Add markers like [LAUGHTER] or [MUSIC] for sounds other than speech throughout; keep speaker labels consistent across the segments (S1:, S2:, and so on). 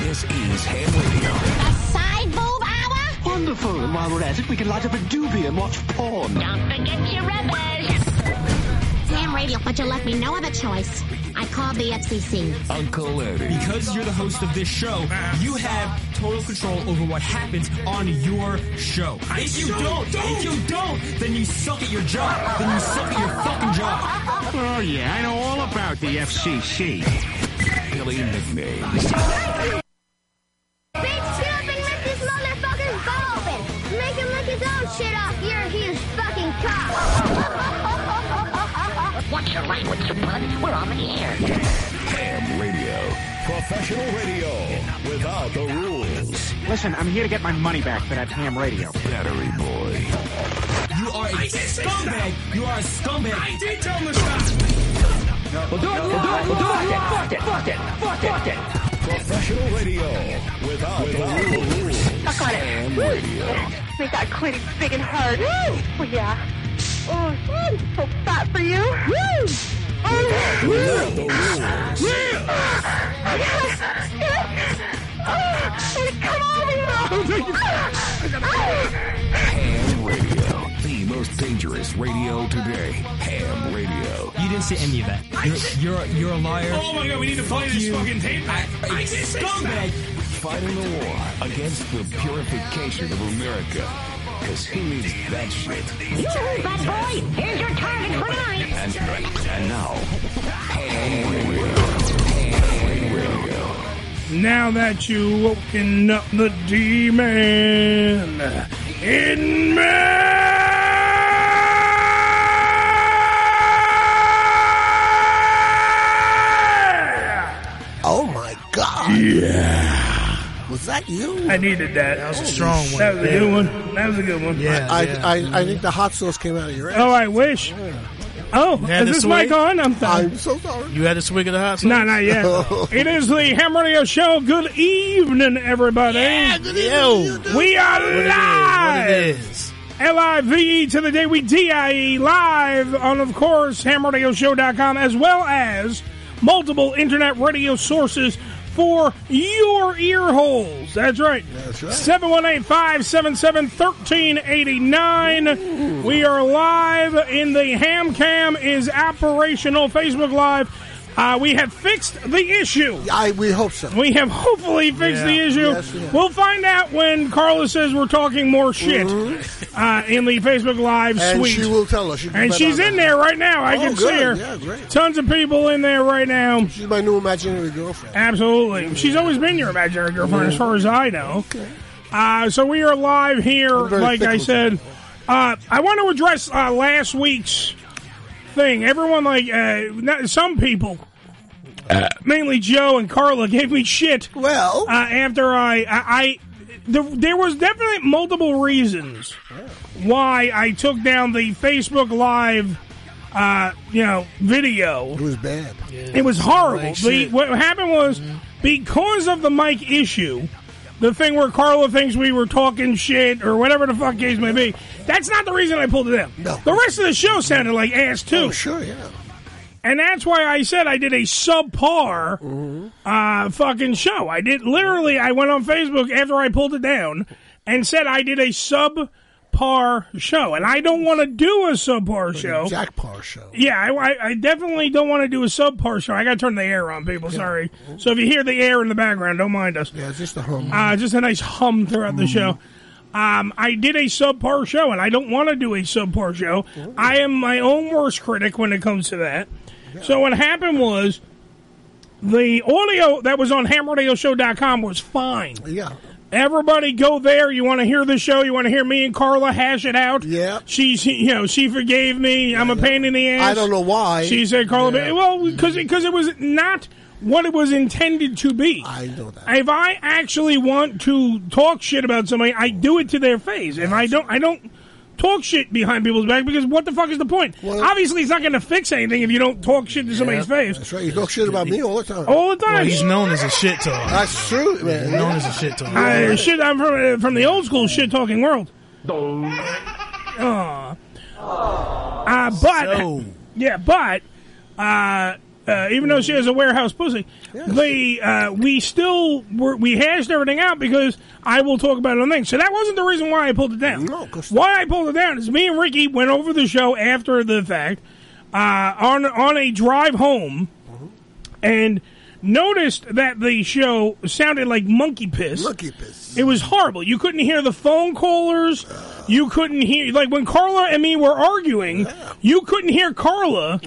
S1: This is Ham Radio.
S2: A side boob hour?
S3: Wonderful. And while we're at it, we can light up a doobie and watch
S4: Oh,
S3: porn.
S2: Don't forget your rubbish. Damn radio, but you left me no other choice. I called the FCC.
S1: Uncle Eddie.
S5: Because you're the host of this show, you have total control over what happens on your show. If you don't, if you don't, then you suck at your job. Then you suck at your fucking job.
S6: Oh, yeah, I know all about the FCC.
S1: Billy McNames.
S7: Bitch, get up and let this motherfucker's butt open. Make him lick his own shit off. You're a huge fucking [LAUGHS] cock.
S2: What's your language, you bud? We're on the air.
S1: Ham Radio.
S8: Professional radio without the rules.
S3: Listen, I'm here to get my money back for that ham radio.
S1: Battery Boy.
S5: You are a scumbag. You are a scumbag. I did tell him to stop.
S8: Professional radio without, the rules.
S9: Suck on it. Woo. Make that clit big and hard. Woo. Well, yeah. Oh, mm, so fat for you. Woo. Oh, yeah.
S8: Without the rules.
S9: yes. Yes. Oh, and come on, me.
S1: Ham Radio. The most dangerous radio today. Ham Radio.
S5: You didn't say any of that. You're you're, you're a liar.
S4: Oh my god, we need to play this
S5: You-
S4: fucking tape back. I did say
S5: Scumbag.
S1: Fighting the war against the purification of America. Because who needs that shit?
S2: Yoo-hoo, bad boy. Here's your target for tonight.
S1: And, and now, Ham Radio. Ham Radio.
S4: Now that you woken up the demon in me.
S10: Oh my god.
S4: Yeah.
S10: Was that you?
S4: I needed that. That was a strong one. That was a good one. That was a good one. Yeah.
S10: I, I, I think the hot sauce came out of your ass.
S4: Oh, I wish. Oh,
S11: Yeah,
S4: is
S11: this
S4: this
S11: way?
S4: mic on? I'm sorry.
S10: I'm so sorry.
S11: You had a swig of the hot sauce?
S4: No, not [LAUGHS] yet.
S11: [LAUGHS]
S4: it is the Ham Radio Show. Good evening, everybody.
S11: Yo, what
S4: we are
S11: it
S4: live.
S11: is, what it is.
S4: L I V E to the day we D I E live on, of course, hamradioshow.com, as well as multiple internet radio sources for your ear holes. That's right. That's right. 718 577 1389. We are live in the Ham Cam is operational Facebook Live. Uh, we have fixed the issue.
S10: I, we hope so.
S4: We have hopefully fixed
S11: Yeah.
S4: the issue.
S10: Yes, we have.
S4: We'll find out when Carla says we're talking more shit uh, in the Facebook Live
S10: Mm-hmm. And
S4: suite.
S10: she will tell us. You can
S4: and
S10: bet
S4: she's
S10: on
S4: in
S10: that.
S4: there right now. I
S10: Oh,
S4: can
S10: good.
S4: see her.
S10: Yeah, great.
S4: Tons of people in there right now.
S10: She's my new imaginary girlfriend.
S4: Absolutely. She's always been your imaginary girlfriend, as far as I know.
S10: Okay.
S4: Uh, so we are live here,
S10: very
S4: like I
S10: fickle.
S4: said. Uh, I want to address uh, last week's thing. Everyone, like, uh, not, some people mainly Joe and Carla gave me shit.
S10: Well,
S4: uh, after I, I, I there, there was definitely multiple reasons why I took down the Facebook Live, uh, you know, video. It
S10: was bad.
S4: It was horrible.
S10: Like
S4: the,
S10: shit. Mm-hmm.
S4: what happened was because of the mic issue. The thing where Carla thinks we were talking shit or whatever the fuck case may be. That's not the reason I pulled it down. No. The rest of the show sounded like ass too.
S10: Oh, sure, yeah.
S4: And that's why I said I did a subpar
S10: Mm-hmm.
S4: uh, fucking show. I did literally. I went on Facebook after I pulled it down and said I did a subpar show, and I don't want to do a subpar show.
S10: Jackpar show.
S4: Yeah, I, I- I definitely don't want to do a subpar show. I got to turn the air on, people. Sorry. So if you hear the air in the background, don't mind us.
S10: Yeah, it's just a hum. Mm-hmm.
S4: Uh, just a nice hum throughout the show. Um, I did a subpar show, and I don't want to do a subpar show. I am my own worst critic when it comes to that. So what happened was the audio that was on hamradioshow.com was fine.
S10: Yeah.
S4: Everybody go there. You want to hear the show? You want to hear me and Carla hash it out? Yeah. She's, you know, she forgave me. I'm a pain in the ass.
S10: I don't know why.
S4: She said Carla,
S10: Yeah.
S4: well, because it was not what it was intended to be. I
S10: know that.
S4: If I actually want to talk shit about somebody, I do it to their face. If I don't, I don't talk shit behind people's back because what the fuck is the point? Obviously, it's not going to fix anything if you don't talk shit to somebody's face. That's
S10: right. You talk shit about me all the time.
S4: All the time.
S11: Well, he's known as a shit talker.
S10: That's true, man.
S11: He's known as a shit talker.
S4: I, shit, I'm from, uh, from the old school shit talking world. Aw. Uh, but yeah, but uh, uh, even though she has a warehouse pussy, the uh, we still were, we hashed everything out because I will talk about it on things. So that wasn't the reason why I pulled it down. No, why I pulled it down is me and Ricky went over the show after the fact uh, on on a drive home and noticed that the show sounded like monkey piss. Monkey piss. It was horrible. You couldn't hear the phone callers. You couldn't hear like when Carla and me were arguing. You couldn't hear Carla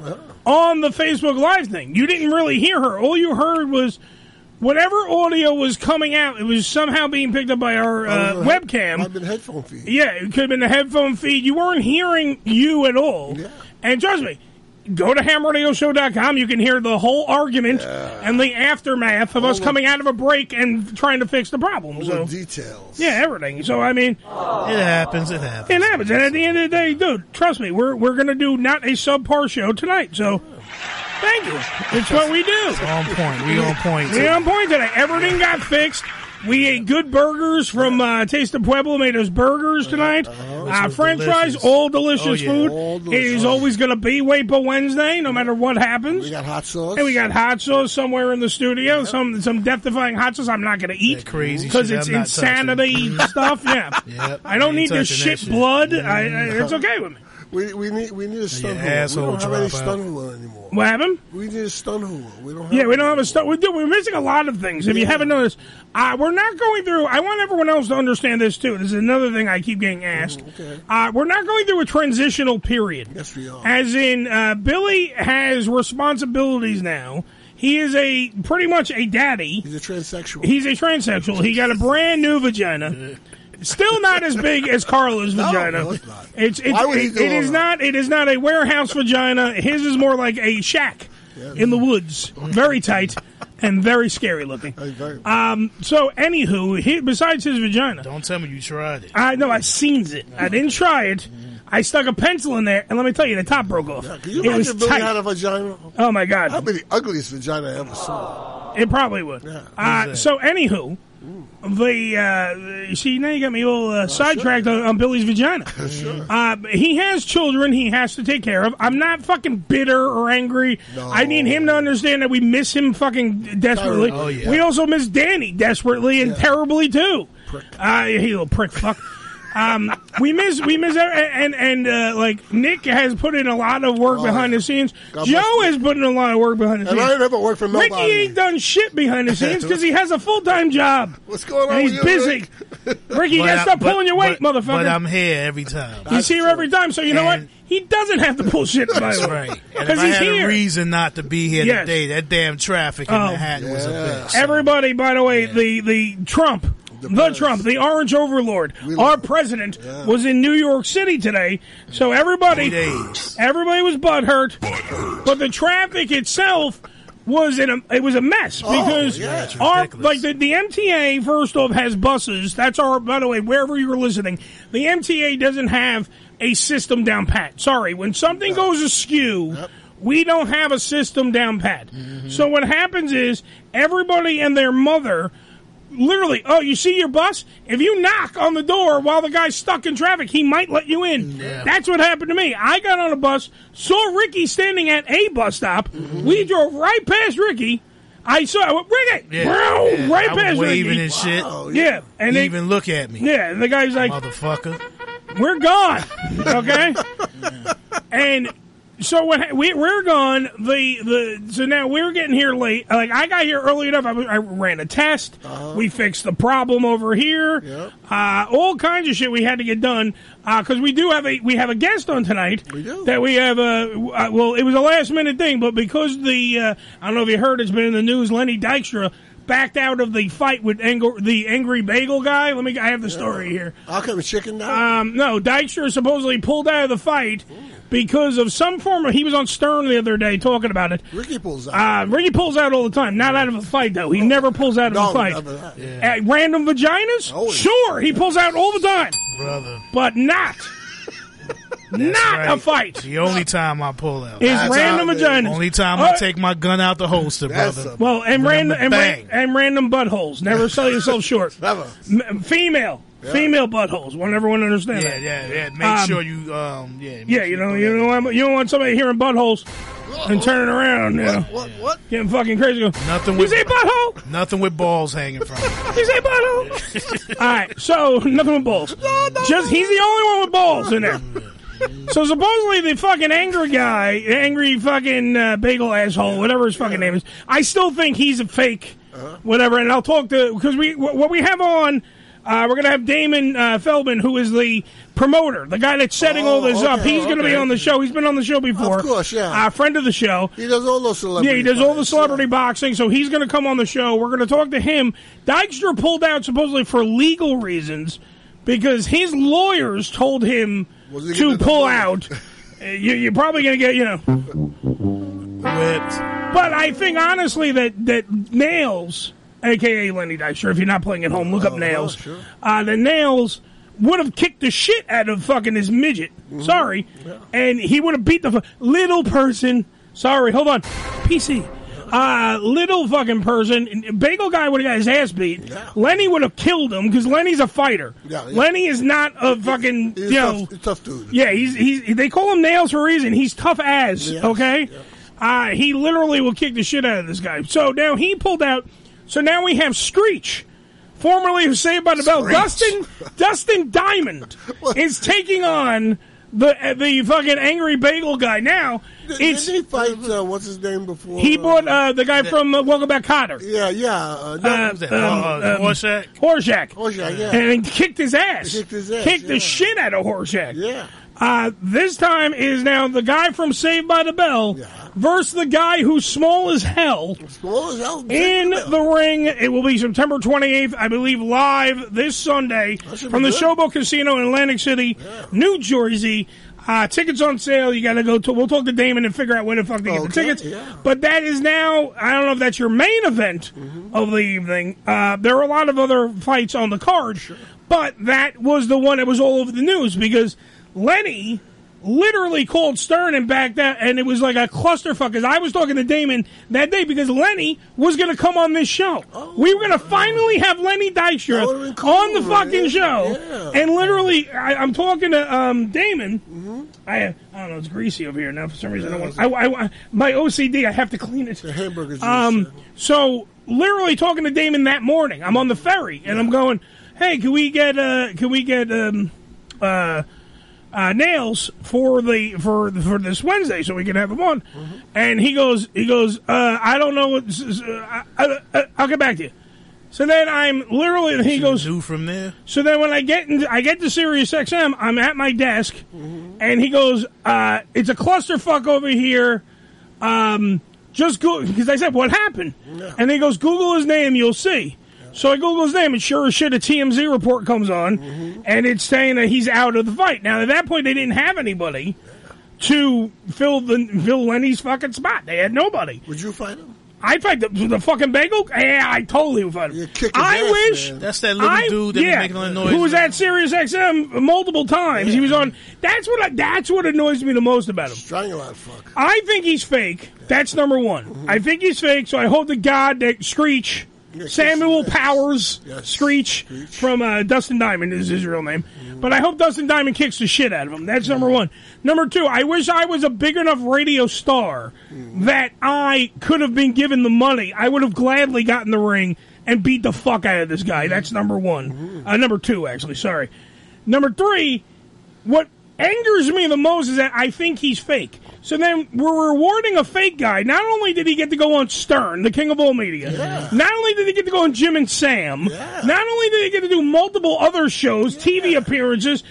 S4: on the Facebook Live thing. You didn't really hear her. All you heard was. Whatever audio was coming out, it was somehow being picked up by our uh,
S10: Oh, yeah.
S4: webcam.
S10: I've been headphone feed.
S4: Yeah, it could have been the headphone feed. You weren't hearing you at all. And trust me, go to hamradioshow.com. You can hear the whole argument and the aftermath of us coming out of a break and trying to fix the problem. so
S10: details.
S4: Yeah, everything. So I mean,
S11: It happens. It happens.
S4: it happens. And at the end of the day, dude, trust me, we're we're gonna do not a subpar show tonight. So thank you. It's what we do.
S11: on point. We on point.
S4: We
S11: too.
S4: on point today. Everything got fixed. We ate good burgers from uh, Taste of Pueblo. Made us burgers tonight. Uh, French fries, all delicious
S10: Oh, yeah.
S4: food.
S10: All
S4: It is always going to be Wapo Wednesday, no matter what happens. We
S10: got hot sauce,
S4: and we got hot sauce somewhere in the studio. Some some death-defying hot sauce. I'm not going to eat
S11: crazy
S4: because
S11: shit,
S4: it's
S11: I'm not
S4: insanity stuff. Yeah,
S11: Yep.
S4: I don't
S11: Ain't
S4: need this
S11: touching that
S4: shit
S11: shit.
S4: blood. I, I, it's okay with me.
S10: We, we need we need a stun hula.
S11: asshole
S10: We don't have any
S11: drop out.
S10: stun hula anymore.
S4: What happened?
S10: We need a stun hula. We don't have
S4: Yeah, we don't have a stuff. We're, we're missing a lot of things. If you
S10: Yeah.
S4: haven't noticed, uh, we're not going through. I want everyone else to understand this too. This is another thing I keep getting
S10: Mm-hmm,
S4: asked. Uh, we're not going through a transitional period. Yes, we are. As in, uh, Billy has responsibilities now. He is a pretty much a daddy. He's
S10: a transsexual.
S4: He's a transsexual. He got a brand new
S10: [LAUGHS]
S4: vagina. Still not as big as Carla's
S10: No,
S4: vagina.
S10: no, it's not.
S4: It's, it's-
S10: Why would he
S4: it-
S10: do
S4: it
S10: all
S4: is
S10: that?
S4: not it is not a warehouse vagina. His is more like a shack in the woods, very tight and very scary looking. Um, so, anywho, he, besides his vagina,
S11: Don't tell me you tried it.
S4: I know I seen it. I didn't try it. I stuck a pencil in there, and let me tell you, the top broke off.
S10: Can you
S4: it was
S10: imagine Billy
S4: tight.
S10: had a vagina?
S4: oh my god!
S10: That'd be the ugliest vagina I ever saw.
S4: It probably would. Uh, so, anywho, the uh, see now you got me all uh, sidetracked on, on Billy's vagina.
S10: [LAUGHS] Sure.
S4: Uh, he has children he has to take care of. I'm not fucking bitter or angry. I need him to understand that we miss him fucking desperately.
S11: Oh, yeah.
S4: We also miss Danny desperately and terribly too. Uh, he little prick fuck. Um, we miss we miss and and uh, like Nick has put in a lot of work behind the scenes.
S10: Oh, God bless
S4: Joe has put in a lot of work behind
S10: And
S4: the scenes.
S10: I ain't ever worked for
S4: Ricky
S10: nobody.
S4: ain't done shit behind
S10: [LAUGHS]
S4: the scenes because he has a full time job.
S10: What's going on
S4: And he's
S10: with you,
S4: busy. [LAUGHS] Ricky, you
S11: But
S4: gotta
S11: I-
S4: stop
S11: but-
S4: pulling your weight,
S11: but-
S4: motherfucker.
S11: But I'm here every time.
S4: He's here every time, so you know what? He doesn't have to pull shit. by
S11: That's
S4: the way.
S11: right. And if
S4: Because
S11: I
S4: he's
S11: had a
S4: here.
S11: reason not to be here
S4: Yes.
S11: today, that damn traffic in
S4: Oh.
S11: Manhattan was a bitch.
S4: Everybody, by the way, the the Trump, the, Trump, the Orange Overlord, our president was in New York City today. So everybody, everybody was butthurt, but the traffic itself was in a it was a mess
S11: Oh,
S4: because
S11: yeah, it's
S4: our
S11: ridiculous.
S4: like the, the MTA first off has buses. That's our by the way wherever you're listening, the MTA doesn't have a system down pat. Sorry, when something goes askew, we don't have a system down pat.
S11: Mm-hmm.
S4: So what happens is everybody and their mother literally, oh, you see your bus? If you knock on the door while the guy's stuck in traffic, he might let you in. That's what happened to me. I got on a bus, saw Ricky standing at a bus stop. We drove right past Ricky. I saw I went, Ricky,
S11: Mm-hmm. Yeah,
S4: Wow,
S11: yeah,
S4: right
S11: I was
S4: past
S11: waving
S4: Ricky. Oh,
S11: and shit.
S4: yeah. and
S11: He
S4: they,
S11: even look at me,
S4: yeah, and the guy's like,
S11: motherfucker.
S4: we're
S11: [LAUGHS]
S4: gone. Okay, and so what? ha- We, we're gone. The the so now we're getting here late. Like I got here early enough. I, was- I ran a test. We fixed the problem over here. Uh, all kinds of shit we had to get done because we do have a we have a guest on tonight. We do. that we have a uh, well, it was a last minute thing, but because the uh, I don't know if you heard, it's been in the news. Lenny Dykstra. Backed out of the fight with Ang- the angry bagel guy. Let me. I have the story here.
S10: How come chicken now?
S4: Um, no, Dykstra supposedly pulled out of the fight because of some form of. He was on Stern the other day talking about it.
S10: Ricky pulls out.
S4: Uh, Ricky pulls out all the time. Not out of a fight though. He never pulls out of
S10: No,
S4: a fight.
S10: never that.
S4: At random vaginas? Sure, he pulls out all the time,
S11: brother.
S4: but not. not a
S11: right.
S4: fight.
S11: The only time I pull out
S4: Is That's random how it is. vaginas.
S11: Only time
S4: Uh,
S11: I take my gun out the holster, brother.
S4: Well, and random and,
S11: bang.
S4: ran, and random buttholes. Never sell yourself short. Never. M- female, female buttholes. Won't everyone understand
S11: yeah,
S4: that?
S11: yeah, yeah. Make
S4: Um,
S11: sure you, um, yeah.
S4: Yeah, you know, you don't want you don't want somebody hearing buttholes and turning around. You know,
S10: what, what?
S4: Getting fucking crazy. Going,
S11: Nothing
S4: You
S11: with
S4: say butthole.
S11: Nothing with balls hanging from.
S10: [LAUGHS]
S11: it.
S4: He's a butthole. [LAUGHS] All right, so nothing with balls. Just he's the only one with balls in
S10: [LAUGHS]
S4: there. So supposedly the fucking angry guy, the angry fucking uh, bagel asshole, whatever his fucking name is. I still think he's a fake,
S10: Uh-huh.
S4: whatever. And I'll talk to because we wh- what we have on. Uh, we're gonna have Damon uh, Feldman, who is the promoter, the guy that's setting all this up.
S10: Oh, okay,
S4: He's gonna be
S10: okay.
S4: on the show. He's been on the show before,
S10: Of course, yeah.
S4: Uh, friend of the show.
S10: He does all those celebrity.
S4: Yeah, he does all the celebrity boxing, so he's going to come on the show. We're going to talk to him. Dykstra pulled out supposedly for legal reasons because his lawyers told him
S10: Was he
S4: to
S10: gonna [LAUGHS]
S4: pull out. Uh, you, you're probably going to get, you know. But I think honestly that that Nails, aka Lenny Dykstra, if you're not playing at home, look up
S10: Oh,
S4: Nails. Uh, the Nails would have kicked the shit out of fucking this midget.
S10: Mm-hmm.
S4: Sorry, and he would have beat the fu- little person. Sorry, hold on, PC. Uh, little fucking person, and bagel guy would have got his ass beat. Lenny would have killed him because Lenny's a fighter.
S10: Yeah, yeah.
S4: Lenny is not a fucking
S10: He's
S4: you know
S10: tough, tough dude.
S4: yeah, he's he's they call him nails for a reason. He's tough as okay. Uh, he literally will kick the shit out of this guy. So now he pulled out. So now we have Screech, formerly of Saved by the Bell. Dustin Dustin
S10: [LAUGHS]
S4: Diamond is taking on the uh, the fucking angry bagel guy. Now
S10: Did,
S4: it's
S10: did he fight? Uh, what's his name before?
S4: he bought uh, the guy from uh, Welcome Back Cotter.
S10: Yeah, yeah. Uh, no,
S4: Uh,
S10: who's that?
S4: um,
S11: uh,
S4: um,
S11: Horshack?
S4: Horshack.
S10: Horshack, yeah.
S4: And he kicked his ass.
S10: Kicked his ass,
S4: Kicked
S10: yeah.
S4: the shit out of Horshack.
S10: yeah.
S4: Uh, this time is now the guy from Saved by the Bell versus the guy who's small as hell
S10: Small as hell.
S4: in the ring. It will be September 28th, I believe, live this Sunday
S10: should
S4: from
S10: be
S4: the
S10: good.
S4: Showboat Casino in Atlantic City, New Jersey. Uh, tickets on sale. You got to go to. We'll talk to Damon and figure out where the fuck to get the
S10: Okay,
S4: tickets.
S10: yeah.
S4: But that is now. I don't know if that's your main event
S10: Mm-hmm.
S4: of the evening. Uh, there are a lot of other fights on the card, but that was the one that was all over the news because Lenny literally called Stern and back that, and it was like a clusterfuck. Because I was talking to Damon that day because Lenny was going to come on this show. we were going to finally have Lenny Dykstra
S10: Oh. That would've been
S4: on the
S10: cool,
S4: fucking
S10: man.
S4: show,
S10: Yeah.
S4: and literally, I, I'm talking to um, Damon. I I don't know. It's greasy over here now. For some reason, I want. I, I- I- my OCD. I have to clean it.
S10: The hamburger juice.
S4: Um. So literally talking to Damon that morning. I'm on the ferry and I'm going. Hey, can we get uh can we get um uh, uh nails for the for for this Wednesday so we can have him on?
S10: Mm-hmm.
S4: And he goes he goes uh I don't know what this is, uh, I, I, I'll get back to you. So then I'm literally he goes
S11: Do from there.
S4: so then when I get into, I get to Sirius XM, I'm at my desk, and he goes, uh, "It's a clusterfuck over here." Um, just go because I said, "What happened?" And he goes, "Google his name, you'll see." So I Google his name, and sure as shit, a TMZ report comes on,
S10: Mm-hmm.
S4: and it's saying that he's out of the fight. Now at that point, they didn't have anybody to fill the fill Lenny's fucking spot. They had nobody.
S10: Would you fight him?
S4: I fight the, the fucking bagel. Yeah, I totally would fight him. I
S11: ass,
S4: wish
S11: man. That's that little dude that be
S4: yeah,
S11: making all the noise
S4: Who was at Sirius XM multiple times. He was on. That's what. I, that's what annoys me the most about him.
S10: Strangulate fuck.
S4: I think he's fake. That's number one. I think he's fake. So I hope to God that Screech, Samuel Powers, Screech, Mm-hmm. from uh, Dustin Diamond is his real name. But I hope Dustin Diamond kicks the shit out of him. That's number one. Number two, I wish I was a big enough radio star that I could have been given the money. I would have gladly gotten the ring and beat the fuck out of this
S10: Mm-hmm.
S4: guy. That's number one. Uh, number two, actually. Sorry. Number three, what angers me the most is that I think he's fake. So then we're rewarding a fake guy. Not only did he get to go on Stern, the king of all media, not only did he get to go on Jim and Sam, not only did he get to do multiple other shows, TV appearances,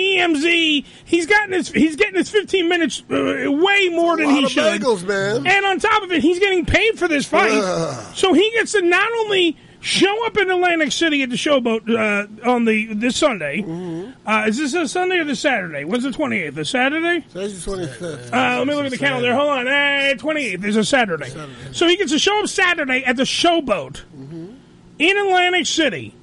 S4: TMZ. He's gotten his he's getting his 15 minutes uh, way more than
S10: lot
S4: he
S10: of
S4: should.
S10: bagels, man.
S4: And on top of it, he's getting paid for this fight.
S10: Ugh.
S4: So he gets to not only show up in Atlantic City at the Showboat uh, on the this Sunday.
S10: Mm-hmm.
S4: Uh, is this a Sunday or the Saturday? When's the twenty eighth? The Saturday.
S10: Today's the 25th.
S4: Uh, let me look at the calendar. Hold on. Uh, 28th is a Saturday. So he gets to show up Saturday at the Showboat in Atlantic City.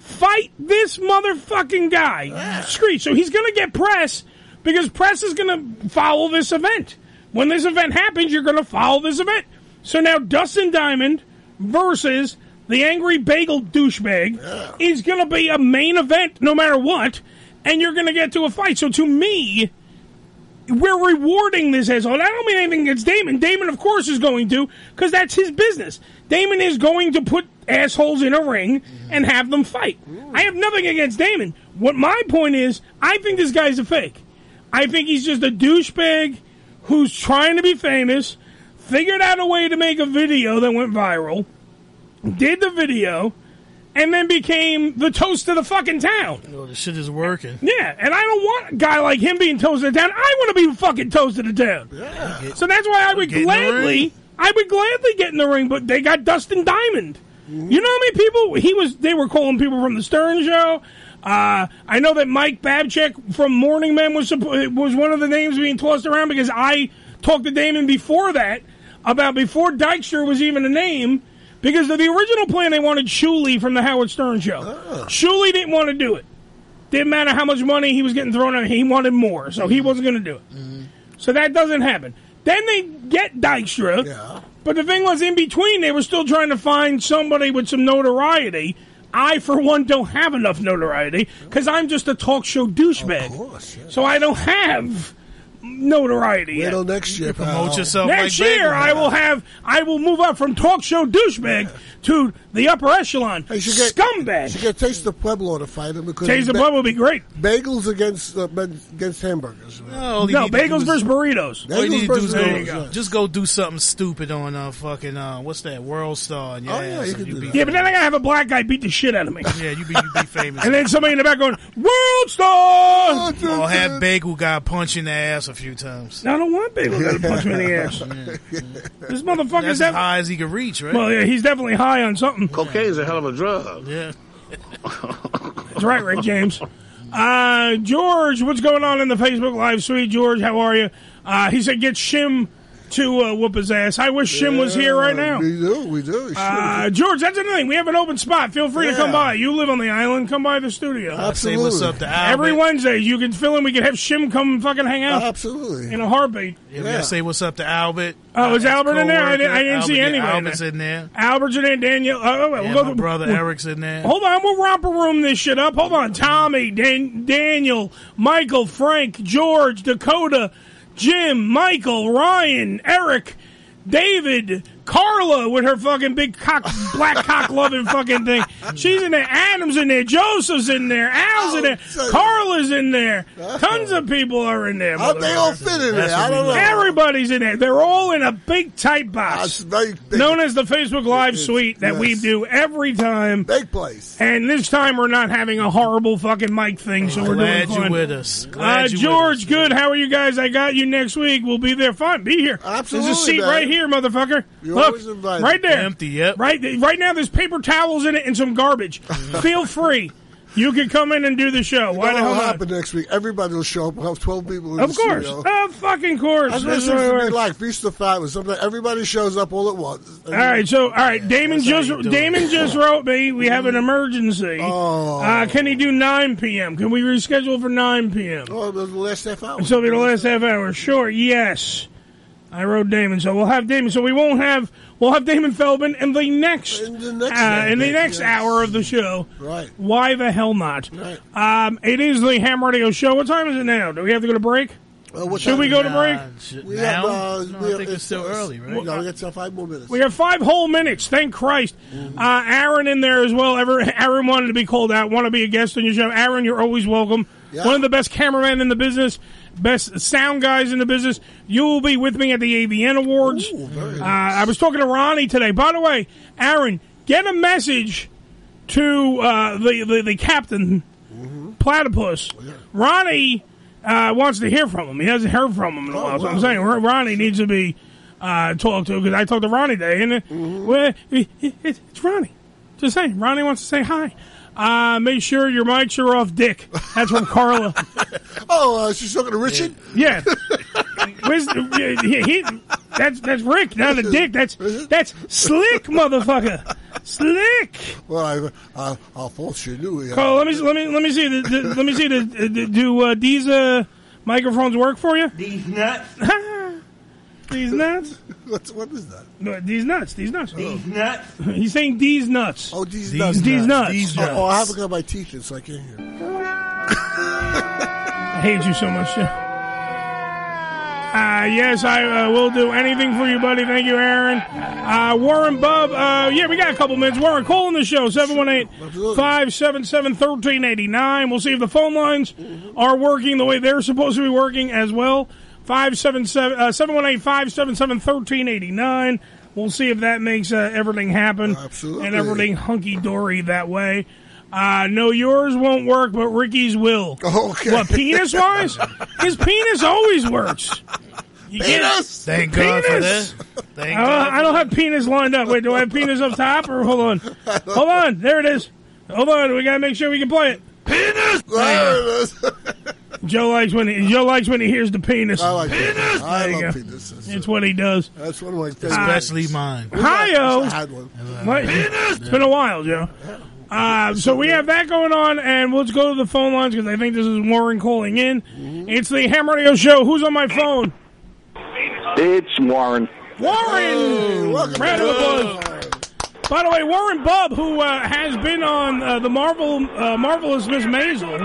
S4: Fight this motherfucking guy. Screech. So he's going to get press because press is going to follow this event. When this event happens, you're going to follow this event. So now Dustin Diamond versus the angry bagel douchebag is going to be a main event no matter what, and you're going to get to a fight. So to me, we're rewarding this asshole. And I don't mean anything against Damon. Damon, of course, is going to because that's his business. Damon is going to put assholes in a ring and have them fight. I have nothing against Damon. What my point is, I think this guy's a fake. I think he's just a douchebag who's trying to be famous, figured out a way to make a video that went viral, did the video, and then became the toast of the fucking town.
S11: Oh, this shit is working.
S4: Yeah, and I don't want a guy like him being toasted down. I want to be fucking toasted down. So that's why I would
S11: Get in the ring.
S4: gladly, I would gladly get in the ring. But they got Dustin Diamond.
S11: Mm-hmm.
S4: You know how many people he was? They were calling people from the Stern Show. Uh, I know that Mike Babchick from Morning Man was suppo- was one of the names being tossed around because I talked to Damon before that about before Dykstra was even a name because of the original plan they wanted Shuley from the Howard Stern Show.
S11: Oh.
S4: Shuley didn't want to do it. Didn't matter how much money he was getting thrown at, he wanted more, so
S11: Mm-hmm.
S4: he wasn't going to do it. So that doesn't happen. Then they get Dykstra. But the thing was, in between, they were still trying to find somebody with some notoriety. I, for one, don't have enough notoriety because I'm just a talk show douchebag. So I don't have notoriety. yet.
S10: Till next year, pal.
S11: Promote yourself
S4: Next
S11: like
S4: year,
S11: Bagel.
S4: I will have. I will move up from talk show douchebag to the upper echelon scumbag.
S10: You get Taste the Pueblo to fight him because
S4: Taste the Pueblo would be great.
S10: Bagels against uh, men- against hamburgers. man.
S11: all you
S4: No,
S11: need to do
S4: bagels
S11: is-
S4: versus burritos.
S11: All you need to do is
S10: Bagels versus
S11: go,
S10: burritos, yeah.
S11: just go do something stupid on uh, fucking uh, what's that World Star? And your
S10: Oh, yeah,
S11: ass
S10: you
S11: and
S10: can
S11: you
S10: do
S11: be,
S4: Yeah, but then I gotta have a black guy beat the shit out of me.
S11: yeah, you be you be
S4: [LAUGHS]
S11: famous.
S4: And then somebody in the back going, World Star!
S11: or have Bagel guy punch you in the ass a few times.
S4: I don't want Bagel Guy to punch me in the ass. This motherfucker's
S11: That's as
S4: that.
S11: high as he can reach, right?
S4: Well, yeah, he's definitely high on something.
S6: Cocaine's a hell of a drug.
S11: yeah.
S4: That's right, Rick James. Uh, George, what's going on in the Facebook Live suite? George, how are you? Uh, he said, get Shim to uh, whoop his ass. I wish Shim was here right now.
S10: We do, we do. Shit.
S4: Uh, George, that's another thing. We have an open spot. Feel free to come by. You live on the island. Come by the studio.
S11: Say what's up to Albert.
S4: Every Wednesday, you can fill in. We can have Shim come fucking hang out
S10: Absolutely.
S4: in a heartbeat.
S11: Yeah, we gotta say what's up to Albert.
S4: Oh, is Albert in there? I didn't- I didn't
S11: Albert,
S4: see
S11: yeah,
S4: anybody in
S11: Albert's
S4: there.
S11: in there.
S4: Albert's in there. Daniel. Oh, oh,
S11: Yeah,
S4: we'll go
S11: my
S4: to-
S11: brother
S4: we'll-
S11: Eric's in there.
S4: Hold on, we'll romper room this shit up. Hold on, Tommy, Dan- Daniel, Michael, Frank, George, Dakota, Jim, Michael, Ryan, Eric, David, Carla with her fucking big cock, black cock loving fucking thing. She's in there. Adam's in there. Joseph's in there. Al's
S10: Oh,
S4: in there. Carla's in there. Tons of people are in there.
S10: How they all fit in there? I don't know.
S4: Everybody's in there. They're all in a big tight box
S10: That's very big,
S4: known as the Facebook Live
S10: It's-
S4: suite that we
S10: yes.
S4: do every time.
S10: big place.
S4: And this time we're not having a horrible fucking mic thing, so we're
S11: Glad
S4: doing
S11: you
S4: fun.
S11: with us. Glad
S4: Uh,
S11: you
S4: George,
S11: with us.
S4: good. How are you guys? I got you next week. We'll be there. Fine, be here.
S10: Absolutely,
S4: There's a seat
S10: man.
S4: right here, motherfucker.
S10: You're
S4: Look,
S10: always invited.
S4: right there.
S11: Empty, yep.
S10: [LAUGHS]
S4: Right, right now. There's paper towels in it and some garbage. Feel free. You could come in and do the show. Why the
S10: What'll
S4: hell not?
S10: happen next week? Everybody will show up. We'll have twelve people. In
S4: Of
S10: the
S4: course.
S10: studio.
S4: Of fucking course.
S10: That's what it
S4: That's
S10: seems
S4: the
S10: to
S4: way it
S10: be
S4: works.
S10: like. Feast of Fat was something. Everybody shows up all at once.
S4: All right, so all right, Damon just Damon just wrote me.
S10: [LAUGHS]
S4: We have an emergency. Oh. Uh, can he do 9 p.m.? Can we reschedule for 9 p.m.?
S10: Oh, the last half hour.
S4: So it'll be the last half hour. Sure, yes. I wrote Damon, so we'll have Damon. So we won't have we'll have Damon Feldman in the next in the
S10: next
S4: uh, in the
S10: segment,
S4: next
S10: yes.
S4: hour of the show.
S10: Right.
S4: Why the hell not? Right. Um, it is the Ham Radio Show. What time is it now? Do we have to go to break?
S10: Uh, what
S4: Should
S10: time
S4: we
S10: is
S4: go
S10: it?
S4: to break?
S10: We
S11: now?
S10: have, uh,
S11: No, I
S10: we have-
S11: think it's still early, right?
S10: No, we got still five more minutes.
S4: We have five whole minutes. Thank Christ. Uh, Aaron in there as well. Ever, Aaron wanted to be called out. Want to be a guest on your show? Aaron, you're always welcome.
S10: Yeah.
S4: One of the best cameramen in the business, best sound guys in the business. You will be with me at the AVN Awards. uh, I was talking to Ronnie today. By the way, Aaron, get a message to uh, the, the the captain, Platypus.
S10: Oh,
S4: Ronnie uh, wants to hear from him. He hasn't heard from
S10: Oh,
S4: him in a while. So I'm saying Ron- Ronnie needs to be uh, talked to because I talked to Ronnie today, and uh,
S10: Mm-hmm.
S4: well, it- it- it's Ronnie. Just saying, Ronnie wants to say hi. Uh, make sure your mics are off, Dick. That's from Carla.
S10: [LAUGHS] oh, uh, she's talking to Richard.
S4: Yeah. Where's the, he, he- that's that's Rick, not a dick. That's that's slick, motherfucker. Slick.
S10: Well, I, uh, I, I thought she knew. Yeah.
S4: Carl, let me let me let me see the, the let me see the, the do uh, these uh, microphones work for you? These nuts. [LAUGHS] these nuts.
S10: [LAUGHS] What's, what is that? Oh.
S4: No, these nuts. These nuts. These
S5: nuts.
S4: He's saying these nuts. Oh,
S10: these,
S4: nuts. These nuts.
S10: Oh, oh, I haven't got my teeth in, so I can't hear.
S4: I hate you so much. Uh, yes, I uh, will do anything for you, buddy. Thank you, Aaron. Uh, Warren Bub, uh, yeah, we got a couple minutes. Warren, call in the show, 718-577-1389. We'll see if the phone lines are working the way they're supposed to be working as well. 577, uh, 718-577-1389. We'll see if that makes uh, everything happen Absolutely. and everything hunky-dory that way. Uh, no, yours won't work, but Ricky's will.
S10: Okay.
S4: What, penis-wise? His penis always works. You can't-
S11: Penis? Thank God for
S4: Penis?
S11: this. Thank
S4: I don't-
S11: God.
S4: I don't have penis lined up. Wait, do I have penis up top or hold on? Hold on, there it is. Hold on, we gotta make sure we can play it. Penis. There it is. Joe likes when he, Joe likes when he hears the penis.
S10: I like
S4: penis.
S10: penis. I
S4: There you
S10: love
S4: go.
S10: penis. That's,
S4: It's what he does.
S10: that's one of my things.
S11: Especially mine.
S4: Hi-yo.
S10: I had one.
S4: What? It's been a while, Joe. Uh, so we have that going on, and let's go to the phone lines because I think this is Warren calling in.
S10: Mm-hmm.
S4: It's the Ham Radio Show. Who's on my phone?
S12: It's Warren.
S4: Warren! Round of applause. By the way, Warren Bubb, who uh, has been on uh, the Marvel uh, Marvelous Miss Maisel.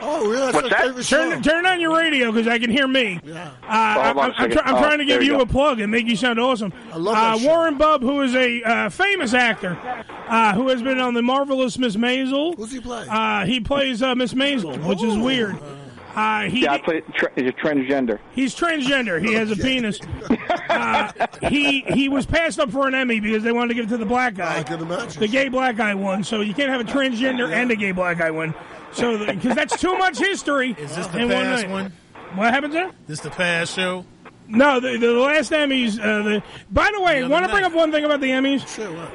S10: Oh, really? That's
S12: What's
S10: my
S12: that?
S10: favorite show.
S4: Turn, turn on your radio because I can hear me. Uh, I,
S12: Hold on a
S4: am
S12: second.
S4: I'm
S12: Oh,
S4: trying to
S12: there
S4: give
S12: you
S4: you
S12: go.
S4: a plug and make you sound awesome. I
S12: love
S4: uh,
S12: that show.
S4: Warren Bubb, who is a uh, famous actor, uh, who has been on the Marvelous Miss Maisel. Who's
S10: he play?
S4: Uh, he plays uh, Miss Maisel, which is weird. Uh, he
S12: yeah, I play tra- he's a transgender.
S4: He's transgender. He has a penis. Uh, he he was passed up for an Emmy because they wanted to give it to the black guy. The gay black guy won, so you can't have a transgender and a gay black guy win. So because that's too much history. Is
S11: this the past one?
S4: What happened there?
S11: This the past show.
S4: No, the, the last Emmys. Uh, the, by the way, want to bring up one thing about the Emmys?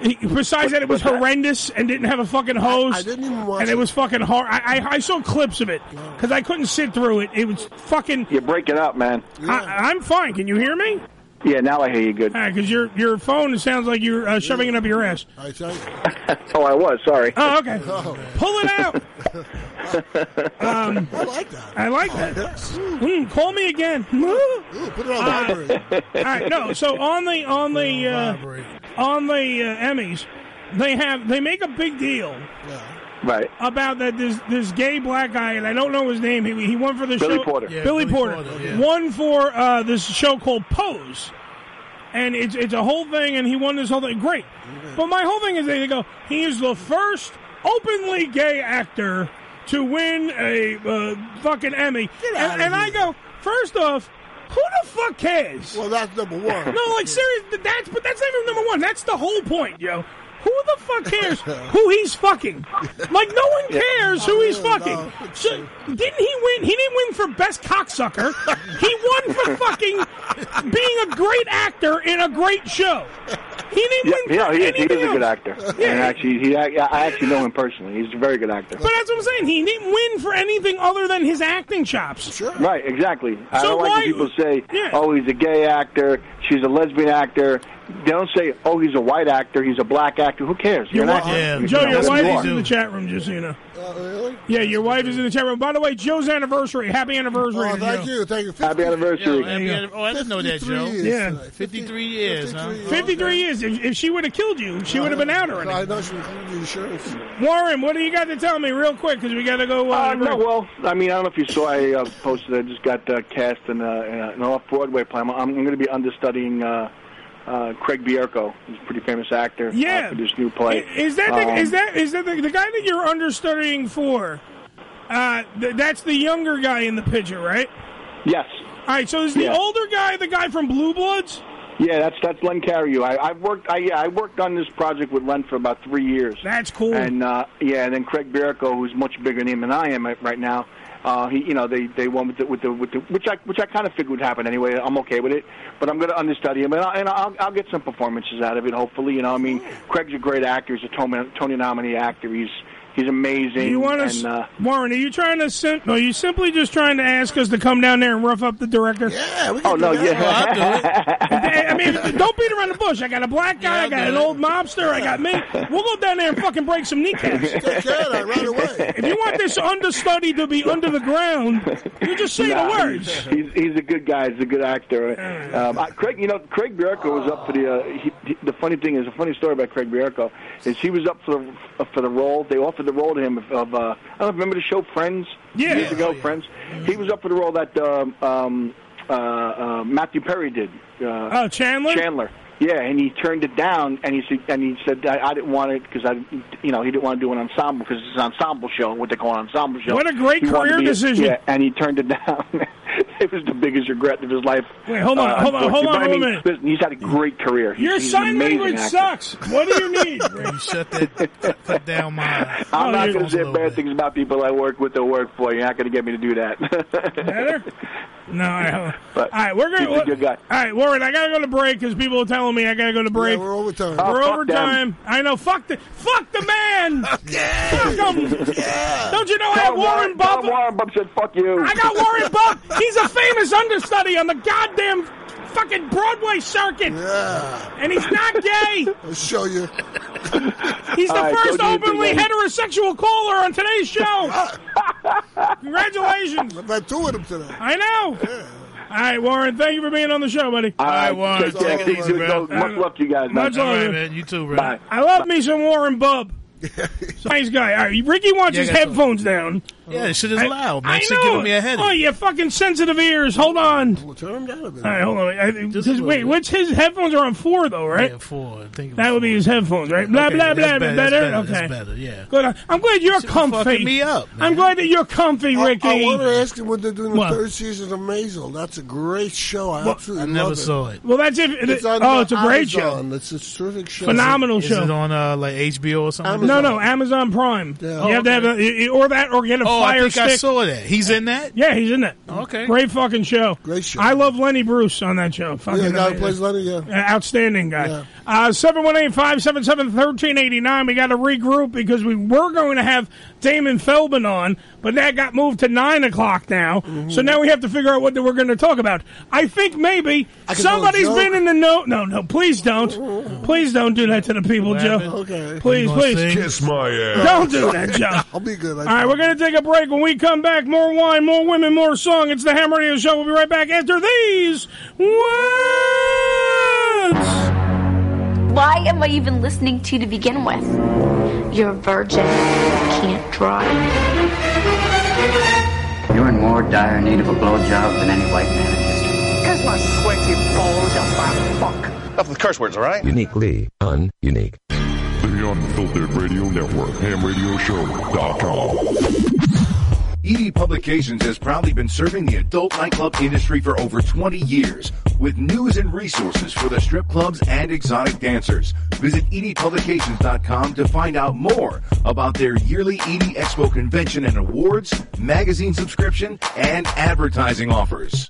S4: He- Besides that, it was horrendous and didn't have a fucking host.
S10: I didn't even watch
S4: And it
S10: it.
S4: was fucking hard. I, I, I saw clips of it because I couldn't sit through it. It was fucking.
S12: You're breaking up, man.
S4: I, I'm fine. Can you hear me?
S12: Yeah, now I hear you good.
S4: All right, because your your phone sounds like you're uh, shoving it up your ass.
S10: I tell you.
S12: oh, I was. Sorry.
S4: Oh, okay. Pull
S12: [LAUGHS]
S4: it out. Um,
S10: I like that.
S4: I like that. Mm, call me again.
S10: put it on
S4: Uh,
S10: vibrate.
S4: all right, no. So on the on the uh, on the uh, Emmys, they have they make a big deal
S12: Right.
S4: about that this this gay black guy and I don't know his name. He, he won for the
S12: Billy
S4: show
S12: Porter. Yeah,
S4: Billy,
S12: Billy
S4: Porter,
S12: Porter, yeah.
S4: won for uh, this show called Pose, and it's it's a whole thing. And he won this whole thing. Great, but my whole thing is they go. He is the first openly gay actor to win a uh, fucking Emmy, and, and I go first off. Who the fuck cares?
S10: Well, that's number one.
S4: No, like seriously, that's but that's not even number one. That's the whole point, yo. Who
S10: [LAUGHS]
S4: the fuck cares who he's fucking? Like no one cares who he's fucking. So, didn't he win? He didn't win for best cocksucker. he won for fucking being a great actor in a great show. He didn't
S12: Yeah, yeah, he is. He is a good actor.
S4: Yeah.
S12: And actually, he, I, I actually know him personally. He's a very good actor.
S4: But that's what I'm saying. He didn't win for anything other than his acting chops. Sure.
S12: Right, exactly. I
S4: So
S12: don't like when
S4: why-
S12: people say,
S4: Yeah.
S12: "Oh, he's a gay actor," "She's a lesbian actor." They don't say, "Oh, he's a white actor," "He's a black actor." Who cares? You're an actor. You
S4: Joe,
S12: know
S4: your
S12: who you
S4: wife
S12: are.
S4: is in the chat room, just so you know.
S10: Oh,
S4: really? Yeah, your wife is in the chat room. By the way, Joe's anniversary. Happy anniversary.
S10: Oh,
S4: to
S10: thank
S4: Joe.
S10: you, thank you.
S12: Happy anniversary.
S4: There you go.
S11: Oh, I didn't know that, Joe.
S4: years Yeah. tonight.
S11: 53 years, huh?
S4: 53 years. If, if she would have killed you, she would have been out already. I know she would have insurance. Warren, what do you got to tell me real quick? Because we got to go. Uh,
S12: Uh,
S4: break.
S12: no, well, I mean, I don't know if you saw. I uh, posted. I just got uh, cast in, uh, in a- an off-Broadway play. I'm, I'm going to be understudying uh, uh, Craig Bierko. He's a pretty famous actor.
S4: Yeah.
S12: Uh, for this new play.
S4: Is that the,
S12: Um,
S4: is that is that the, the guy that you're understudying for? Uh, th- that's the younger guy in the picture, right?
S12: Yes.
S4: All right. So is the
S12: Yeah.
S4: older guy the guy from Blue Bloods?
S12: Yeah, that's that's Len Carreyrou. I, I've worked. I, yeah, I worked on this project with Len for about three years.
S4: That's cool.
S12: And uh, yeah, and then Craig Bierko, who's much bigger name than I am at- right now. Uh, he, you know, they they won with the, with the with the which I which I kind of figured would happen anyway. I'm okay with it, but I'm going to understudy him, and, I, and I'll I'll get some performances out of it. Hopefully, you know, I mean, Craig's a great actor. He's a Tony Tony nominee actor. He's he's amazing.
S4: You want
S12: and,
S4: to,
S12: uh,
S4: Warren? Are you trying to? Sim- are you simply just trying to ask us to come down there and rough up the director? Yeah.
S12: Oh no! Yeah,
S4: I mean, don't beat around the bush. I got a black guy. I got an old mobster. I got me. We'll go down there and fucking break some kneecaps.
S12: [LAUGHS]
S4: If you want this understudy to be under the ground, you just say
S12: Nah,
S4: the words.
S12: He's, he's he's a good guy. He's a good actor. Um, I, Craig, you know, Craig Bierko was up for the. Uh, he, he, the funny thing is, a funny story about Craig Bierko is he was up for the, uh, for the role. They offered the role to him of. of uh, I don't remember the show Friends
S4: Yeah.
S12: years ago. Friends. He was up for the role that um, um, uh, uh, Matthew Perry did. Uh,
S4: Oh, Chandler.
S12: Chandler. Yeah, and he turned it down, and he said, and he said, I, I didn't want it because I, you know, he didn't want to do an ensemble because it's an ensemble show, what they call an ensemble show.
S4: What a great
S12: He wanted to
S4: career
S12: be-
S4: decision.
S12: Yeah, and he turned it [LAUGHS] down. it was the biggest regret of his life.
S4: Wait, hold on,
S12: Uh,
S4: hold on, hold on,
S12: unfortunately. But, I
S4: hold on a
S12: mean,
S4: minute.
S12: Listen, he's had a great career. He's,
S4: Your
S12: he's an
S4: sign
S12: amazing
S4: language
S12: actor.
S4: sucks. What do
S12: [LAUGHS]
S4: you need?
S11: shut that cut
S4: [LAUGHS]
S11: down my.
S12: I'm
S4: Oh,
S12: not
S4: you're-
S12: going to say bad things about people I work with or work for. You're not going to get me to do that.
S4: Better? No, I don't.
S12: [LAUGHS] but
S4: All right, we're gonna.
S12: he's a good guy.
S4: All right, Warren, I gotta go to break because people are telling me I gotta go to break.
S10: Yeah, we're overtime.
S12: Oh,
S4: we're
S12: fuck
S4: overtime. I know. Fuck the. Fuck the
S10: [LAUGHS]
S4: man. Fuck him. Don't you know I have Warren
S12: Bob
S4: Buff?
S12: Warren Buff said, "Fuck you."
S4: I got
S12: [LAUGHS]
S4: Warren Buff. He's a famous understudy on the goddamn fucking Broadway circuit, and he's not gay.
S10: [LAUGHS] I'll show you.
S4: He's the
S10: All right,
S4: first
S10: don't do it,
S4: openly
S10: Big Eddie.
S4: heterosexual caller on
S12: [LAUGHS]
S4: today's show. Congratulations.
S10: I've had two of them today.
S4: I know. All right, Warren. Thank you for being on the show, buddy.
S12: All right, take care.
S11: take it easy, bro.
S12: Much love to you guys.
S4: Much
S11: All
S4: love.
S11: right, man. You too, bro.
S12: Bye.
S4: I love me some Warren
S10: [LAUGHS]
S4: Bub. He's a nice guy. All right, Ricky wants
S11: Yeah,
S4: his
S11: I got some.
S4: headphones down.
S11: Yeah, this shit is
S4: I-
S11: loud, man.
S4: I
S11: Shit
S4: know.
S11: giving me a headache.
S4: Oh, you fucking sensitive ears. Hold on. All
S10: Well, turn them down a bit.
S4: right, hold on. I, his, wait, what's his headphones are on four though, right?
S11: Yeah, four. I think it
S4: that
S11: was
S4: would be his headphones, right? Blah
S11: Okay,
S4: blah
S11: that's
S4: blah.
S11: better, that's
S4: better.
S11: better,
S4: Okay.
S11: that's better, yeah.
S4: Good. I'm glad you're comfy.
S11: fucking me up,
S4: I'm glad that you're comfy, Ricky.
S10: I want to ask you what they're doing the
S4: What?
S10: third season of Maisel. That's a great show. I absolutely
S11: I never
S10: love
S11: saw it.
S4: well, that's it.
S10: It's on
S4: oh,
S10: the
S4: it's a great show.
S10: Amazon. It's a terrific show.
S4: Phenomenal
S11: Is
S4: show.
S11: it on uh, like HBO or something?
S10: Amazon.
S4: No, no, Amazon Prime.
S10: Yeah.
S4: You have to have a, y- y- or that, or get a
S11: Oh, I
S4: fire
S11: think
S4: stick.
S11: I saw that. He's in that.
S4: Yeah, he's in it.
S11: Okay.
S4: Great fucking show.
S10: Great show.
S4: I love Lenny Bruce on that show.
S10: Yeah,
S4: Fucking
S10: the guy who plays
S4: amazing.
S10: Lenny, yeah.
S4: Uh, Outstanding guy.
S10: Yeah.
S4: Uh, 718-577-1389. We got to regroup because we were going to have Damon Feldman on, but that got moved to 9 o'clock now.
S10: Mm-hmm.
S4: So now we have to figure out what we're going to talk about. I think maybe
S10: I can tell a
S4: somebody's
S10: joke. Mm-hmm.
S4: been in the know. No, no, please don't. Please don't do that to the people, Joe.
S10: Okay.
S4: Please,
S11: You gonna
S4: please.
S11: sing?
S1: Kiss my ass.
S4: Don't do that, Joe.
S10: [LAUGHS] I'll be good. I
S4: All right, we're going to take a break. When we come back, more wine, more women, more song. It's the Ham Radio Show. We'll be right back after these words.
S13: Why am I even listening to you to begin with? You're a virgin. Can't drive.
S14: You're in more dire need of a blowjob than any white man in history.
S3: Kiss my sweaty balls, you fat fuck.
S15: Enough with the curse words, all right?
S16: Uniquely un-unique.
S8: The Unfiltered Radio Network, hamradioshow.com.
S17: ED E Publications has proudly been serving the adult nightclub industry for over 20 years with news and resources for the strip clubs and exotic dancers. Visit E edpublications.com to find out more about their yearly ED Expo convention and awards, magazine subscription, and advertising offers.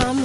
S16: Come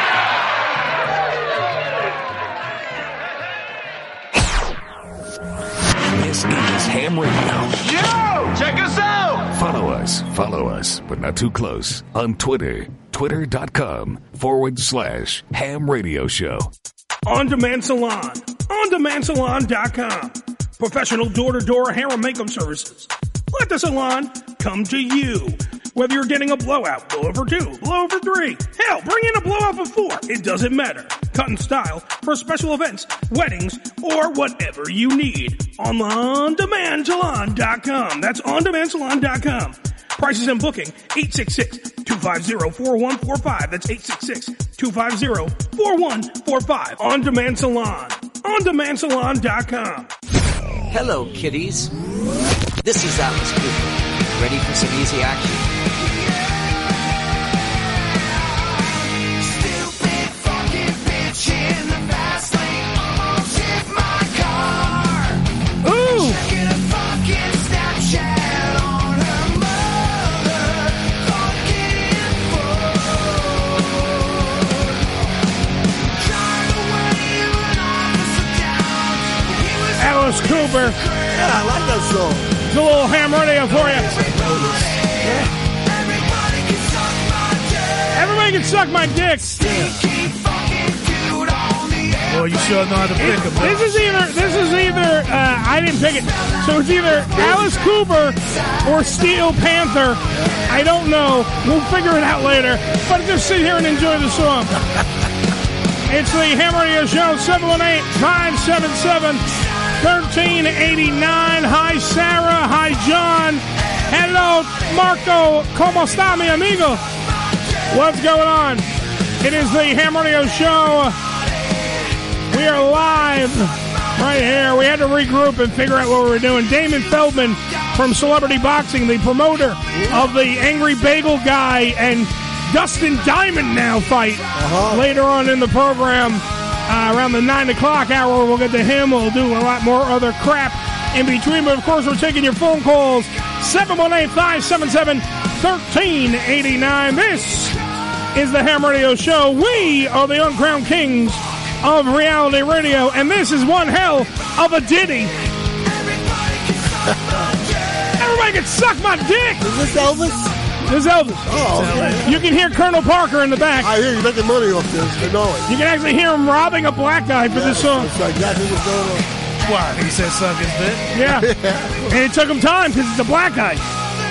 S1: This is Ham Radio.
S6: Yo! Check us out!
S1: Follow us, follow us, but not too close on Twitter, twitter.com forward slash ham radio show.
S4: On Demand Salon. OnDemandSalon.com. Professional door-to-door hair and makeup services. Let the salon come to you. Whether you're getting a blowout, blowover two, blowover three, hell, bring in a blowout of four. It doesn't matter. Cut and style for special events, weddings, or whatever you need. On OnDemandSalon.com. That's OnDemandSalon.com. Prices and booking, 866-250-4145. That's 866-250-4145. On Demand Salon. OnDemandSalon.com.
S18: Hello, kiddies. This is Atlas Cooper. Ready for some easy action?
S4: Ooh! Alice Cooper. Yeah, I like that song. It's a little ham radio for you. Everybody can suck my dick.
S11: Well, you sure know how to pick them.
S4: This is either this is either uh, I didn't pick it, so it's either Alice Cooper or Steel Panther. I don't know. We'll figure it out later. But just sit here and enjoy the song. [LAUGHS] It's the Ham Radio Show 718-577-1389. Hi Sarah. Hi John. Hello Marco. Como está mi amigo? What's going on? It is the Ham Radio Show. We are live right here. We had to regroup and figure out what we were doing. Damon Feldman from Celebrity Boxing, the promoter of the Angry Bagel Guy and Dustin Diamond now fight later on in the program. Uh, around the 9 o'clock hour, we'll get to him. We'll do a lot more other crap in between. But of course, we're taking your phone calls 718 577 1389. This is the Ham Radio Show. We are the uncrowned kings of reality radio, and this is one hell of a ditty. Everybody can suck my dick. Is this Elvis? This is Elvis. Oh, you can hear Colonel Parker in the back. I hear you making money off this. I know it. You can actually hear him robbing a black guy for this song.
S11: [LAUGHS] Why? He said suck his dick.
S4: Yeah. and it took him time because it's a black guy.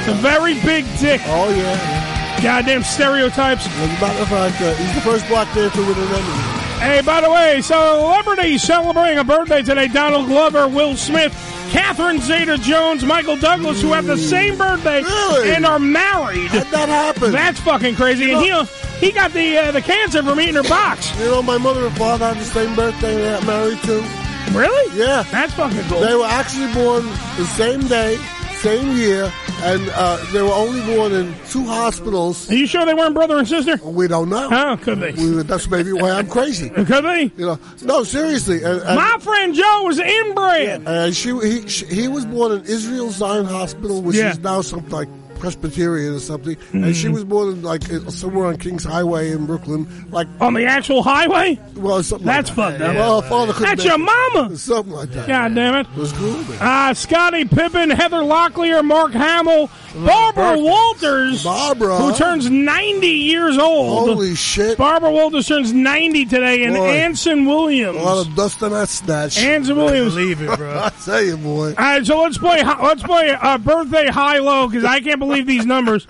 S4: It's a very big dick. Oh, yeah. Goddamn stereotypes. uh, He's the first black dancer with an enemy. Hey, by the way, celebrities celebrating a birthday today Donald Glover, Will Smith, Catherine Zeta Jones, Michael Douglas, who have the same birthday and are married. How'd that happen? That's fucking crazy. and he, he got the uh, the cancer from eating her box.
S10: You know, my mother and father had the same birthday. They got married too.
S4: Really?
S10: Yeah.
S4: That's fucking cool.
S10: They were actually born the same day, same year, and uh, they were only born in two hospitals.
S4: Are you sure they weren't brother and sister?
S10: We don't know.
S4: Oh, could be.
S10: We, that's maybe why I'm crazy.
S4: [LAUGHS] could be.
S10: You know, no, seriously. And, and-
S4: My friend Joe was inbred.
S10: and she, he, she, he was born in Israel Zion Hospital, which
S4: Yeah.
S10: is now something like Presbyterian or something. And she
S4: Mhm.
S10: was born in like somewhere on Kings Highway in Brooklyn, like
S4: On the actual highway?
S10: Well, something
S4: That's
S10: like
S4: fucked
S10: that.
S4: up.
S10: Well, her father couldn't
S4: That's your
S10: make it.
S4: mama.
S10: Something like that.
S4: God damn it.
S10: It was cool. man.
S4: Uh, Scotty Pippen, Heather Locklear, Mark Hamill, Barbara Walters,
S10: Mm, Barbara.
S4: who turns 90 years old.
S10: Holy shit.
S4: Barbara Walters turns 90 today, and
S10: Boy.
S4: Anson Williams.
S10: A lot of dust on that snatch.
S4: Anson Williams.
S11: Believe it, bro.
S10: [LAUGHS] I tell you, boy.
S4: All right, so let's play. hi- Let's play uh, birthday high low because I can't believe
S10: [LAUGHS]
S4: these numbers.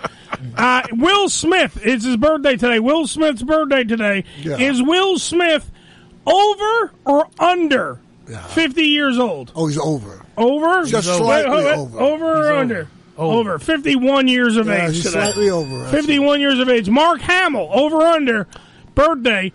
S4: Uh, Will Smith. It's his birthday today. Will Smith's birthday today.
S10: Yeah.
S4: Is Will Smith over or under fifty years old?
S10: Oh, he's over.
S4: Over.
S10: Just
S4: Wait,
S10: slightly
S4: wait,
S10: over.
S4: Over or under? Over. Fifty-one years of
S10: Yeah,
S4: age
S10: he's
S4: today.
S10: slightly over, actually.
S4: Fifty-one years of age. Mark Hamill. Over or under. Birthday.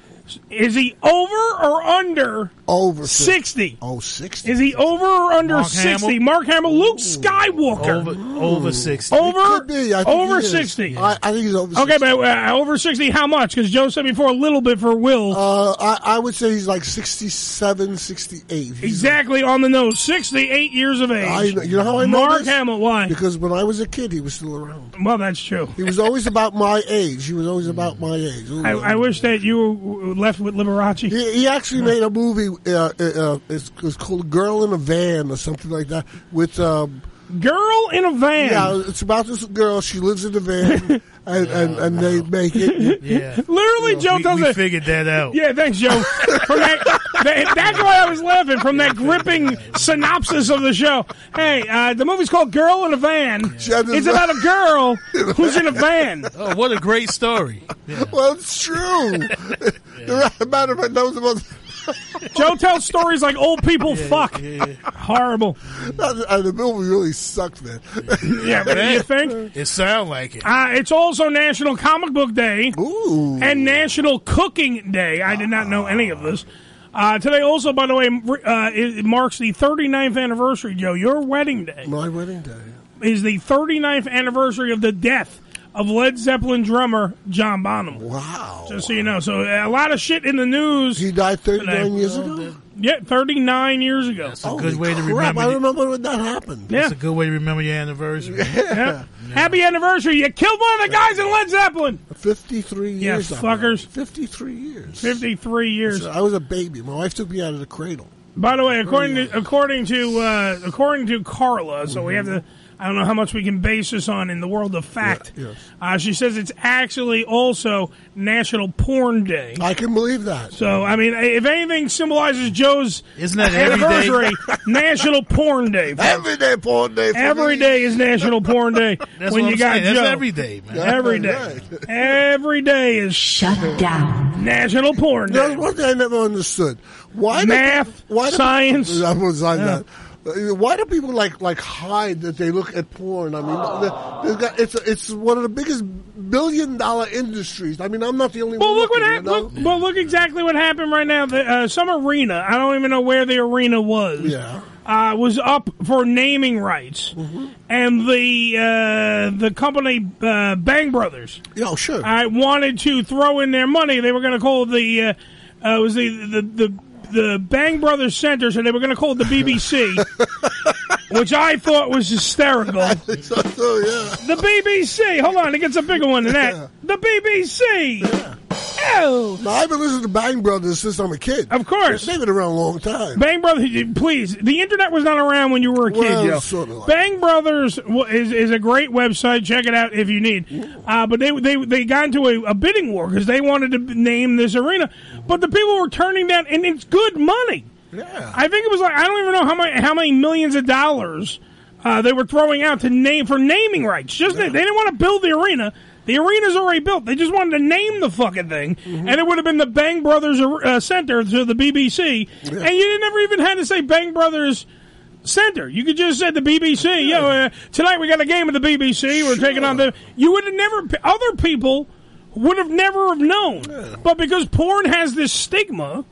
S4: Is he over or under?
S10: Over
S4: sixty.
S10: Oh, 60.
S4: Is he over or under
S11: Mark
S4: 60?
S11: Hamill?
S4: Mark Hamill, Luke Skywalker.
S11: Over, over 60.
S4: Over,
S10: Could be. I think
S4: over
S10: he is.
S4: 60.
S10: I, I think he's over 60.
S4: Okay, but uh, over 60, how much? Because Joe said before a little bit for Will.
S10: Uh, I, I would say he's like 67, 68.
S4: exactly on the nose. 68 years of age.
S10: I, you know how I know
S4: Mark
S10: this?
S4: Hamill, why?
S10: Because when I was a kid, he was still around.
S4: Well, that's true.
S10: He was always about my age. He was always about my age.
S4: I, I wish that you w- left with Liberace.
S10: He, he actually made a movie. Uh, uh, uh, it's, it's called "Girl in a Van" or something like that. With um,
S4: Girl in a Van.
S10: yeah, it's about this girl. She lives in a
S4: [LAUGHS]
S10: van, and, and, and they make it.
S11: Yeah.
S4: Literally, Joe
S11: we,
S4: does
S11: we
S4: it.
S11: figured that out.
S4: Yeah, thanks, [LAUGHS] Joe. From that, that- that's why I was laughing from that gripping synopsis of the show. Hey, uh, the movie's called Girl in a Van. It's about a
S10: [LAUGHS]
S4: girl who's in a van.
S11: Oh, what a great story.
S10: Well, it's true. The matter of fact, that was the most.
S4: Joe tells stories like old people fuck. Horrible.
S10: that- and uh, the movie really sucked, man.
S4: Yeah, but you think?
S11: It sound like it.
S4: Uh, it's also National Comic Book Day
S10: Ooh.
S4: and National Cooking Day. I did not know any of this. Uh, today also, by the way, uh, it marks the 39th anniversary, Joe, your wedding day.
S10: My wedding day.
S4: is the 39th anniversary of the death of Led Zeppelin drummer John Bonham.
S10: Wow.
S4: Just so you know, so uh, a lot of shit in the news.
S10: He died 39
S4: Today.
S10: years ago.
S4: yeah, 39 years ago.
S11: a good way to
S10: Crap,
S11: remember.
S10: I
S11: it.
S10: remember when that happened.
S4: Yeah.
S11: That's a good way to remember
S4: [LAUGHS]
S11: your anniversary.
S4: yeah. Happy anniversary! You killed one of the guys in Led Zeppelin.
S10: 53
S4: Yeah,
S10: years. I
S4: fuckers.
S10: remember. 53 years.
S4: 53 years.
S10: So I was a baby. My wife took me out of the cradle.
S4: By the way, according to according to uh, according to Carla, so we have to. I don't know how much we can base this on in the world of fact.
S10: Yeah, yes.
S4: uh, she says it's actually also National Porn Day.
S10: I can believe that.
S4: So I mean, if anything symbolizes Joe's
S11: Isn't that every day?
S4: anniversary, [LAUGHS] National Porn Day.
S10: Every day, porn day. for
S4: Every
S10: me.
S4: day is National Porn Day.
S11: [LAUGHS] That's
S4: when
S11: what
S4: you
S11: I'm
S4: got
S11: saying.
S4: Joe,
S11: That's every day, man.
S4: Every day,
S10: Right. [LAUGHS]
S4: every day is shut down. National Porn
S10: There was
S4: Day.
S10: one thing I never understood. Why do-
S4: Math,
S10: why do- [LAUGHS]
S4: science.
S10: I was like that. Uh, Why do people like like hide that they look at porn? I mean, the, the, guy- it's it's one of the biggest billion dollar industries. I mean, I'm not the only
S4: Well,
S10: one.
S4: look what
S10: looking,
S4: happened. Look, well, look exactly what happened right now. The, uh, some arena. I don't even know where the arena was.
S10: you know? Yeah.
S4: uh, was up for naming rights,
S10: Mm-hmm.
S4: and the uh, the company uh, Bang Brothers
S10: Yeah, oh, sure.
S4: I wanted to throw in their money. They were going to call the uh, uh, it was the the the. The Bang Brothers Center, so they were going to call it
S10: [LAUGHS]
S4: the BBC, which I thought was hysterical. The
S10: so, so, yeah.
S4: BBC, hold on, it gets a bigger one than that. The BBC, oh,
S10: Now, I've been listening to Bang Brothers since I'm a kid.
S4: of course.
S10: They've been around a long time.
S4: Bang Brothers, please. The internet was not around when you were a kid,
S10: Well,
S4: yo.
S10: sort of like-
S4: Bang Brothers wa- is, is a great website. Check it out if you need. Uh, but they they they got into a, a bidding war because they wanted to name this arena, but the people were turning down, and it's good money.
S10: Yeah.
S4: I think it was like I don't even know how many how many millions of dollars uh, they were throwing out to name for naming rights. Just they didn't want to build the arena. The arena's already built. They just wanted to name the fucking thing, and it would have been the Bang Brothers uh, Center to the BBC, and you didn't ever even had to say Bang Brothers. Center. You could just said the BBC. Yo, uh, tonight we got a game of the BBC. We're taking on the. You would have never. Other people would have never have known. But because porn has this stigma,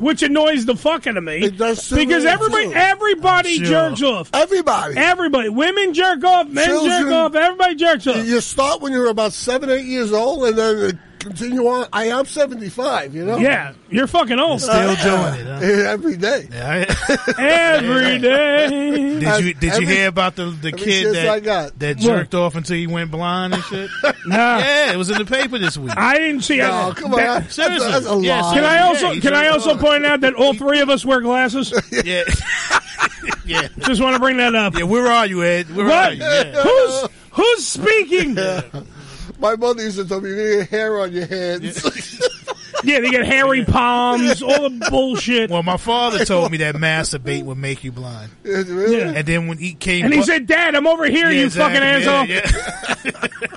S4: which annoys the fuck out of me. It does
S10: to
S4: because
S10: me,
S4: everybody
S10: too.
S4: everybody
S10: Sure.
S4: jerks off.
S10: Everybody.
S4: Everybody. Women jerk off, men jerk
S10: Children-
S4: off, everybody jerks off.
S10: You start when you're about seven, eight years old, and then uh, continue on. I am seventy-five. You know.
S4: Yeah, you're fucking old.
S10: Uh,
S4: [LAUGHS]
S10: yeah, [LAUGHS] every day. [LAUGHS]
S4: Every day.
S11: Did you did you
S10: Every-
S11: hear about the the
S10: every
S11: kid
S10: kiss
S11: that
S10: I got.
S11: that
S10: What?
S11: jerked off until he went blind and shit?
S4: [LAUGHS] Nah.
S11: Yeah, it was in the paper this week.
S4: I didn't see
S11: No,
S4: it.
S11: come on. That's-
S4: seriously.
S11: that's a
S4: Yes.
S11: lie.
S4: Can I
S11: Yeah,
S4: also
S11: you
S4: can I
S11: jerk
S4: also point out that all three of us wear glasses?
S11: [LAUGHS] Yeah. yeah.
S4: Just want to bring that up. Yeah,
S11: where are you, Ed? Where
S4: what?
S11: are you? Yeah.
S4: Who's who's speaking? Yeah,
S10: My mother used to tell me you need hair on your hands. [LAUGHS]
S4: they get hairy
S11: [LAUGHS]
S4: palms, all the bullshit.
S11: Well,
S4: [LAUGHS]
S11: my father told me that masturbate would make you blind.
S10: really?
S11: And then when he came,
S4: And he
S11: bu-
S4: said, "Dad, I'm over here,
S11: Yeah,
S4: you
S11: exactly.
S4: fucking
S11: Yeah,
S4: asshole."
S11: yeah.
S4: [LAUGHS]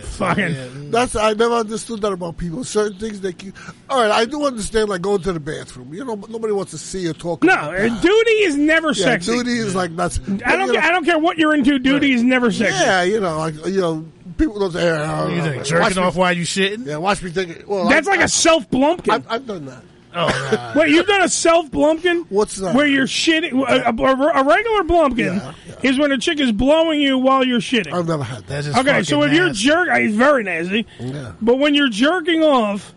S4: Fucking.
S10: That's I never understood that about people. Certain things they keep. All right, I do understand like going to the bathroom. You know, nobody wants to see or talk.
S4: No,
S10: about
S4: uh,
S10: that.
S4: duty is never
S10: Yeah,
S4: sexy.
S10: duty is like nuts.
S4: I don't. I don't care what you're into. Duty is never sexy.
S10: Yeah, you know, like you know, people don't say. Uh,
S11: You think
S10: watch
S11: jerking
S10: me-
S11: off while you shitting?
S10: Yeah, watch me think. Well,
S4: That's
S10: I-
S4: like a
S10: I-
S4: self blumpkin.
S10: I've, I've done that.
S4: Wait, you've done a self blumpkin? What's that? Where you're shitting? A, a- a regular blumpkin is when a chick is blowing you while you're shitting. I've
S10: never had
S11: that.
S4: Okay, so if
S11: fucking
S4: you're
S11: nasty.
S4: jerk, it's very nasty.
S10: Yeah.
S4: But when you're jerking off,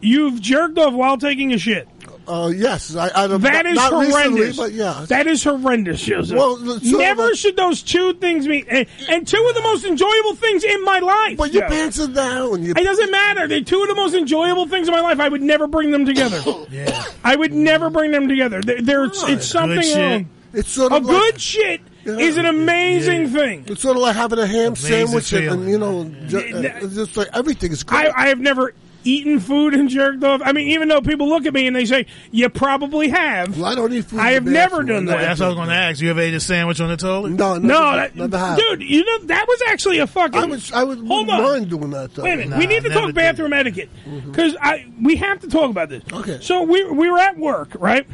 S4: you've jerked off while taking a shit.
S10: Uh, yes, I, I don't-
S4: That is
S10: not
S4: horrendous.
S10: Recently, but yeah,
S4: that is horrendous, Joseph.
S10: Well, the two of
S4: never should those two things be, and, and two of the most enjoyable things in my life. But
S10: your pants are down.
S4: it doesn't matter. They're two of the most enjoyable things in my life. I would never bring
S10: [LAUGHS]
S4: them together. yeah, I would never bring them together. They're, they're- it's, it's something
S10: shit.
S4: wrong.
S10: It's sort
S4: a
S10: of like-
S4: good shit is an amazing thing.
S10: It's sort of like having a ham
S4: Amazing
S10: sandwich, and,
S4: feeling.
S10: and you know, ju- uh, it's just like everything is great.
S4: I, I have never eaten food and jerked off. I mean, even though people look at me and they say, "You probably have." Well,
S10: I don't eat food.
S4: I have never done
S11: Well,
S4: that.
S11: That's what I was going to ask. You ever ate a sandwich on the toilet?
S4: no, that, dude, you know that was actually a fucking. I would,
S10: I would
S4: hold on.
S10: mind doing that. Though.
S4: Wait a minute, we need to talk bathroom etiquette because I we have to talk about this. Okay, so we we were at work, right?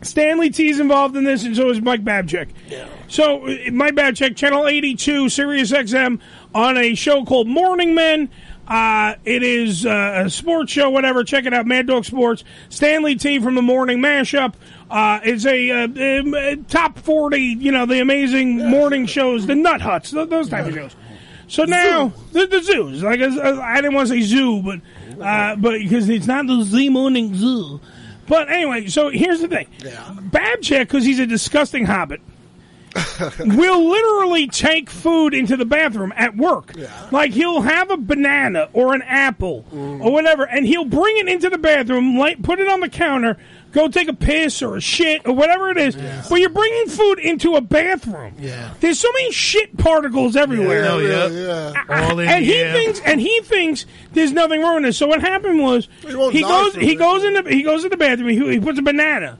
S4: Stanley T's involved in this, and so is Mike Babchick. Yeah. So uh, Mike Babchick, Channel 82, Sirius XM, on a show called Morning Men. Uh, it is uh, a sports show, whatever. Check it out, Mad Dog Sports. Stanley T from the Morning Mashup. Uh, it's a uh, um, uh, top forty, you know, the amazing morning shows, the Nut Huts, th- those type of shows. So now the, the zoos, like I, I didn't want to say zoo, but uh, but because it's not the Z morning zoo. But anyway, so here's the thing: Babchick, because he's a disgusting [LAUGHS] hobbit, will literally take food into the bathroom at work. Like he'll have a banana or an apple or whatever, and he'll bring it into the bathroom, like put it on the counter, go take a piss or a shit or whatever it is. But you're bringing food into a bathroom. Yeah. There's so many shit particles everywhere.
S11: Yeah, yeah, yeah. All in
S4: and
S11: the
S4: he
S11: air.
S4: thinks and he thinks there's nothing wrong with this. So what happened was
S11: won't
S4: he
S11: die
S4: goes
S11: from
S4: he
S11: it.
S4: goes in the he goes to the bathroom. He, he puts a banana.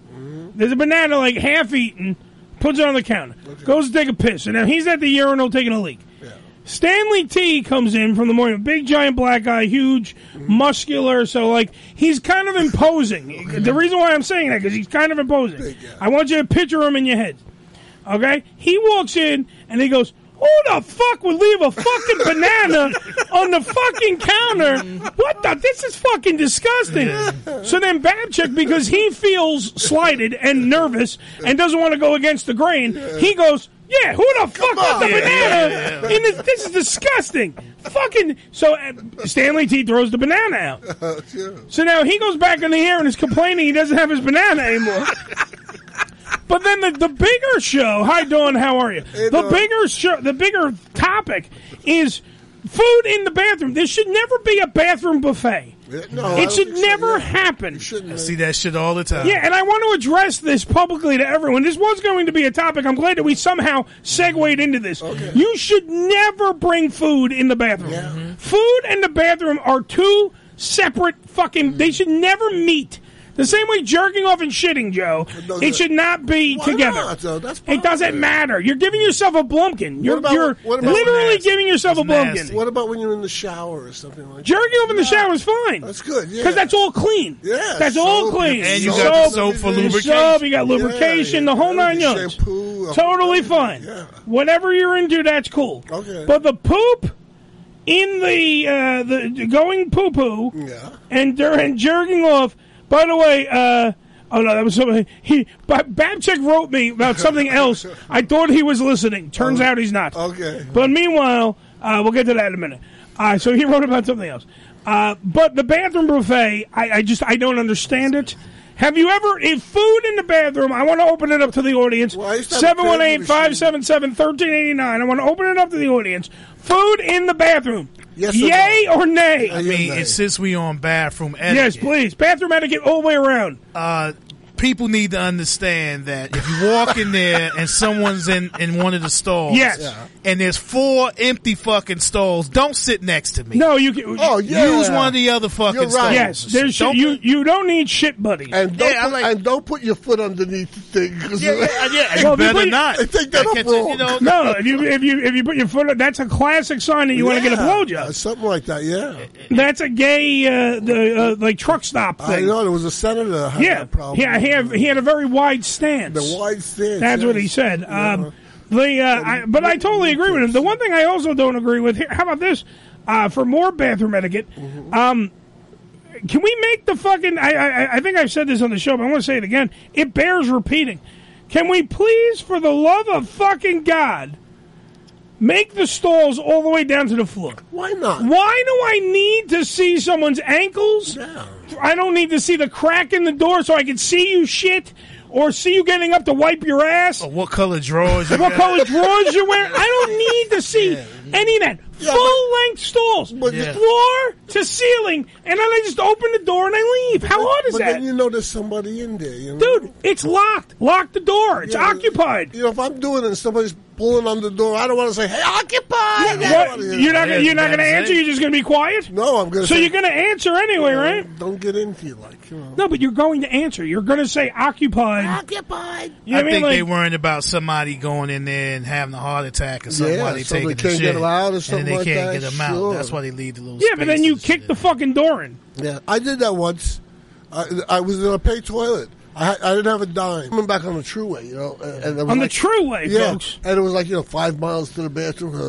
S4: There's a banana like half eaten. Puts it on the counter. Goes to take a piss. And now he's at the urinal taking a leak. Stanley T comes in from the morning. Big giant black guy, huge, muscular. So like he's kind of imposing. the reason why I'm saying that because he's kind of imposing. I want you to picture him in your head. Okay? He walks in and he goes, Who the fuck would leave a fucking
S11: [LAUGHS]
S4: banana on the fucking counter? What the? This is fucking disgusting. So then Babchick, because he feels slighted and nervous and doesn't want to go against the grain, he goes, yeah, who the fuck put the
S11: on.
S4: banana
S11: Yeah, yeah,
S4: in this? This is disgusting. Fucking. So uh, Stanley T throws the banana
S11: [LAUGHS]
S4: out.
S11: Oh,
S4: So now he goes back in the air and is complaining he doesn't have his banana
S11: [LAUGHS]
S4: anymore. But then the, the bigger show, hi Dawn, how are you? the bigger show, the bigger topic is food in the bathroom. There should never be a bathroom buffet.
S11: no,
S4: it
S11: I don't
S4: should never happen.
S11: I see that shit all the time.
S4: Yeah, and I want to address this publicly to everyone. This was going to be a topic. I'm glad that we somehow segued into this. You should never bring food in the bathroom. Mm-hmm. Food and the bathroom are two separate fucking.
S10: Mm-hmm.
S4: They should never meet. The same way jerking off and shitting, Joe,
S10: doesn't-
S4: it should not be
S10: Why
S4: together.
S10: not, though? That's
S4: it doesn't matter. You're giving yourself a blumpkin. You're,
S10: about-
S4: you're
S10: what about-
S4: literally
S10: Nasty.
S4: giving yourself a blumpkin.
S10: What about when you're in the shower or something like?
S4: Jerking off in the shower is fine.
S10: That's good, yeah.
S4: Because that's all clean.
S10: Yeah,
S4: That's all
S10: soap,
S4: clean.
S10: and you got the soap for
S4: you
S10: lubrication.
S4: soap, you got
S10: Yeah,
S4: lubrication, the whole nine yards.
S10: shampoo,
S4: Totally fine. Whatever you're into, that's cool.
S10: Okay.
S4: But the poop in the uh, the going poo poo and during jerking off. By the way, uh, oh no, that was something. He but Babchick wrote me
S10: [LAUGHS]
S4: about something else. I thought he was listening. Turns out he's not.
S10: Oh. Okay.
S4: But meanwhile, uh, we'll get to that in a minute. Uh, so he wrote about something else. Uh, but the bathroom buffet, I, I just I don't understand it. Have you ever if food in the bathroom? I want to open it up to the audience.
S10: used to have a
S4: Seven one eight five seven seven thirteen eighty nine. I want to open it up to the audience. Food in the bathroom. Yes. Yay or nay?
S11: I mean, it's since we on bathroom
S4: Yes,
S11: etiquette.
S4: please. Bathroom etiquette all the way around.
S11: Uh, people need to understand that if you walk in there and someone's in, in one of the stalls,
S4: Yes. Yeah.
S11: and there's four empty fucking stalls, don't sit next to me.
S4: No, you can.
S11: Oh, yeah. Use one of the other fucking stalls.
S4: Yes, there's
S11: Don't-
S4: you. You don't need shit, buddy.
S10: And don't,
S11: Yeah, I'm
S10: put, and don't put your foot underneath the thing. 'cause- [LAUGHS]
S11: Yeah, yeah, yeah, you better not.
S10: I think that
S11: That
S10: up
S11: gets you,
S10: wrong.
S11: you know- uh,
S4: No, no, if you if you if you put your foot, that's a classic sign that you want to get a
S10: Yeah,
S4: blowjob.
S10: Something like that, yeah.
S4: That's a gay, uh, the uh, like truck stop
S10: I
S4: thing.
S10: know there was a senator that had
S4: yeah,
S10: that problem.
S4: yeah. He had he had a very wide stance.
S10: The wide stance,
S4: That's what
S10: yes.
S4: he said. Um, the uh, I, but I totally agree with him. The one thing I also don't agree with here. How about this? Uh, for more bathroom etiquette,
S10: Mm-hmm.
S4: um, can we make the fucking? I, I I think I've said this on the show, but I want to say it again. It bears repeating. Can we please, for the love of fucking God, make the stalls all the way down to the floor?
S10: Why not?
S4: Why do I need to see someone's ankles? I don't need to see the crack in the door so I can see you shit or see you getting up to wipe your ass.
S11: Oh, What color drawers? you
S4: What
S11: got?
S4: color drawers you're wearing? I
S11: [LAUGHS]
S4: don't need to see any of that. Full length stalls,
S10: Yeah.
S4: floor to ceiling, and then I just open the door and I leave. How hard is
S10: but
S4: that?
S10: then you know there's somebody in there, you know?
S4: Dude, it's locked. Lock the door. It's occupied.
S10: You know, if I'm doing it and somebody's pulling on the door, I don't want to say, hey, occupied!
S4: What? You're not gonna, you're not gonna answer. You're just gonna be quiet.
S10: No, I'm gonna.
S4: So
S10: say-
S4: you're gonna answer anyway,
S10: Yeah,
S4: right?
S10: Don't get into it like, you know.
S4: No, but you're going to answer. You're gonna say occupied.
S10: Occupied.
S4: You know
S11: I
S4: what I mean?
S11: think
S4: Like,
S11: they worrying about somebody going in there and having a heart attack or something
S10: Yeah,
S11: while they
S10: so they
S11: taking the
S10: can't
S11: shit.
S10: get 'em out or
S11: and
S10: something
S11: then they
S10: like
S11: can't
S10: that,
S11: get them out.
S10: sure.
S11: That's why they leave the little
S4: yeah, but then
S11: spaces.
S4: you kick the fucking door in.
S10: Yeah, I did that once. I, I was in a pay toilet. I, I didn't have a dime. Coming back on the true way, you know. And, and it was
S4: On the
S10: like-
S4: true way,
S10: yeah,
S4: folks.
S10: And it was like, you know, five miles to the bathroom, uh,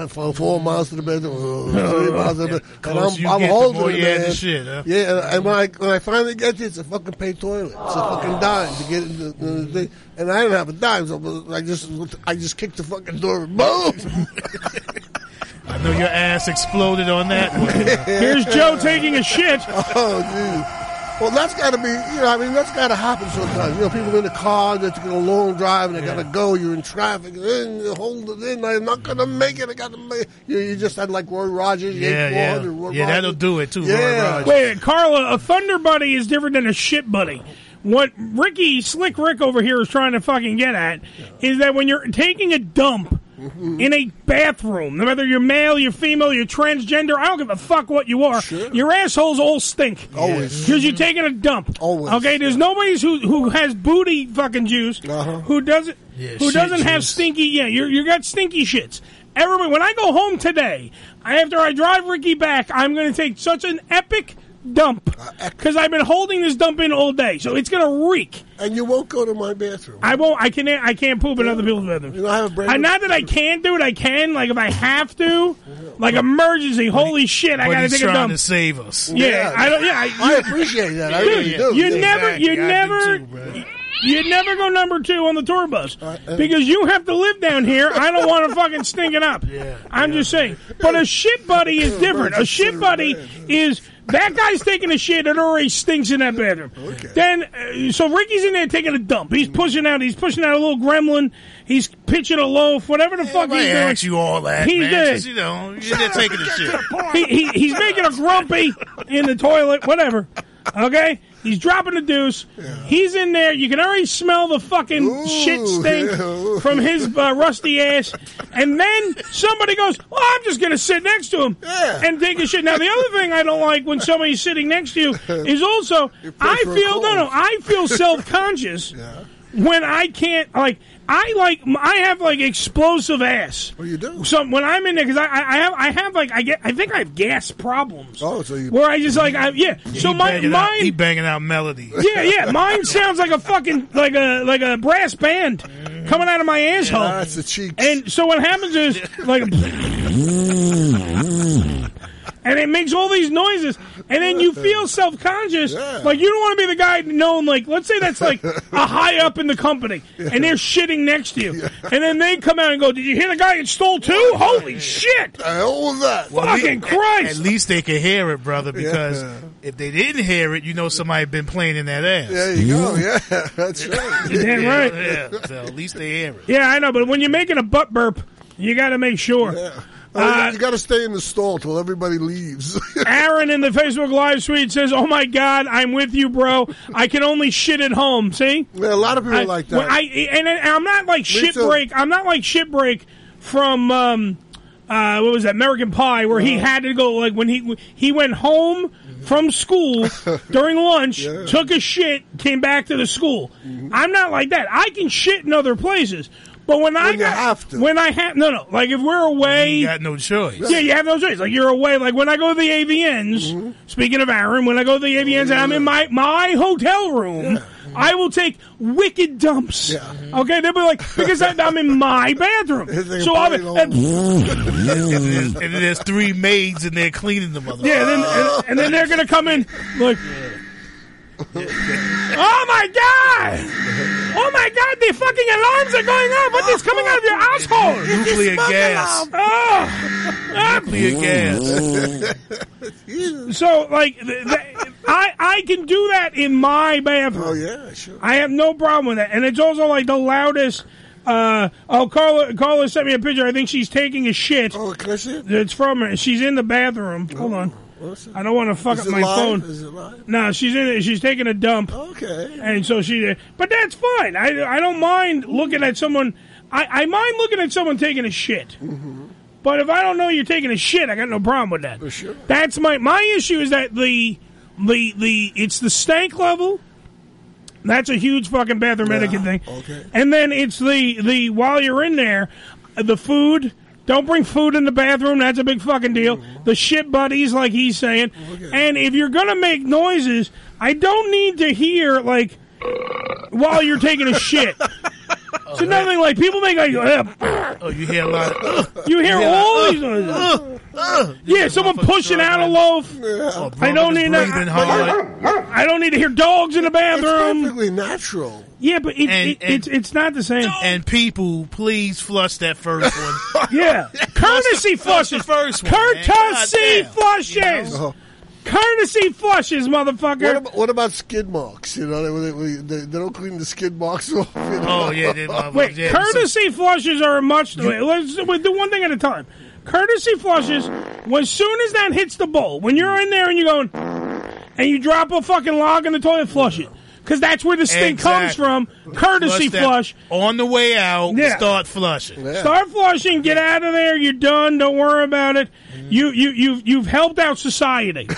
S10: uh, uh, four, four miles to the bathroom, uh,
S11: [LAUGHS]
S10: three miles to the bathroom.
S11: Yeah,
S10: and
S11: close
S10: I'm,
S11: you
S10: I'm
S11: get, the
S10: holding
S11: more
S10: it,
S11: you add
S10: man.
S11: to shit, huh?
S10: Yeah, and, and when, I, when I finally get there, it's a fucking pay toilet. It's a
S11: Oh.
S10: fucking dime to get in the, the, the thing. And I didn't have a dime, so I just, I just kicked the fucking door. [LAUGHS] Boom!
S11: I know your ass exploded on that one.
S4: Here's Joe taking a shit.
S10: [LAUGHS] Oh, dude. Well, that's got to be, you know, I mean, that's got to happen sometimes. You know, people in the car, they're taking a long drive and they got to go. You're in traffic, and then you hold it in. I'm not going to make it. I got to make You, you just had like Roy Rogers,
S11: Yeah,
S10: Jake
S11: yeah.
S10: Ward, and Roy
S11: Yeah,
S10: Rogers.
S11: that'll do it, too, Roy Rogers.
S4: Wait, Carla, a thunder buddy is different than a shit buddy. What Ricky Slick Rick over here is trying to fucking get at is that when you're taking a dump in a bathroom, no matter you're male, you're female, you're transgender, I don't give a fuck what you are, your assholes all stink.
S10: Always.
S4: Because you're taking a dump. Always. Okay, there's nobody who who has booty fucking juice who doesn't
S11: Uh-huh. Yeah,
S4: who
S11: shit
S4: doesn't have
S11: juice.
S4: stinky yeah, you you got stinky shits. Everybody when I go home today, after I drive Ricky back, I'm gonna take such an epic dump.
S10: Uh,
S4: Because I've been holding this dump in all day. So it's gonna reek.
S10: And you won't go to my bathroom.
S4: I won't I can I can't poop in other people's bathrooms.
S10: I have a brand
S4: And
S10: new-
S4: not that I can do it, I can, like if I have to. Like emergency, holy shit, I
S11: But
S4: gotta
S11: he's
S4: take a
S11: trying
S4: dump.
S11: to save us.
S4: Yeah, I don't. Yeah, I,
S10: I appreciate that. I
S4: Dude,
S10: really do.
S4: You
S10: Yeah.
S4: never,
S10: Exactly.
S4: you
S10: I do
S4: never,
S10: too, Uh,
S4: you never go number two on the tour bus because you have to live down here. I don't want to fucking stink
S10: [LAUGHS]
S4: it up. I'm just saying. But a shit buddy is different. A shit buddy is that guy's taking a shit that already stinks in that bathroom. Then, uh, so Ricky's in there taking a dump. He's pushing out. He's pushing out a little gremlin. He's pitching a loaf. Whatever the fuck
S11: I
S4: he's
S11: ain't
S4: doing.
S11: ask you all that,
S4: He
S11: man.
S4: did.
S11: Just, you know, you're there taking the shit.
S4: he, he, he's making a grumpy in the toilet, whatever. Okay? He's dropping the deuce. He's in there. You can already smell the fucking shit stink
S10: yeah.
S4: from his uh, rusty ass. And then somebody goes, Well, I'm just going to sit next to him and take a shit. Now, the other thing I don't like when somebody's
S10: [LAUGHS]
S4: sitting next to you is also, I
S10: for a cold. [LAUGHS]
S4: feel, no, no, I feel self conscious when I can't like I like I have like explosive ass.
S10: Well, Oh, you do.
S4: So when I'm in there, because I, I I have I have like I get I think I have gas problems
S10: Oh, so you.
S4: where I just like I yeah. So
S11: he
S4: my
S11: banging out, he
S4: mine
S11: banging out melodies.
S4: yeah yeah mine sounds like a fucking like a like a brass band coming out of my asshole.
S10: that's the cheeks.
S4: And so what happens is like. and it makes all these noises, and then you feel self conscious. Like you don't want to be the guy known. Like let's say that's like a high up in the company, and they're shitting next to you, and then they come out and go, "Did you hear the guy that stole two? Holy shit!
S10: hell was that?
S4: Fucking
S11: at-
S4: Christ!"
S11: At least they could hear it, brother, because
S10: Yeah.
S11: if they didn't hear it, you know somebody had been playing in that ass.
S10: There you
S11: [LAUGHS]
S10: go. Yeah, that's right.
S4: You're damn
S11: Yeah,
S4: right.
S11: yeah. So at least they hear it.
S4: Yeah, I know, but when you're making a butt burp, you got to make sure.
S10: Oh,
S4: Uh,
S10: you got to stay in the stall till everybody leaves. [LAUGHS]
S4: Aaron in the Facebook Live suite says, "Oh my God, I'm with you, bro. I can only shit at home." See,
S10: a lot of people
S4: I,
S10: like that.
S4: well, I and, and I'm not like shit
S10: too.
S4: break. I'm not like shit break from um, uh, what was that American Pie, where
S10: Uh-huh.
S4: he had to go like when he he went home
S10: [LAUGHS]
S4: from school during lunch, took a shit, came back to the school.
S10: Mm-hmm.
S4: I'm not like that. I can shit in other places. But when, I got, have to. when I have no no like if we're away,
S11: You got no choice.
S4: yeah, you have no choice. Like you're away. Like when I go to the AVNs.
S11: Mm-hmm.
S4: Speaking of Aaron, when I go to the AVNs and I'm in my my hotel room, I will take wicked dumps. Mm-hmm. Okay, they'll be like because I, I'm in my
S11: [LAUGHS]
S4: bathroom. so I'll be,
S11: and, then there's three maids in there cleaning the
S4: [LAUGHS]
S11: mother.
S4: yeah, then, and, and then they're gonna come in like. oh my god! Oh my god! The fucking alarms are going on. What is coming out of your asshole?
S11: Nuclear
S4: [LAUGHS]
S11: gas.
S4: Oh,
S11: Nuclear gas.
S4: So, like, th- th- I I can do that in my bathroom. Oh
S10: yeah, sure.
S4: I have no problem with that, and it's also like the loudest. Uh, oh, Carla, Carla sent me a picture. I think she's taking a shit.
S10: Oh, can I see it?
S4: It's from her. She's in the bathroom. Hold on.
S10: What's it?
S4: I don't want to fuck
S10: Is
S4: up
S10: it
S4: my
S10: live?
S4: phone.
S10: Is it live?
S4: No, she's in. it. She's taking a dump.
S10: Okay.
S4: And so she, but that's fine. I, I don't mind looking at someone. I, I mind looking at someone taking a shit.
S10: Mm-hmm.
S4: But if I don't know you're taking a shit, I got no problem with that.
S10: sure.
S4: That's my my issue is that the the the it's the stank level. That's a huge fucking bathroom etiquette thing.
S10: okay.
S4: And then it's the the while you're in there, the food. Don't bring food in the bathroom. That's a big fucking deal. The shit buddies, like he's saying. And if you're gonna make noises, I don't need to hear like while you're taking a shit. It's nothing like people make like
S11: Oh, you hear a lot. Of,
S4: you hear
S11: Yeah.
S4: all
S11: Uh,
S4: these noises. yeah, someone pushing out a loaf. I don't need
S11: breathing
S4: that.
S11: hard.
S4: I don't need to hear dogs in the
S10: It's
S4: bathroom.
S10: perfectly natural.
S4: Yeah, but it,
S11: And-
S4: it,
S11: and-
S4: it's it's not the same.
S11: and people, please flush that first one.
S4: [LAUGHS] Yeah, courtesy
S11: Flush the
S4: flushes.
S11: first one. man.
S4: Courtesy
S11: Goddamn.
S4: flushes. Courtesy flushes,
S10: What
S4: motherfucker.
S10: about, what about skid marks? You know, they, they, they, they don't clean the skid marks off. You know?
S11: Oh yeah, they love
S4: Wait,
S11: yeah,
S4: courtesy flushes are much. wait, let's we do one thing at a time. Courtesy flushes. When soon as that hits the bowl, when you're in there and you're going, and you drop a fucking log in the toilet, flush it, because that's where the stink comes
S11: Exactly.
S4: from.
S11: so
S4: Courtesy
S11: that-
S4: flush.
S11: on the way out.
S4: Yeah.
S11: Start flushing.
S4: Start flushing. Get out of there. You're done. Don't worry about it. You you you've you've helped out
S10: [LAUGHS]
S4: society.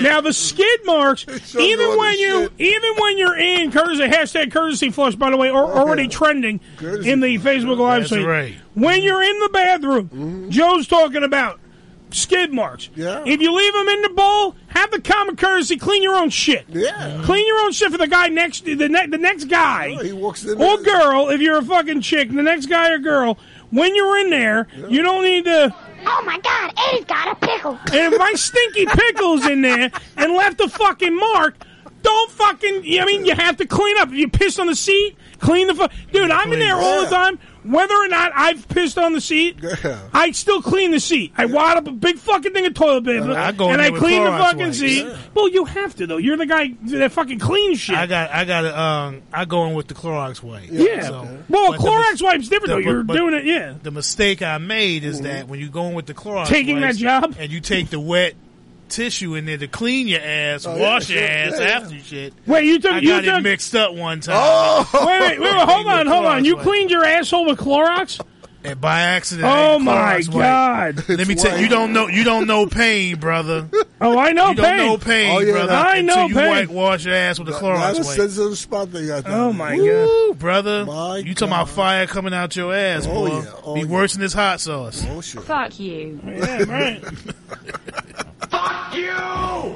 S4: Now the skid marks.
S10: shows all
S4: Even when
S10: the
S4: you even when you're in courtesy hashtag courtesy flush. By the way, are already trending
S10: Courtesy
S4: in the Facebook Live
S11: That's
S4: stream.
S11: right.
S4: When you're in the bathroom,
S10: Mm-hmm.
S4: Joe's talking about skid marks.
S10: Yeah.
S4: If you leave them in the bowl, have the common courtesy clean your own shit.
S10: Yeah. Oh,
S4: Clean your own shit for the guy next the ne- the next guy
S10: He walks in.
S4: or
S10: there-
S4: girl, if you're a fucking chick, the next guy or girl, when you're in there, you don't need to.
S2: Oh my god, Eddie's got a pickle.
S4: And if my stinky pickle's in there and left a fucking mark, don't fucking. I mean, you have to clean up. If you pissed on the seat, clean the fuck. Dude, I'm in there all the time. Whether or not I've pissed on the seat,
S10: Yeah.
S4: I still clean the seat. I wad up a big fucking thing of toilet paper
S11: I go in
S4: and
S11: there
S4: I
S11: with
S4: clean the
S11: Clorox
S4: fucking
S11: wipes.
S4: seat. Well, you have to though. You're the guy that fucking cleans shit.
S11: I got, I got, to um, I go in with the Clorox wipe.
S4: yeah.
S11: So-
S4: well,
S11: but the
S4: Clorox
S11: mis-
S4: wipes different though.
S11: the- but-
S4: You're
S11: but
S4: doing it, yeah. Mm-hmm.
S11: The mistake I made is that when you go in with the Clorox,
S4: Taking
S11: wipes
S4: that job?
S11: and you take the wet tissue in there to clean your ass,
S10: Oh,
S11: wash
S10: yeah, sure,
S11: your ass
S10: yeah,
S11: after you shit.
S4: Wait, you took
S11: I
S4: you
S11: got
S4: took
S11: it mixed up one time.
S10: Oh,
S4: wait, wait, wait, wait, hold
S11: Clean
S4: on,
S11: your
S4: hold on.
S11: Clorox
S4: You
S11: wipe.
S4: cleaned your asshole with Clorox?
S11: And by accident.
S4: Oh,
S11: ain't the
S4: my
S11: cars white.
S4: God.
S11: Let me
S4: It's
S11: tell you,
S4: white.
S11: you don't know you don't know pain,
S4: [LAUGHS]
S11: brother.
S4: Oh, I know
S11: you
S4: pain.
S11: don't know pain,
S4: Oh, yeah,
S11: brother.
S4: I know
S11: until you
S4: pain.
S11: whitewash your ass with a Clorox
S10: That's a
S11: wipe.
S10: sensitive spot they got there.
S4: Oh my
S11: Woo, brother. you talking about fire coming out your ass, boy. Be worse than this hot sauce. Oh,
S10: shit.
S19: Fuck you.
S4: Oh, Yeah,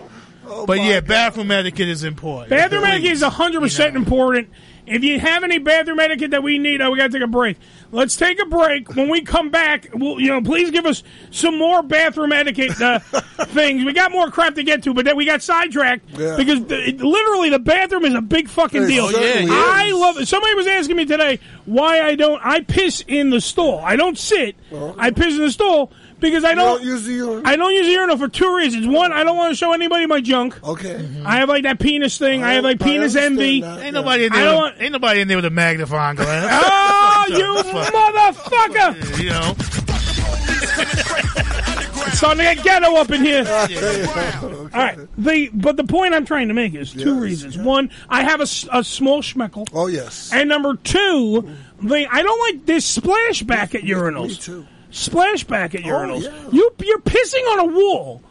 S4: right.
S11: but yeah, bathroom etiquette is important.
S4: Bathroom etiquette is 100% important. If you have any bathroom etiquette that we need, oh, we got to take a break. Let's take a break. When we come back, we'll, you know, please give us some more bathroom etiquette uh, things. We got more crap to get to, but then we got sidetracked
S11: Yeah.
S4: because the, it- literally the bathroom is a big fucking
S11: It
S4: deal.
S11: certainly is.
S4: I love it. Somebody was asking me today why I don't. I piss in the stall. I don't sit. I piss in the stall because I don't, use the urinal. I don't use the urinal for two reasons. One, I don't want to show anybody my junk.
S10: Okay.
S4: Mm-hmm. I have like that penis thing. I, have like penis envy.
S11: Ain't nobody in
S4: I
S11: there.
S4: don't
S11: with,
S4: want.
S11: Ain't nobody in there with a magnifying glass.
S4: [LAUGHS] Oh, you motherfucker!
S11: you
S4: [LAUGHS]
S11: know.
S4: It's starting to get ghetto up in here. All right. The but the point I'm trying to make is two reasons. One, I have a, s- a small schmeckle.
S10: Oh yes.
S4: And number two, the I don't like this splashback at urinals. Me too. Oh, Splashback at urinals. You you're pissing on a wall.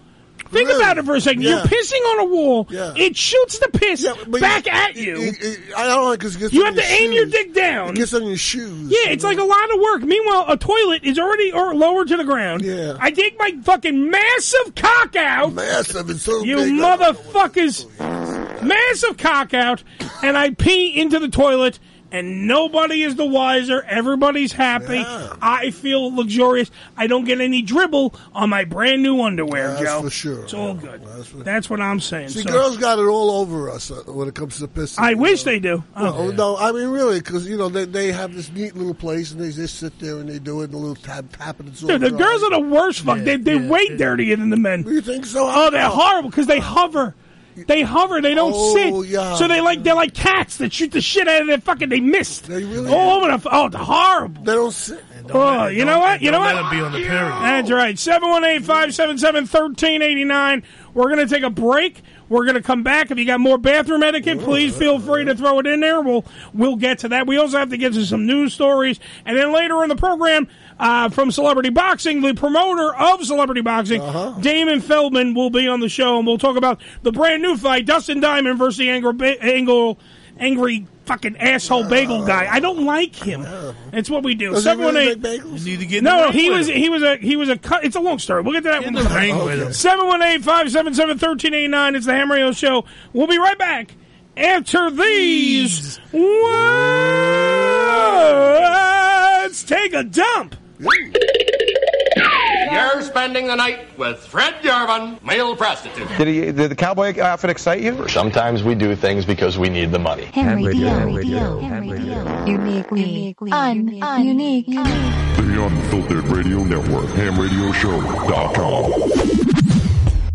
S4: Think about it for a second. You're
S10: Yeah.
S4: pissing on a wall.
S10: Yeah.
S4: It shoots the piss
S10: but
S4: back
S10: it-
S4: at
S10: it-
S4: you.
S10: it- it- I don't like because it gets
S4: You
S10: on
S4: have to aim
S10: shoes.
S4: your dick down.
S10: It gets on your shoes.
S4: Yeah, it's like a lot of work. Meanwhile, a toilet is already or lower to the ground. Yeah. I take my fucking massive cock out.
S10: Massive, it's so
S4: You
S10: big, I
S4: motherfuckers. Massive cock out, and I pee into the toilet, and nobody is the wiser. Everybody's happy. I feel luxurious. I don't get any dribble on my brand new underwear,
S10: That's
S4: Joe.
S10: for sure.
S4: It's all good. That's, what I'm saying.
S10: See,
S4: so.
S10: girls
S4: [LAUGHS]
S10: got it all over us uh, when it comes to pissing.
S4: I wish they do.
S10: Well,
S4: Oh.
S10: No, I mean really, because you know they, they have this neat little place and they just sit there and they do it and a little tap tapping. It's all
S4: Dude, the
S10: dry.
S4: girls are the worst. Fuck, they they way dirtier than the men. You
S10: think so?
S4: Oh, they're horrible because they hover. They hover. They don't
S10: Oh,
S4: sit.
S10: yeah.
S4: So they like they're like cats that shoot the shit out of their fucking. They missed. They really all over the. f- Oh, they're horrible. They
S10: don't sit.
S4: Oh, you know what? You know
S11: Don't
S4: what?
S11: let 'em be on the period.
S4: That's right. 718-577-1389. We're going to take a break. We're going to come back. If you got more bathroom
S11: Oh,
S4: etiquette, please feel free to throw it in there. We'll we'll get to that. We also have to get to some news stories. And then later in the program, uh, from Celebrity Boxing, the promoter of Celebrity Boxing,
S11: Uh-huh.
S4: Damon Feldman, will be on the show. And we'll talk about the brand new fight, Dustin Diamond versus the Angry, ba- Angle, angry fucking asshole
S11: Uh,
S4: bagel guy. I don't like him. It's what we do.
S11: Does he really
S4: 718-
S11: make bagels? You need to get in the
S4: no, no,
S11: ring
S4: he
S11: with
S4: was
S11: him.
S4: he was a he was a cut. It's a long story. We'll get to that
S11: Get
S4: one.
S11: in the ring with him.
S4: 718-577-1389. It's the Ham Radio Show. We'll be right back after these. Let's take a dump.
S20: You're spending the night with Fred Yarvin, male prostitute.
S21: Did, he, did the cowboy outfit excite you?
S22: Sometimes we do things because we need the money.
S21: Henry Deal, Henry
S23: Uniquely, un, un, unique,
S8: The Unfiltered Radio Network, hamradioshow.com.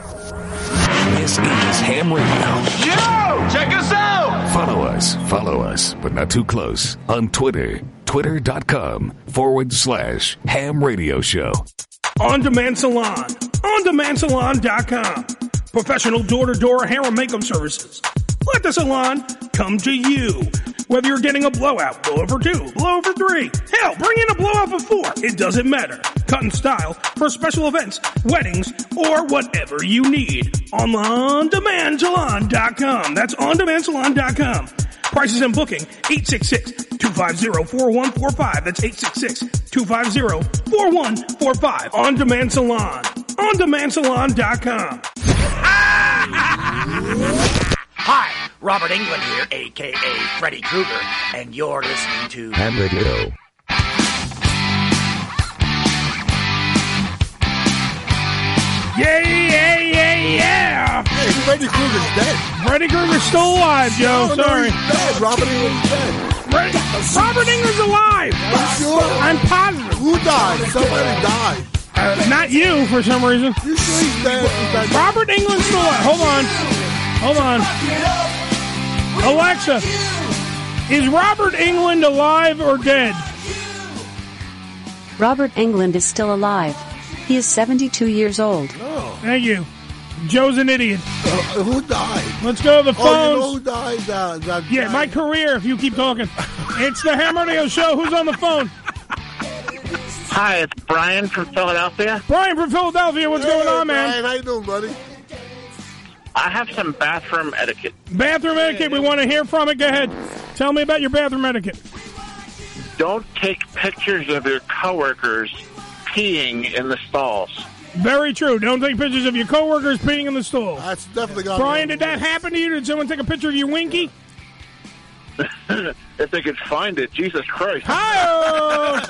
S1: This is Ham Radio.
S6: Yo, check us out.
S1: Follow us, follow us, but not too close on Twitter. Twitter.com forward slash ham radio show.
S4: On Demand Salon. OnDemandSalon.com. Professional door to door hair and makeup services. Let the salon come to you. Whether you're getting a blowout, blowover two, blowover three, hell, bring in a blowout of four. It doesn't matter. Cut and style for special events, weddings, or whatever you need. On OnDemandSalon.com. That's OnDemandSalon.com. Prices and booking, 866-250-4145. That's 866-250-4145. On Demand Salon. OnDemandSalon.com.
S7: Hi, Robert England here, aka Freddy Krueger, and you're listening to
S1: Ham Radio.
S4: Yeah, yeah, yeah, yeah. Hey, Freddy Krueger's dead. Freddy Krueger's still alive, Joe.
S6: No, no,
S4: Sorry.
S6: he's dead. Robert England's dead.
S4: Fred- Robert England's alive.
S6: Are you sure?
S4: I'm positive.
S6: Who died? Somebody died.
S4: Uh, not you, for some reason. You
S6: sure he's dead? He's dead.
S4: Robert England's still alive. Hold on. Hold on. Alexa, is Robert England alive or dead?
S9: Robert England is still alive. He is 72 years old.
S4: Thank you. Joe's an idiot.
S10: Oh. Uh, who died?
S4: Let's go to the
S10: Oh, you
S4: phones.
S10: know who died? Uh, that
S4: yeah,
S10: guy-
S4: my career if you keep talking. it's the Ham Radio Show. Who's on the phone?
S19: Hi, it's Brian from Philadelphia.
S4: Brian from Philadelphia. What's going on, man?
S10: Brian, how you doing, buddy?
S19: I have some bathroom etiquette.
S4: Bathroom etiquette. We want to hear from it. Go ahead. Tell me about your bathroom etiquette.
S19: Don't take pictures of your coworkers peeing in the stalls. [LAUGHS]
S4: Very true. Don't take pictures of your coworkers peeing in the stool.
S10: That's definitely got
S4: Brian, did that happen to you? Did someone take a picture of
S10: [LAUGHS]
S4: your winky?
S19: if they could find it, Jesus Christ.
S4: Hi! Oh!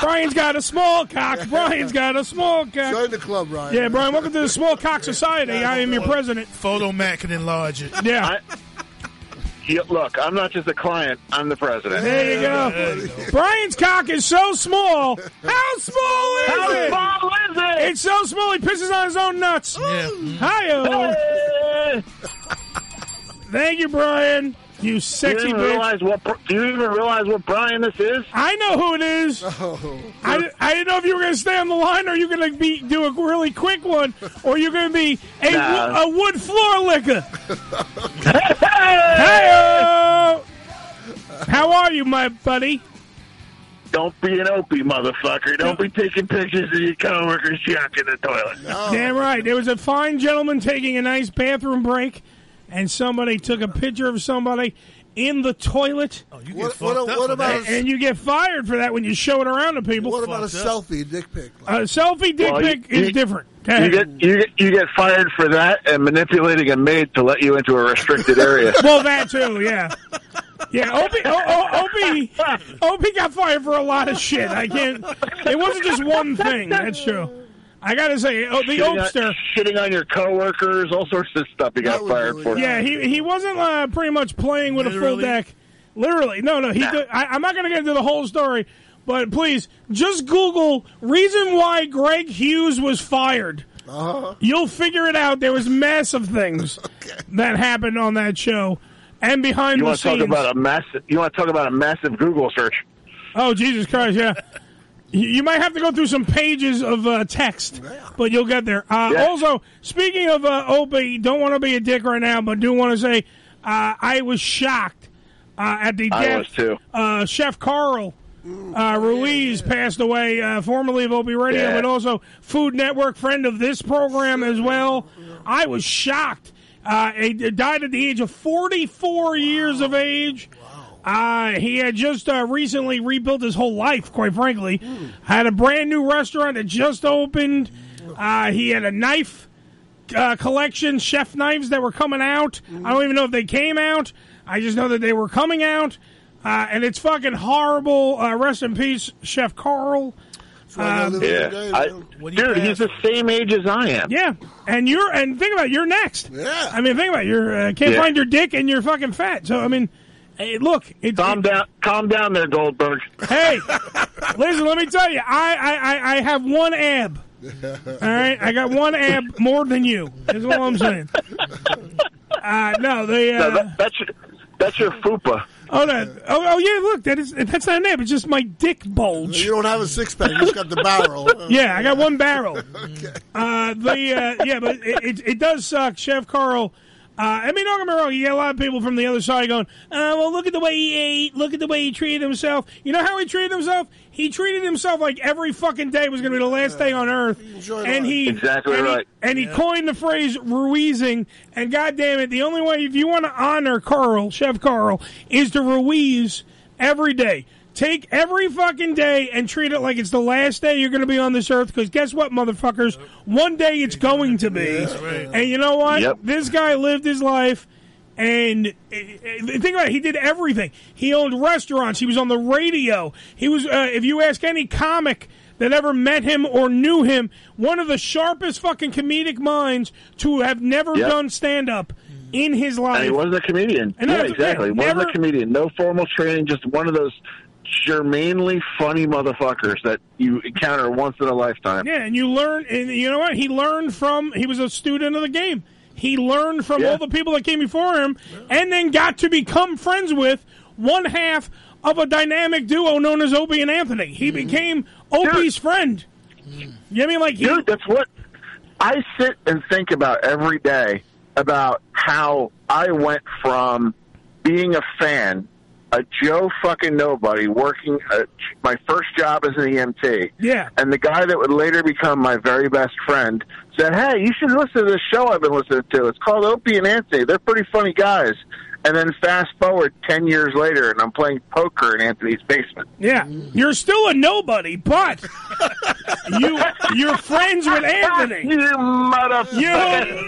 S4: Brian's got a
S10: [LAUGHS]
S4: small cock. Brian's got a small cock.
S10: Join the club, Brian.
S4: Yeah, Brian, welcome to the Small Cock Society. I am your president.
S11: Photo Mac can enlarge it.
S4: Yeah.
S19: Yeah, look, I'm not just a client, I'm the president.
S4: There you go. Brian's cock is so small. How small is
S19: How
S4: it?
S19: small is it? Mm-hmm.
S4: It's so small he pisses on his own nuts. Hi-yo. [LAUGHS] Thank you, Brian. You sexy
S19: do you even
S4: bitch.
S19: realize what? Br- Do you even realize what Brian this is?
S4: I know who
S19: [LAUGHS]
S4: it is.
S19: Oh.
S4: I, di- I didn't know if you were going to stay on the line or you're going to be do a really quick one or you're going to be a, wo-
S19: Nah.
S4: a wood floor licker. hey! How are you, my buddy?
S19: Don't be an opie, motherfucker. Don't be taking pictures of your coworkers junk in the toilet.
S10: Oh.
S4: Damn right. There was a fine gentleman taking a nice bathroom break, and somebody took a picture of somebody in the toilet. Oh, you
S10: What- what- fucked up what for about that. a-
S4: and you get fired for that when you show it around to people?
S10: What about a selfie dick pic?
S4: A selfie dick
S19: Well, you-
S4: pic is
S19: you-
S4: different. Go
S19: You
S4: ahead.
S19: get, you get you get fired for that and manipulating a maid to let you into a restricted
S4: [LAUGHS]
S19: area.
S4: well, that too, yeah. Yeah, Opie, oh, oh, Opie, Opie got fired for a lot of shit. I can't. It wasn't just one thing. That's true. I gotta say, oh, the
S19: shitting
S4: Opster.
S19: On, shitting on your coworkers, all sorts of stuff you got fired for.
S4: Yeah, he he wasn't uh, pretty much playing with a full
S19: Literally?
S4: deck. Literally, no, no. He.
S19: Nah.
S4: did- I, I'm not going to get into the whole story, but please just Google reason why Greg Hughes was fired.
S19: Uh-huh.
S4: You'll figure it out. There was massive
S19: [LAUGHS]
S4: things that happened on that show and behind
S19: you
S4: the
S19: want to
S4: scenes.
S19: talk about a massive? You want to talk about a massive Google search?
S4: Oh Jesus Christ! Yeah, you, you might have to go through some pages of uh, text, but you'll get there. Uh,
S19: Yeah.
S4: Also, speaking of uh, Opie, don't want to be a dick right now, but do want to say uh, I was shocked uh, at the
S19: I
S4: death.
S19: was too.
S4: Uh, Chef Carl uh, Ruiz passed away, uh, formerly of Opie Radio,
S19: Yeah.
S4: but also Food Network friend of this program as well. I was shocked. Uh, he died at the age of 44 years of age. Uh, he had just uh, recently rebuilt his whole life, quite frankly. Had a brand new restaurant that just opened. Uh, he had a knife uh, collection, chef knives that were coming out. I don't even know if they came out. I just know that they were coming out. Uh, and it's fucking horrible. Uh, rest in peace, Chef Carl. Um,
S19: yeah. I, dude, he's the same age as I am.
S4: yeah, and you're and think about it, you're next. Yeah, I mean think about it, you're uh, can't
S19: Yeah.
S4: find your dick and you're fucking fat. So I mean, eh, look, it, calm
S19: down, calm down there,
S4: [LAUGHS]
S19: Goldberg.
S4: Hey, listen, let me tell you, I I I, I have one ab. All right, I got one ab more than you. Is all I'm saying. Uh, no, they. Uh,
S19: No, that, that's your, that's your fupa.
S4: oh no! Oh, oh yeah! Look, that is that's not an ab. It's just my dick bulge. You
S10: don't have a six pack. You just got the barrel.
S4: [LAUGHS] yeah, I got
S10: [LAUGHS]
S4: one barrel. Uh, the uh, yeah, but it, it, it does suck, Chef Carl. Uh, I mean, don't get me wrong. You get a lot of people from the other side going, uh, "Well, look at the way he ate. Look at the way he treated himself." You know how he treated himself? He treated himself like every fucking day was going to be the last day on earth, and he
S19: Exactly
S4: and he-
S19: right.
S4: and he coined the phrase "Ruizing." And goddamn it, the only way if you want to honor Carl, Chef Carl, is to Ruiz every day. Take every fucking day and treat it like it's the last day you're going to be on this earth. Because guess what, motherfuckers? One day it's going to be. And you know what?
S5: Yep.
S4: This guy lived his life. And uh, uh, think about it, he did everything. He owned restaurants. He was on the radio. He was, uh, if you ask any comic that ever met him or knew him, one of the sharpest fucking comedic minds to have never
S19: Yep.
S4: done stand up in his life.
S19: And he wasn't a comedian.
S4: And
S19: yeah,
S4: that's-
S19: exactly.
S4: yeah,
S19: wasn't
S4: never-
S19: a comedian. No formal training. Just one of those germanely funny motherfuckers that you encounter once in a lifetime.
S4: Yeah, and you learn, and you know what? He learned from. He was a student of the game. He learned from all the people that came before him, and then got to become friends with one half of a dynamic duo known as Opie and Anthony.
S19: Mm.
S4: He became Opie's friend. You know what I mean? Like, he,
S19: Dude, that's what I sit and think about every day about how I went from being a fan, a Joe fucking nobody, working uh my first job as an EMT.
S4: Yeah.
S19: And the guy that would later become my very best friend said, Hey, you should listen to this show I've been listening to. It's called Opie and Anthony. They're pretty funny guys. And then fast forward 10 years later, and I'm playing poker in Anthony's basement.
S4: yeah, you're still a nobody, but you you're friends with Anthony.
S19: [LAUGHS] You motherfucker!
S4: You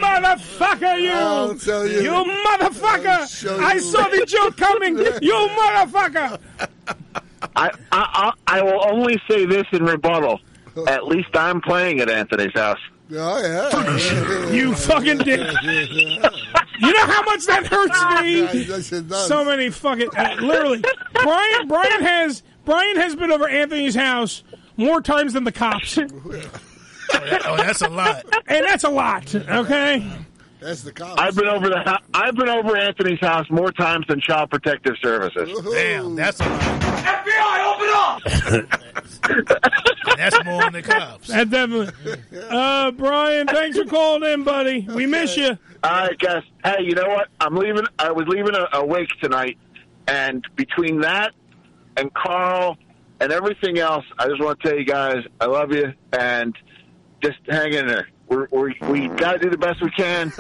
S4: motherfucker! You!
S10: I'll tell you.
S4: motherfucker! I saw the joke
S10: [LAUGHS]
S4: coming. you motherfucker!
S19: I, I, I I will only say this in [LAUGHS] rebuttal. At least I'm playing at Anthony's house.
S10: Oh, yeah.
S4: You fucking dick. You know how much
S10: [LAUGHS]
S4: that hurts me.
S10: does.
S4: So many fucking uh, literally. Brian Brian has Brian has been over Anthony's house more times than the
S10: [LAUGHS]
S4: cops, and
S11: Oh, that's a lot.
S4: that's a lot. Okay.
S10: That's the cop.
S19: I've been over the hou- I've been over Anthony's house more times than Child Protective Services.
S11: Damn, that's a lot.
S7: FBI, open up!
S11: [LAUGHS] That's more than the cops.
S4: That definitely. Uh, Brian, thanks for calling in, buddy. We miss you.
S19: [LAUGHS] All right, guys. Hey, you know what? I'm leaving. I was leaving a, a wake tonight, and between that and Carl and everything else, I just want to tell you guys I love you and just hang in there. We're, we're, we got to do the best
S10: [LAUGHS]
S19: we can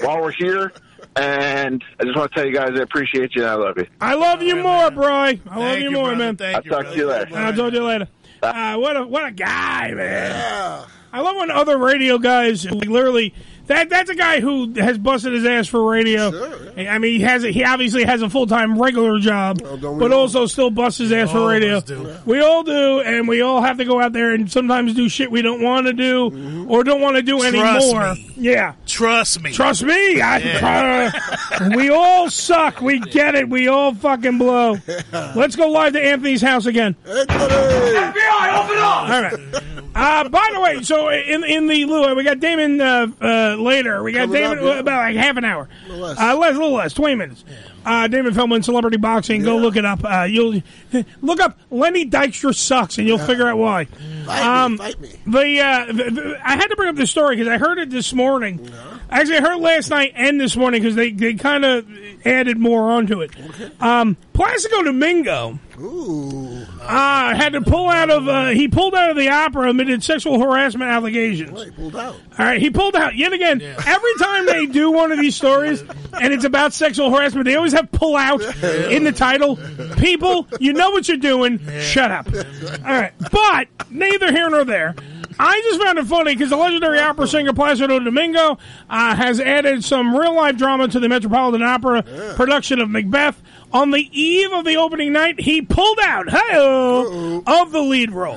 S19: while we're here, and I just want to tell you guys I appreciate you and I love you.
S4: I love you more, Brian. I love you, more, man.
S19: I'll talk to you later.
S4: I'll talk to you later. Uh, what a what a guy, man! I love when other radio guys like literally that that's a guy who has busted his ass for radio. I mean, he has a, he obviously has a full time regular job, but also still busts his ass for radio. We all do, and we all have to go out there and sometimes do shit we don't want to do or don't want to do
S11: Trust
S4: anymore.
S11: me.
S4: Yeah.
S11: Trust me.
S4: Trust me, I, [LAUGHS] uh, we all suck. We get it. We all fucking blow. Let's go live to Anthony's house again.
S7: FBI, open up!
S4: All right. Uh, by the way, so in in the Lou, we got Damon uh, uh, later. We got
S10: Coming up,
S4: Damon
S10: yeah.
S4: about like half an hour, a
S10: little less.
S4: Uh, less, a little less, twenty minutes. Uh, Damon Feldman, celebrity boxing. Go look it up. Uh, you'll look up Lenny Dykstra sucks, and you'll figure out why. Um,
S10: Fight me, fight me.
S4: The, uh, the, the- I had to bring up this story because I heard it this morning. Actually, I heard last night and this morning because they, they kind of added more onto it. Um, Placido Domingo. Ooh. Uh, had to pull out of, uh, he pulled out of the opera amid sexual harassment allegations.
S10: pulled out.
S4: All right, he pulled out yet again. Every time they do one of these stories and it's about sexual harassment, they always have pull out in the title. People, you know what you're doing. Shut up. All right, but neither here nor there. I just found it funny because the legendary opera singer Placido Domingo uh, has added some real life drama to the Metropolitan Opera production of Macbeth. On the eve of the opening night, he pulled out hey of the lead role.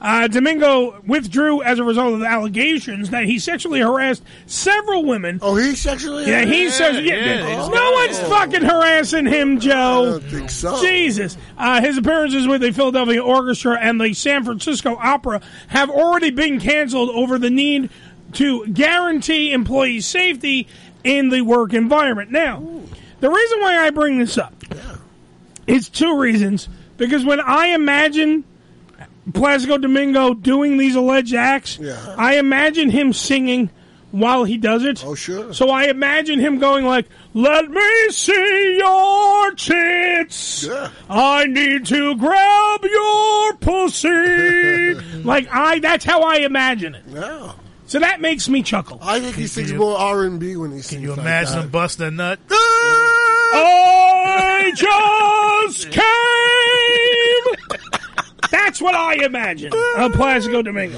S4: Uh, Domingo withdrew as a result of the allegations that he sexually harassed several women.
S10: Oh, he sexually?
S4: Yeah, he
S10: harassed?
S4: says. Yeah,
S10: Yeah, yeah.
S4: no one's fucking harassing him, Joe. I don't
S10: think so.
S4: Jesus, uh, his appearances with the Philadelphia Orchestra and the San Francisco Opera have already been canceled over the need to guarantee employee safety in the work environment. Now, the reason why I bring this up is two reasons. Because when I imagine Placido Domingo doing these alleged acts, I imagine him singing while he does it. Oh, sure. So I imagine him going like, "Let me see your tits. I need to grab your
S10: [LAUGHS]
S4: pussy." like I, that's how I imagine it.
S10: Yeah.
S4: So that makes me chuckle.
S10: I think he sings more R and B when he sings. Can you
S11: Imagine
S10: Like
S11: him busting
S10: [LAUGHS]
S11: a nut.
S4: I
S11: [LAUGHS]
S4: just came. That's what I imagine of Placido Domingo.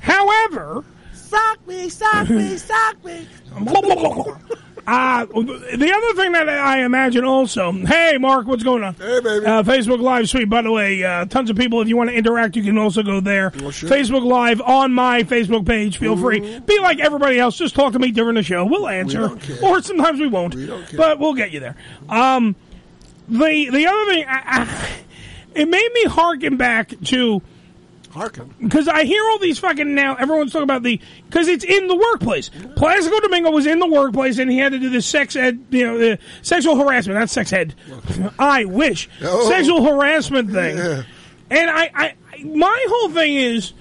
S4: However,
S6: Sock me, sock me, sock me.
S4: Uh, the other thing that I imagine also, hey, Mark, what's going on? Hey, baby. Uh, Facebook Live suite, by the way, uh, tons of people. If you want to interact, you can also go there. Facebook Live on my Facebook page. Feel free. Be like everybody else. Just talk to me during the show. We'll answer. Or sometimes we won't. But we'll get you there. Um, the, the other thing, I, I, it made me harken back to
S10: Harkin.
S4: because I hear all these fucking now. Everyone's talking about the because it's in the workplace. Placido Domingo was in the workplace and he had to do this sex ed, you know, the sexual harassment, not sex ed. I wish
S6: Oh.
S4: sexual harassment thing. And I, I, I- my whole thing is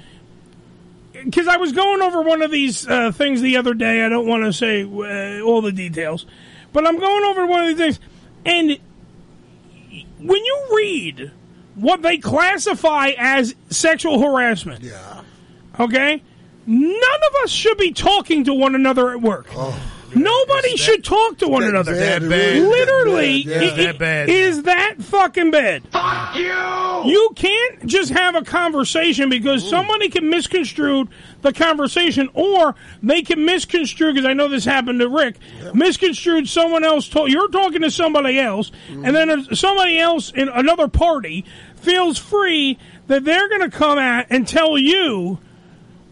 S4: because I was going over one of these uh, things the other day. I don't want to say uh, all the details, but I'm going over one of these things. And when you read what they classify as sexual harassment, yeah, okay, none of us should be talking to one another at work. Nobody should talk to one another.
S11: bad, Oh, That bad.
S4: Literally,
S11: That bad, yeah.
S4: i- i-
S11: That bad.
S4: is that fucking bad? Fuck you! You can't just have a conversation because somebody can misconstrue the conversation, or they can misconstrue. Because I know this happened to Rick. Misconstrued someone else. To- you're talking to somebody else, and then uh, somebody else in another party feels free that they're going to come at and tell you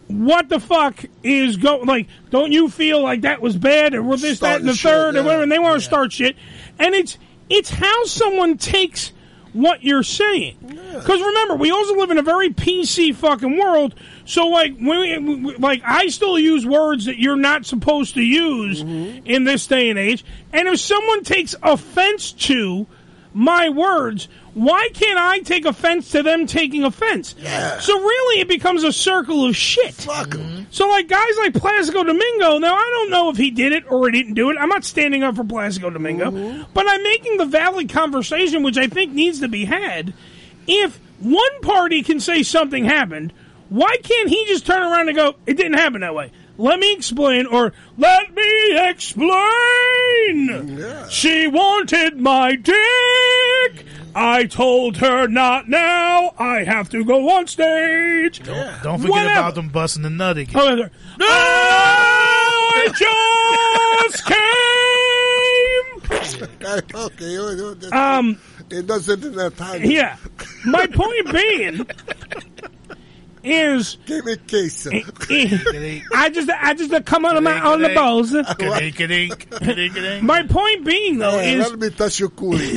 S4: what the fuck is going? Like, don't you feel like that was bad or was this, that, and the third, or whatever? And they want to start shit, and it's it's how someone takes what you're saying. Because remember, we also live in a very PC fucking world. So like, when we, like I still use words that you're not supposed to use in this day and age. And if someone takes offense to my words, why can't I take offense to them taking offense? So really, it becomes a circle of shit. Fuck So like guys like Placido Domingo. Now I don't know if he did it or he didn't do it. I'm not standing up for Placido Domingo, but I'm making the valid conversation, which I think needs to be had. If one party can say something happened, why can't he just turn around and go, "It didn't happen that way"? Let me explain, or let me explain. She wanted my dick. I told her not now. I have to go on stage. Don't,
S11: Don't forget about them busting the nut again.
S4: Oh, there.
S11: [LAUGHS]
S4: I just
S10: came. [LAUGHS] okay, you- you- that's-
S4: Um,
S10: it doesn't in that time.
S4: Yeah. My point being is Eh,
S10: give me case.
S4: I just I just come out of my on the balls. My point being though
S10: Yeah,
S4: is
S10: let me touch your coolie.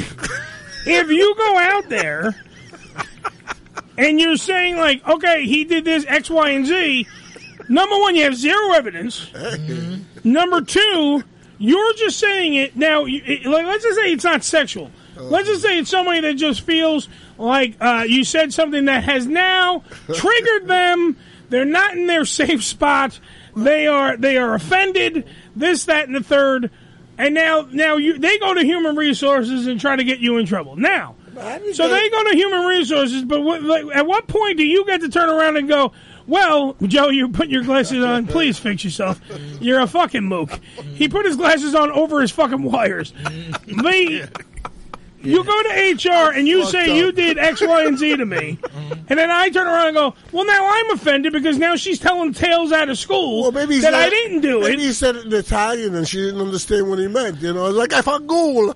S4: [LAUGHS] if you go out there and you're saying like, okay, he did this X, Y, and Z. Number one, you have zero evidence.
S10: Mm-hmm.
S4: Number two, you're just saying it now. You, it- like, let's just say it's not sexual. Let's just say it's somebody that just feels like uh, you said something that
S10: [LAUGHS]
S4: has now triggered them. They're not in their safe spot. They are they are offended. this, that, and the third. And now, now you, they go to human resources and try to get you in trouble. Now, so they go to human resources, but what, like, at what point do you get to turn around and go, well, Joe, you put your glasses on. Please fix yourself. You're a fucking mook. He put his glasses on over his fucking wires. Me, you go to HR and you
S5: Fucked
S4: say
S5: up. Mm-hmm.
S4: you did X, Y, and Z to me, and then I turn around and go, well, now I'm offended because now she's telling tales out of school
S10: He
S4: that I
S10: said-
S4: didn't do
S10: maybe
S4: it.
S10: He said it in Italian and she didn't understand what he meant. You know, it's like I found ghoul.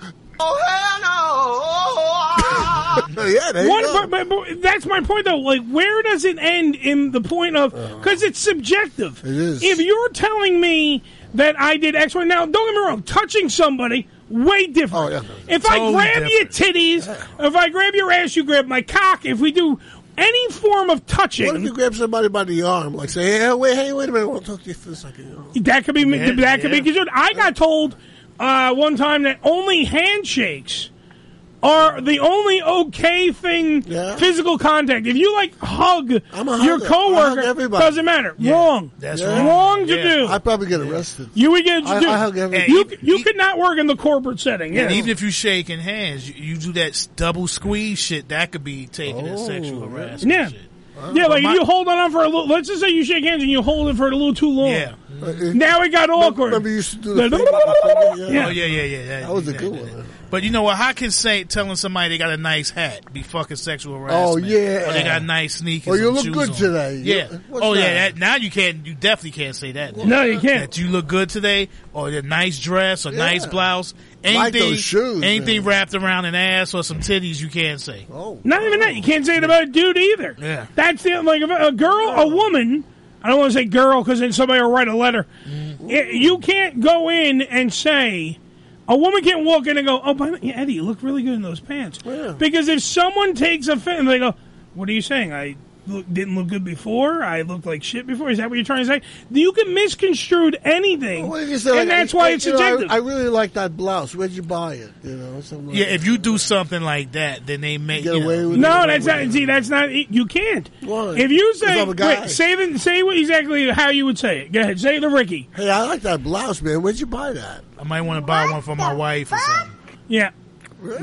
S5: Oh,
S10: hell no! yeah, there you
S4: What-
S10: go.
S4: but- but- but that's my point though. Like, where does it end in the point of
S10: Uh-huh.
S4: because it's subjective. It is. If you're telling me that I did X, Y, now don't get me wrong, touching somebody way
S10: Oh,
S4: different. If I
S5: Totally
S4: grab your titties, if I grab your ass, you grab my cock. If we do any form of touching,
S10: What if you grab somebody by the arm, like say, "Hey, wait, hey, wait a minute, I want to talk to you for a second. you know?
S4: That could be
S10: Yeah,
S4: that could
S10: yeah.
S4: be considered. I got told uh, one time that only handshakes are the only okay thing physical contact. If you like hug your
S10: hugger. I
S4: coworker,
S10: hug everybody.
S4: doesn't matter. Wrong.
S10: That's
S4: wrong.
S10: wrong.
S4: to
S10: Yeah.
S4: do.
S10: I probably get arrested.
S4: You would get
S10: I-
S4: dude,
S10: I hug everybody.
S4: you you could not work in the corporate setting. Yeah.
S11: And even if you're shaking hands, you, you do that s- double squeeze shit. That could be taken as sexual harassment.
S4: yeah. Yeah, like if you hold on for a little. Let's just say you shake hands and you hold it for a little too long.
S11: Yeah.
S4: Now it got awkward.
S11: Oh, yeah, yeah, yeah. That, was a good one. But you know what? How can say telling somebody they got a nice hat be fucking sexual
S10: Oh,
S11: harassment?
S10: yeah.
S11: Or they got nice sneakers.
S10: Or Oh, you
S11: and
S10: look
S11: shoes
S10: good
S11: on.
S10: today. You-
S11: Yeah.
S10: what's
S11: Oh yeah.
S10: that?
S11: That, now you can't. You definitely can't say that.
S10: No, you
S11: can't. That you look good today, or a nice dress, or nice blouse. Anything,
S10: Like those shoes,
S11: anything wrapped around an ass or some titties, you can't say.
S10: Oh.
S4: Not even that. You can't say it about a dude either.
S11: Yeah.
S4: That's the like if a girl, a woman. I don't want to say girl because then somebody will write a letter.
S10: Mm-hmm.
S4: Y- You can't go in and say a woman can't walk in and go, "Oh, by the yeah, Eddie, you look really good in those pants." Because if someone takes offense, they go, "What are you saying? I look, didn't look good before. I looked like shit before. Is that what you're trying to say?" You can misconstrued anything,
S10: What if you
S4: and
S10: say, like,
S4: that's
S10: I-
S4: why
S10: I-
S4: it's
S10: you know, I-
S4: subjective.
S10: I, really like that blouse. Where'd you buy it? You know, something like
S11: Yeah, if you do something like that, then they make
S10: Get
S11: you know-
S10: away with
S4: No, that's not. See, that's not. You can't. If you
S10: If
S4: say,
S10: I'm a guy.
S4: wait, say, the, say what exactly how you would say it. Go ahead, say it to Ricky.
S10: Hey, I like that blouse, man. Where'd you buy that?
S11: I might want to buy one for my wife or something.
S4: Yeah.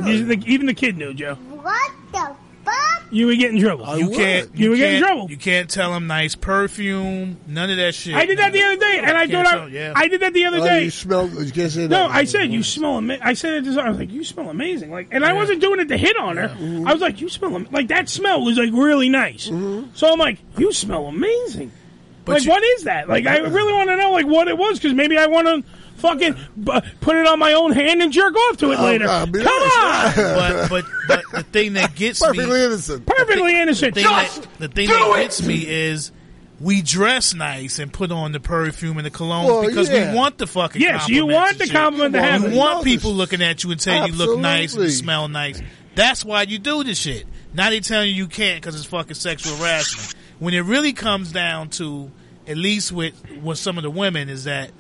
S4: Even the- Even the kid knew, Joe.
S5: What the fuck?
S4: You would get in trouble.
S11: you can't.
S4: You, would get in
S11: can't-
S4: trouble.
S11: You can't tell them nice perfume. None of that shit.
S4: I did that the other day, and I
S11: Can't
S4: thought I,
S11: tell, yeah.
S4: I did that the other
S11: Oh,
S4: day.
S11: you
S10: smell. You can't say
S4: no, I said you smell. Ama- I said it. To, someone, I was like, you smell amazing. Like, and I wasn't doing it to hit on her.
S11: Mm-hmm.
S4: I was like, you smell am- like that smell was like really nice. So I'm like, you smell amazing.
S11: But
S4: like,
S11: you- uh,
S4: what is that? Like, I really want to know like what it was because maybe I want to fucking b- put it on my own hand and jerk off to it
S11: Oh,
S4: later.
S11: God, be
S4: Come on,
S11: [LAUGHS] but but but the thing that gets me
S4: Perfectly
S10: innocent.
S4: Perfectly innocent.
S11: The thing,
S4: Just
S11: that, the thing
S4: do
S11: that
S4: it.
S11: gets me is we dress nice and put on the perfume and the cologne
S4: Well,
S11: because
S4: yeah.
S11: we want the fucking
S4: Yes, you
S11: compliments
S4: want
S11: and
S4: the
S11: shit.
S4: compliment to
S11: You
S4: happen.
S11: want people looking at you and saying you look nice and you
S4: Absolutely.
S11: smell nice. That's why you do this shit. Now they telling you you can't because it's fucking sexual harassment. When it really comes down to, at least with with some of the women, is that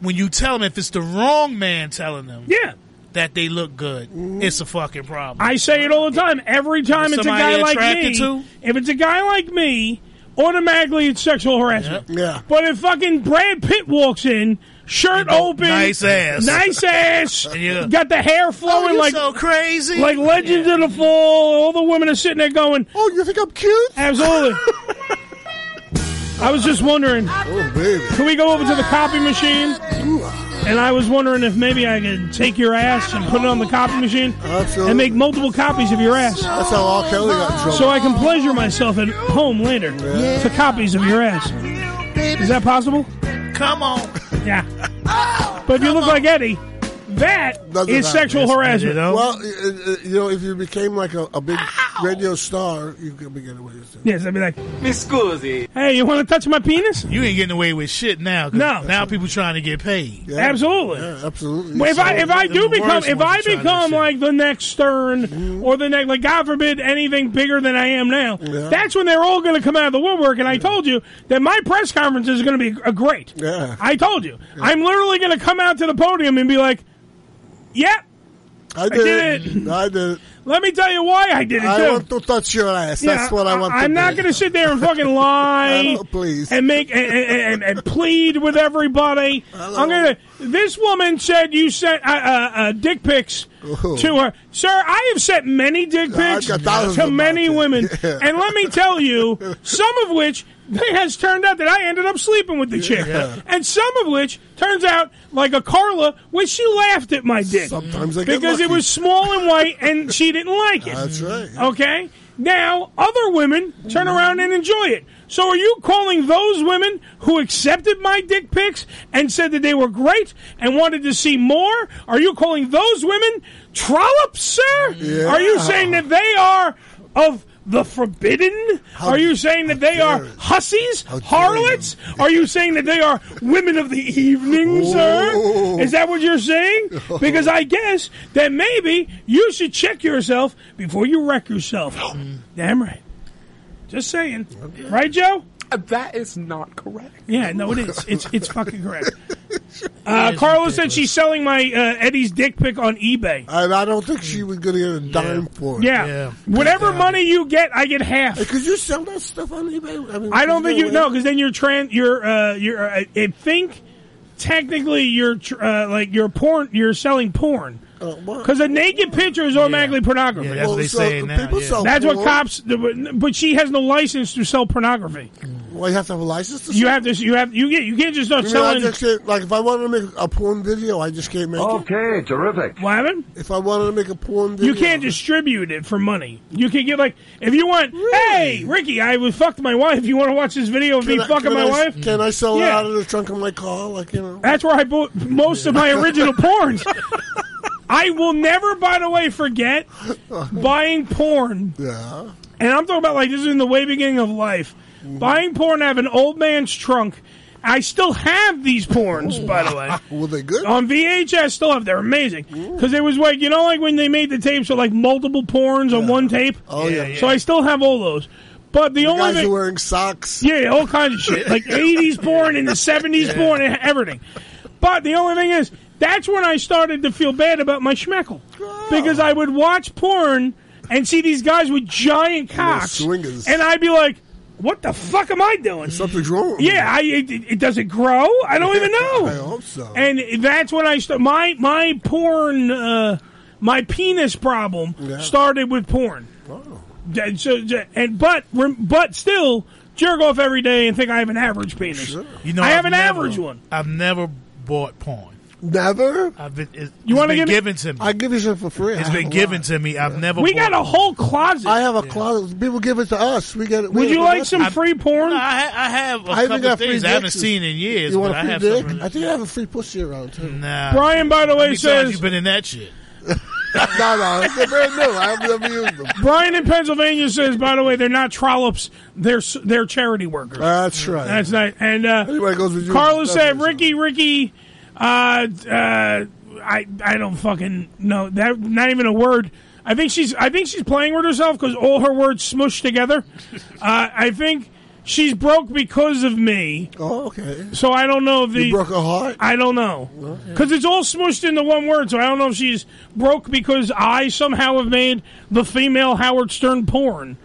S11: when you tell them if it's the wrong man telling them,
S4: yeah, Mm-hmm.
S11: that they look good, it's a fucking problem.
S4: I say it all the time. Every time it's a
S11: Somebody
S4: guy like
S11: attracted
S4: me,
S11: to?
S4: if it's a guy like me, automatically it's sexual harassment.
S10: Yeah.
S4: But if fucking Brad Pitt walks in, shirt open,
S11: nice ass.
S4: nice
S11: [LAUGHS]
S4: ass,
S11: Yeah.
S4: got the hair flowing
S11: Oh, you
S4: like
S11: so crazy.
S4: like Legends of the Fall. All the women are sitting there going,
S10: "Oh, you think I'm cute?" [LAUGHS]
S4: Absolutely. I was just wondering. Can we go over to the copy machine? And I was wondering if maybe I could take your ass and put it on the copy machine and make multiple copies of your ass.
S10: That's how R. Kelly got in trouble.
S4: So I can pleasure myself at home later to copies of your ass. Is that possible?
S11: Come on. Oh,
S4: Yeah. But if you look like Eddie, that
S10: Doesn't
S4: is
S10: matter.
S4: sexual harassment.
S10: Well, uh, uh, you know, if you became like a, a big radio star, you could be getting away with it.
S4: Yes, I'd be like, Hey, you want to touch my penis?
S11: You ain't getting away with shit now. 'cause
S4: No.
S11: now people trying to get paid.
S4: Absolutely.
S10: absolutely.
S4: Well, if I if I
S11: The
S4: do
S11: worst
S4: become if
S11: ones
S4: I
S11: are trying to
S4: become like the next Stern or the next like God forbid anything bigger than I am now,
S11: Yeah.
S4: that's when they're all going to come out of the woodwork. And I told you that my press conference is going to be a great.
S10: Yeah.
S4: I told you, I'm literally going to come out to the podium and be like, "Yep,
S10: I did,
S4: did it.
S10: I did it.
S4: Let me tell you why I did it.
S10: I
S4: too.
S10: want to touch your ass. That's what I want
S4: am
S10: to do.
S4: not going to sit there and fucking
S10: [LAUGHS]
S4: lie, please, and make and, and, and, and plead with everybody. I'm going to. This woman said you sent uh, uh, uh, dick pics to her, sir. I have sent many dick pics to many women, and let me
S10: [LAUGHS]
S4: tell you, some of which it has turned out that I ended up sleeping with the chick,
S10: Yeah.
S4: and some of which turns out like a Carla, which she laughed at my dick sometimes
S10: get
S4: because it
S10: lucky.
S4: was small and white, and she didn't like it. That's
S10: right.
S4: Okay? Now, other women turn around and enjoy it. So, are you calling those women who accepted my dick pics and said that they were great and wanted to see more? Are you calling those women trollops, sir?
S10: Yeah.
S4: Are you saying that they are of the forbidden? are you saying that they are hussies, harlots? Are you saying that they are women of the evening, sir? Is that what
S10: [LAUGHS]
S4: you're saying? Because I guess that maybe you should check yourself before you
S10: [GASPS]
S4: wreck yourself.
S10: Mm.
S4: Damn right. Just saying, right, Joe? Uh, That is not correct. Yeah, no, it is. It's it's
S10: [LAUGHS]
S4: fucking correct. Uh,
S10: It is
S4: Carla said she's selling my uh, Eddie's dick pic on eBay.
S10: And I don't think she was going to get a dime for it.
S4: Yeah. Whatever money you get, I get half.
S10: Hey, could you sell that stuff on eBay? I, mean,
S4: I don't
S10: could
S4: think you
S10: do
S4: no, because then you're trans. You're uh, you're. Uh, I think technically you're tr- uh, like you're porn. You're selling porn.
S10: Oh,
S4: Because a naked picture is automatically pornography.
S11: Yeah, that's what they Well, so say now, people yeah. sell
S4: That's what
S11: porn.
S4: cops. But she has no license to sell pornography.
S10: Well, you have to have a license. To
S4: You have to. You have. You get. You can't just
S10: You
S4: start
S10: mean I
S4: selling.
S10: just can't, like if I wanted to make a porn video, I just can't make it.
S4: Okay, terrific. What happened?
S10: If I wanted to make a porn video,
S4: You can't distribute it for money. You can get like if you want. Hey, Ricky, I was fucked my wife. You want to watch this video of
S10: Can
S4: me
S10: I-
S4: fucking
S10: can
S4: my
S10: I-
S4: wife?
S10: Can I sell it
S4: Yeah.
S10: out of the trunk of my car? Like you know,
S4: That's where I bought most of my
S10: [LAUGHS]
S4: original porns. I will never, by the way, forget buying porn.
S10: Yeah.
S4: And I'm talking about like this is in the way beginning of life.
S10: Mm-hmm.
S4: Buying porn out of an old man's trunk. I still have these porns, by
S10: [LAUGHS]
S4: the way.
S10: Were they good?
S4: On VHS, still have. They're amazing. Because it was like, you know, like when they made the tapes with like multiple porns on one tape?
S10: Oh, yeah, yeah.
S4: So I still have all those. But the, only
S10: guys
S4: thing.
S10: are wearing socks.
S4: Yeah, all kinds
S10: [LAUGHS]
S4: of shit. Like 80s porn and the 70s porn and everything. But the only thing is, that's when I started to feel bad about my schmeckle.
S10: Oh.
S4: Because I would watch porn and see these guys with giant cocks.
S10: swingers.
S4: And I'd be like, what the fuck am I doing? Something's
S10: wrong.
S4: Yeah, I, it, it doesn't grow. I don't even
S10: [LAUGHS]
S4: know.
S10: I hope so.
S4: And that's when I started. My, my porn, uh, my penis problem
S10: Yeah.
S4: started with porn.
S11: Oh.
S4: And so, and but rem- but still jerk off every day and think I have an average penis.
S11: You know,
S4: I have
S11: I've
S4: an
S11: never-
S4: average one.
S11: I've never bought porn.
S10: Never.
S11: I've been. It,
S4: You
S11: it's
S4: wanna
S11: been
S4: give me-
S11: given to me?
S10: I give it to for free.
S11: It's
S10: I [LAUGHS]
S11: been
S10: have a
S11: given
S10: lot.
S11: to me. I've never.
S10: We
S11: bought
S10: got a
S11: it.
S4: whole closet.
S10: I have a closet. People give it to us. We get.
S11: Would you like some free
S4: porn?
S11: No, I, ha- I have a
S10: I even
S11: couple
S10: got free
S11: things I haven't
S10: dicks.
S11: seen in years,
S10: You
S11: but
S10: want
S11: I
S10: a free
S11: have
S10: dick?
S11: some.
S10: I think I have a free pussy around too.
S11: Nah.
S4: Brian, by the
S11: How
S4: way,
S11: many times
S4: says
S11: you been in that
S10: [LAUGHS]
S11: shit. [LAUGHS]
S10: no, no, it's brand new. I've never used
S4: [LAUGHS]
S10: them.
S4: Brian in Pennsylvania says. By the way, they're not trollops. They're s- they're charity workers.
S10: That's right.
S4: That's not. And uh, Carlos said, Ricky, Ricky, uh, d- uh, I I don't fucking know that. Not even a word. I think she's I think she's playing with herself because all her words
S10: [LAUGHS]
S4: smushed together. Uh, I think she's broke because of me.
S10: Oh, okay.
S4: So I don't know if the
S10: You broke her heart?
S4: I don't know because it's all smushed into one word. So I don't know if she's broke because I somehow have made the female Howard
S10: [LAUGHS]
S4: Stern porn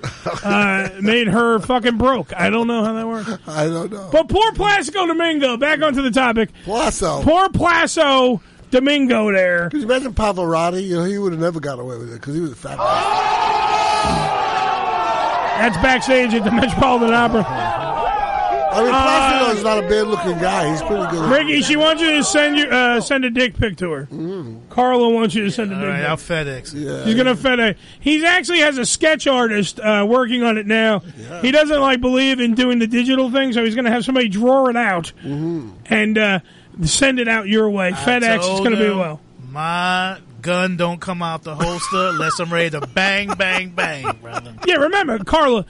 S4: uh, made her fucking broke. I don't know how that works.
S10: I don't know.
S4: But poor Placido Domingo. Back onto the topic.
S10: Plaso.
S4: Poor Plaso Domingo. There.
S10: Could you imagine Pavarotti? You know, he would have never got away with it because he was a fat. guy.
S4: [LAUGHS] That's backstage at the Metropolitan Opera. Uh,
S10: I mean, Placido's not a bad-looking guy. He's pretty good.
S4: Ricky, she wants you to send you uh, send a dick pic to her.
S10: Mm.
S4: Carla wants you to send a
S11: All
S4: dick
S11: right,
S4: pic.
S11: I'll FedEx. Yeah.
S4: He's gonna fit a. He's actually has a sketch artist uh, working on it now.
S11: Yeah.
S4: He doesn't like believe in doing the digital thing, so he's gonna have somebody draw it out
S10: Mm-hmm.
S4: and uh, send it out your way. FedEx. It's gonna be well.
S11: My gun don't come out the holster unless I'm ready to bang, bang, bang,
S10: [LAUGHS]
S11: brother.
S4: Yeah, remember Carla.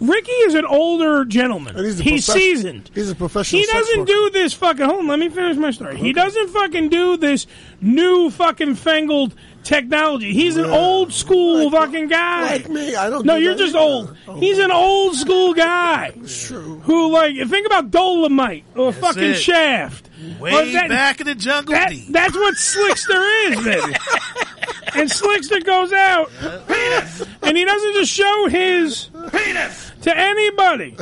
S4: Ricky is an older gentleman.
S10: he's a
S4: he's
S10: profes-
S4: seasoned.
S10: He's a professional.
S4: He
S10: sex
S4: doesn't
S10: worker.
S4: do this fucking. Hold on, let me finish my story. He doesn't fucking do this new fucking fangled technology. He's an old school fucking guy.
S10: like me, I don't
S4: No,
S10: do
S4: you're
S10: that
S4: just
S10: either. Oh.
S4: old. He's an old school guy. true. Who like think about Dolomite or fucking
S11: it.
S4: Shaft.
S11: Way
S4: Or that-
S11: back in the jungle
S4: that-
S11: deep. [LAUGHS]
S4: That's what slickster is, baby. and Slickster goes out. And he doesn't just show his penis to anybody.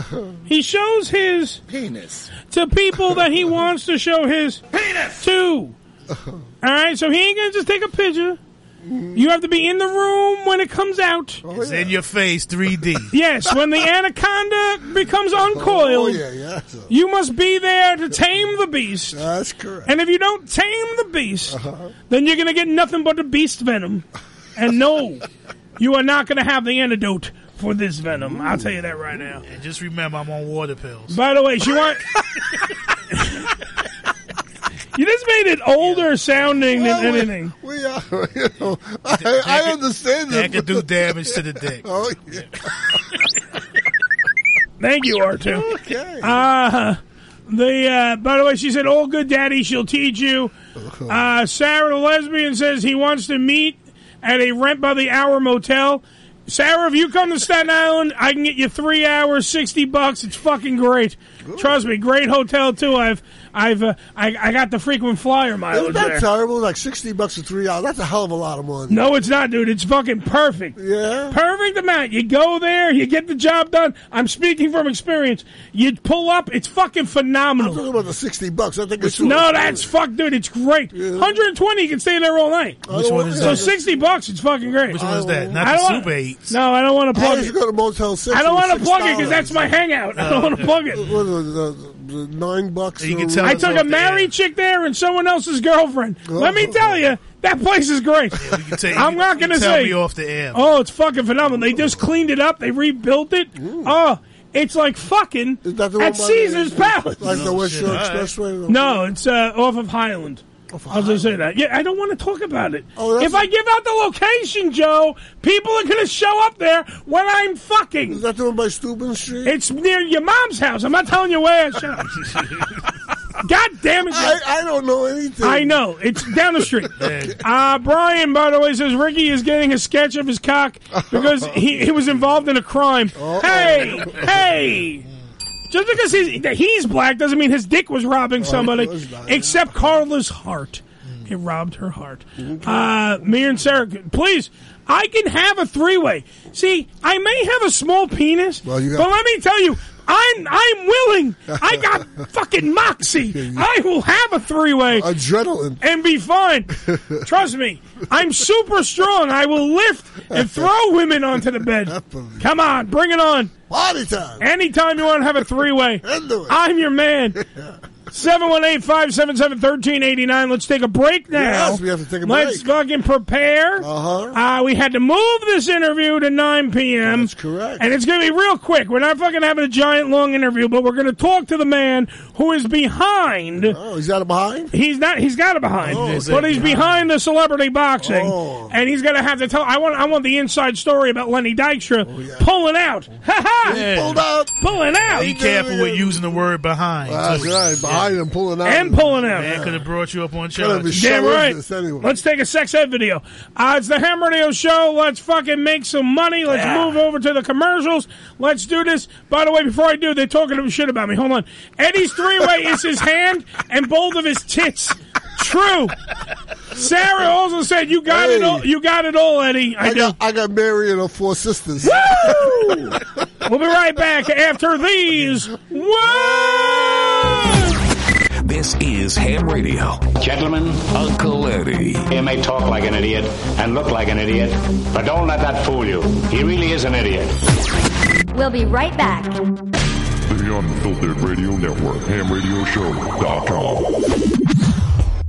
S4: He shows his penis to people that he wants to show his penis to. All right, so he ain't gonna just take a picture. You have to be in the room when it comes out.
S10: Oh,
S11: It's in your face, 3D.
S4: Yes, when the anaconda becomes
S10: Oh,
S4: uncoiled, you must be there to tame the beast. That's correct. And if you don't tame the beast,
S10: Uh-huh.
S4: then you're going to get nothing but the beast venom. And no, you are not going to have the antidote for this venom. I'll tell you that right now.
S11: And just remember, I'm on water pills.
S4: By the way, she want. [LAUGHS] you just made it older sounding than
S10: Well, we-
S4: anything.
S10: We [LAUGHS] are, you know, I, I understand
S11: That
S10: this.
S11: could do damage to the dick.
S10: Oh, yeah.
S4: Thank you, R2. Okay. Uh, the uh, by the way, she said, "All good, daddy. She'll teach you." Uh, Sarah, the lesbian, says he wants to meet at a rent by the hour motel. Sarah, if you come to Staten Island, I can get you three hours, sixty bucks. It's fucking great. Trust me, great hotel too. I've, I've, uh, I, I got the frequent flyer mileage
S10: Isn't that
S4: there.
S10: terrible? Like 60 bucks for three hours. That's a hell of a lot of money.
S4: No, it's not, dude. It's fucking perfect. Yeah. Perfect amount. You go there, you get the job done. I'm speaking from experience. You pull up, it's fucking phenomenal. I'm talking about the 60 bucks. I think it's
S10: too
S4: No,
S10: much.
S4: that's fuck, dude. It's great. 120, you can stay there all night.
S10: Which one is
S4: so
S10: that?
S4: 60 bucks, it's fucking great. Which
S10: one is that? Not
S4: I
S10: the
S4: don't
S10: Super
S4: wanna,
S10: Eights.
S4: No, I don't want to
S10: I
S4: plug
S10: used
S4: it.
S10: to go to Motel 6.
S4: I don't
S10: want to
S4: plug it because that's my hangout. [LAUGHS] I
S10: Oh.
S4: don't want to plug it.
S10: Uh, What was it, the, the nine bucks? or-
S4: I took a married chick there and someone else's girlfriend. Let me tell you, that place is great. I'm not going to
S11: tell
S4: say.
S11: me off the air.
S4: Oh, it's fucking phenomenal. They just cleaned it up. They rebuilt it. Oh, it's like fucking
S10: one
S4: at
S10: by the-
S4: Caesar's Palace.
S10: Like the No West shit, Shore all right. Expressway?
S4: No, it's uh, off of Highland. I'll just say that. Yeah, I don't want to talk about it.
S10: Oh,
S4: if I give out the location, Joe, people are going to show up there when I'm fucking. Is
S10: that the one by Steuben Street?
S4: It's near your mom's house. I'm not telling you where.
S10: [LAUGHS]
S4: Shut up. God damn it! I,
S10: I don't know anything.
S4: I know it's down the street. uh, Brian, by the way, says Ricky is getting a sketch of his cock because he, he was involved in a crime. Hey, hey! Just because he's that he's black doesn't mean his dick was robbing somebody. except Carla's heart, it robbed her heart. Uh, me and Sarah, please. I can have a three-way. See, I may have a small penis,
S10: Well, you got-
S4: but let me tell you, I'm I'm
S10: [LAUGHS]
S4: willing. I got fucking moxie. I will have a three way
S10: adrenaline
S4: and
S10: [LAUGHS]
S4: be fine. Trust me, I'm super strong. I will lift and throw women onto
S10: [LAUGHS]
S4: the bed. Come on, bring it on.
S10: Anytime.
S4: Anytime you want to have a three way,
S10: [LAUGHS]
S4: I'm your man. 718-577-1389. Let's take a break now.
S10: Yes, we have to take a
S4: Let's fucking prepare. Uh-huh. we had to move this interview to 9 p.m. That's correct. And it's going to be real quick. We're not fucking having a giant long interview, but we're going to talk to the man who is behind. Oh,
S10: he's got a behind?
S4: He's not. He's got a behind.
S10: Oh, is Oh.
S4: but
S10: it
S4: he's
S10: behind?
S4: behind the celebrity boxing. And he's going to have to tell. I want I want the inside story about Lenny Dykstra
S10: Oh,
S4: pulling out. Ha ha!
S11: Yeah. Pulled
S10: out.
S4: Pulling out.
S11: Be careful with using the word behind.
S10: That's
S11: too.
S10: right. Behind and pulling out.
S4: And pulling out.
S11: That could have brought you up on
S10: Gotta be
S11: charge.
S4: Damn
S10: Show us
S4: right.
S10: this anyway.
S4: Let's take a sex ed video. Uh, it's the Ham Radio Show. Let's fucking make some money. Let's move over to the commercials. Let's do this. By the way, before I do, they're talking shit about me. Hold on. Eddie's three way is his hand and both of his tits. True. Sarah also said you got it. All, you got it all, Eddie. I, do.
S10: got, I got Mary and her four sisters.
S4: Woo! we'll be right back after
S10: [LAUGHS]
S4: these. Whoa!
S1: This is Ham Radio. Gentlemen, Uncle Eddie.
S12: He may talk like an idiot and look like an idiot, but don't let that fool you. He really is an idiot.
S13: We'll be right back.
S8: The Unfiltered Radio Network, hamradioshow.com.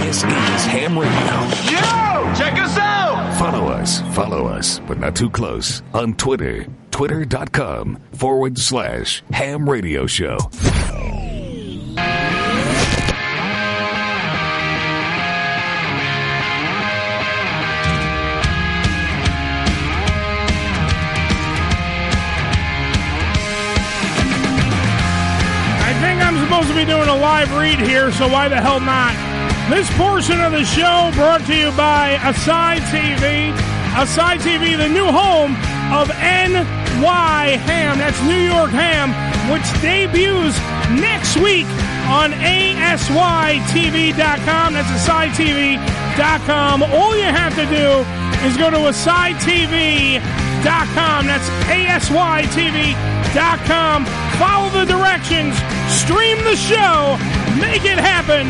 S1: This is Ham Radio.
S20: Yo! Check us out!
S1: Follow us, follow us, but not too close on Twitter. Twitter.com forward slash ham radio show.
S4: I think I'm supposed to be doing a live read here, so why the hell not? This portion of the show brought to you by Aside TV. Aside TV, the new home of NY Ham. That's New York Ham, which debuts next week on ASYTV.com. That's AsideTV.com. All you have to do is go to AsideTV.com. That's ASYTV.com. Dot com. Follow the directions, stream the show, make it happen.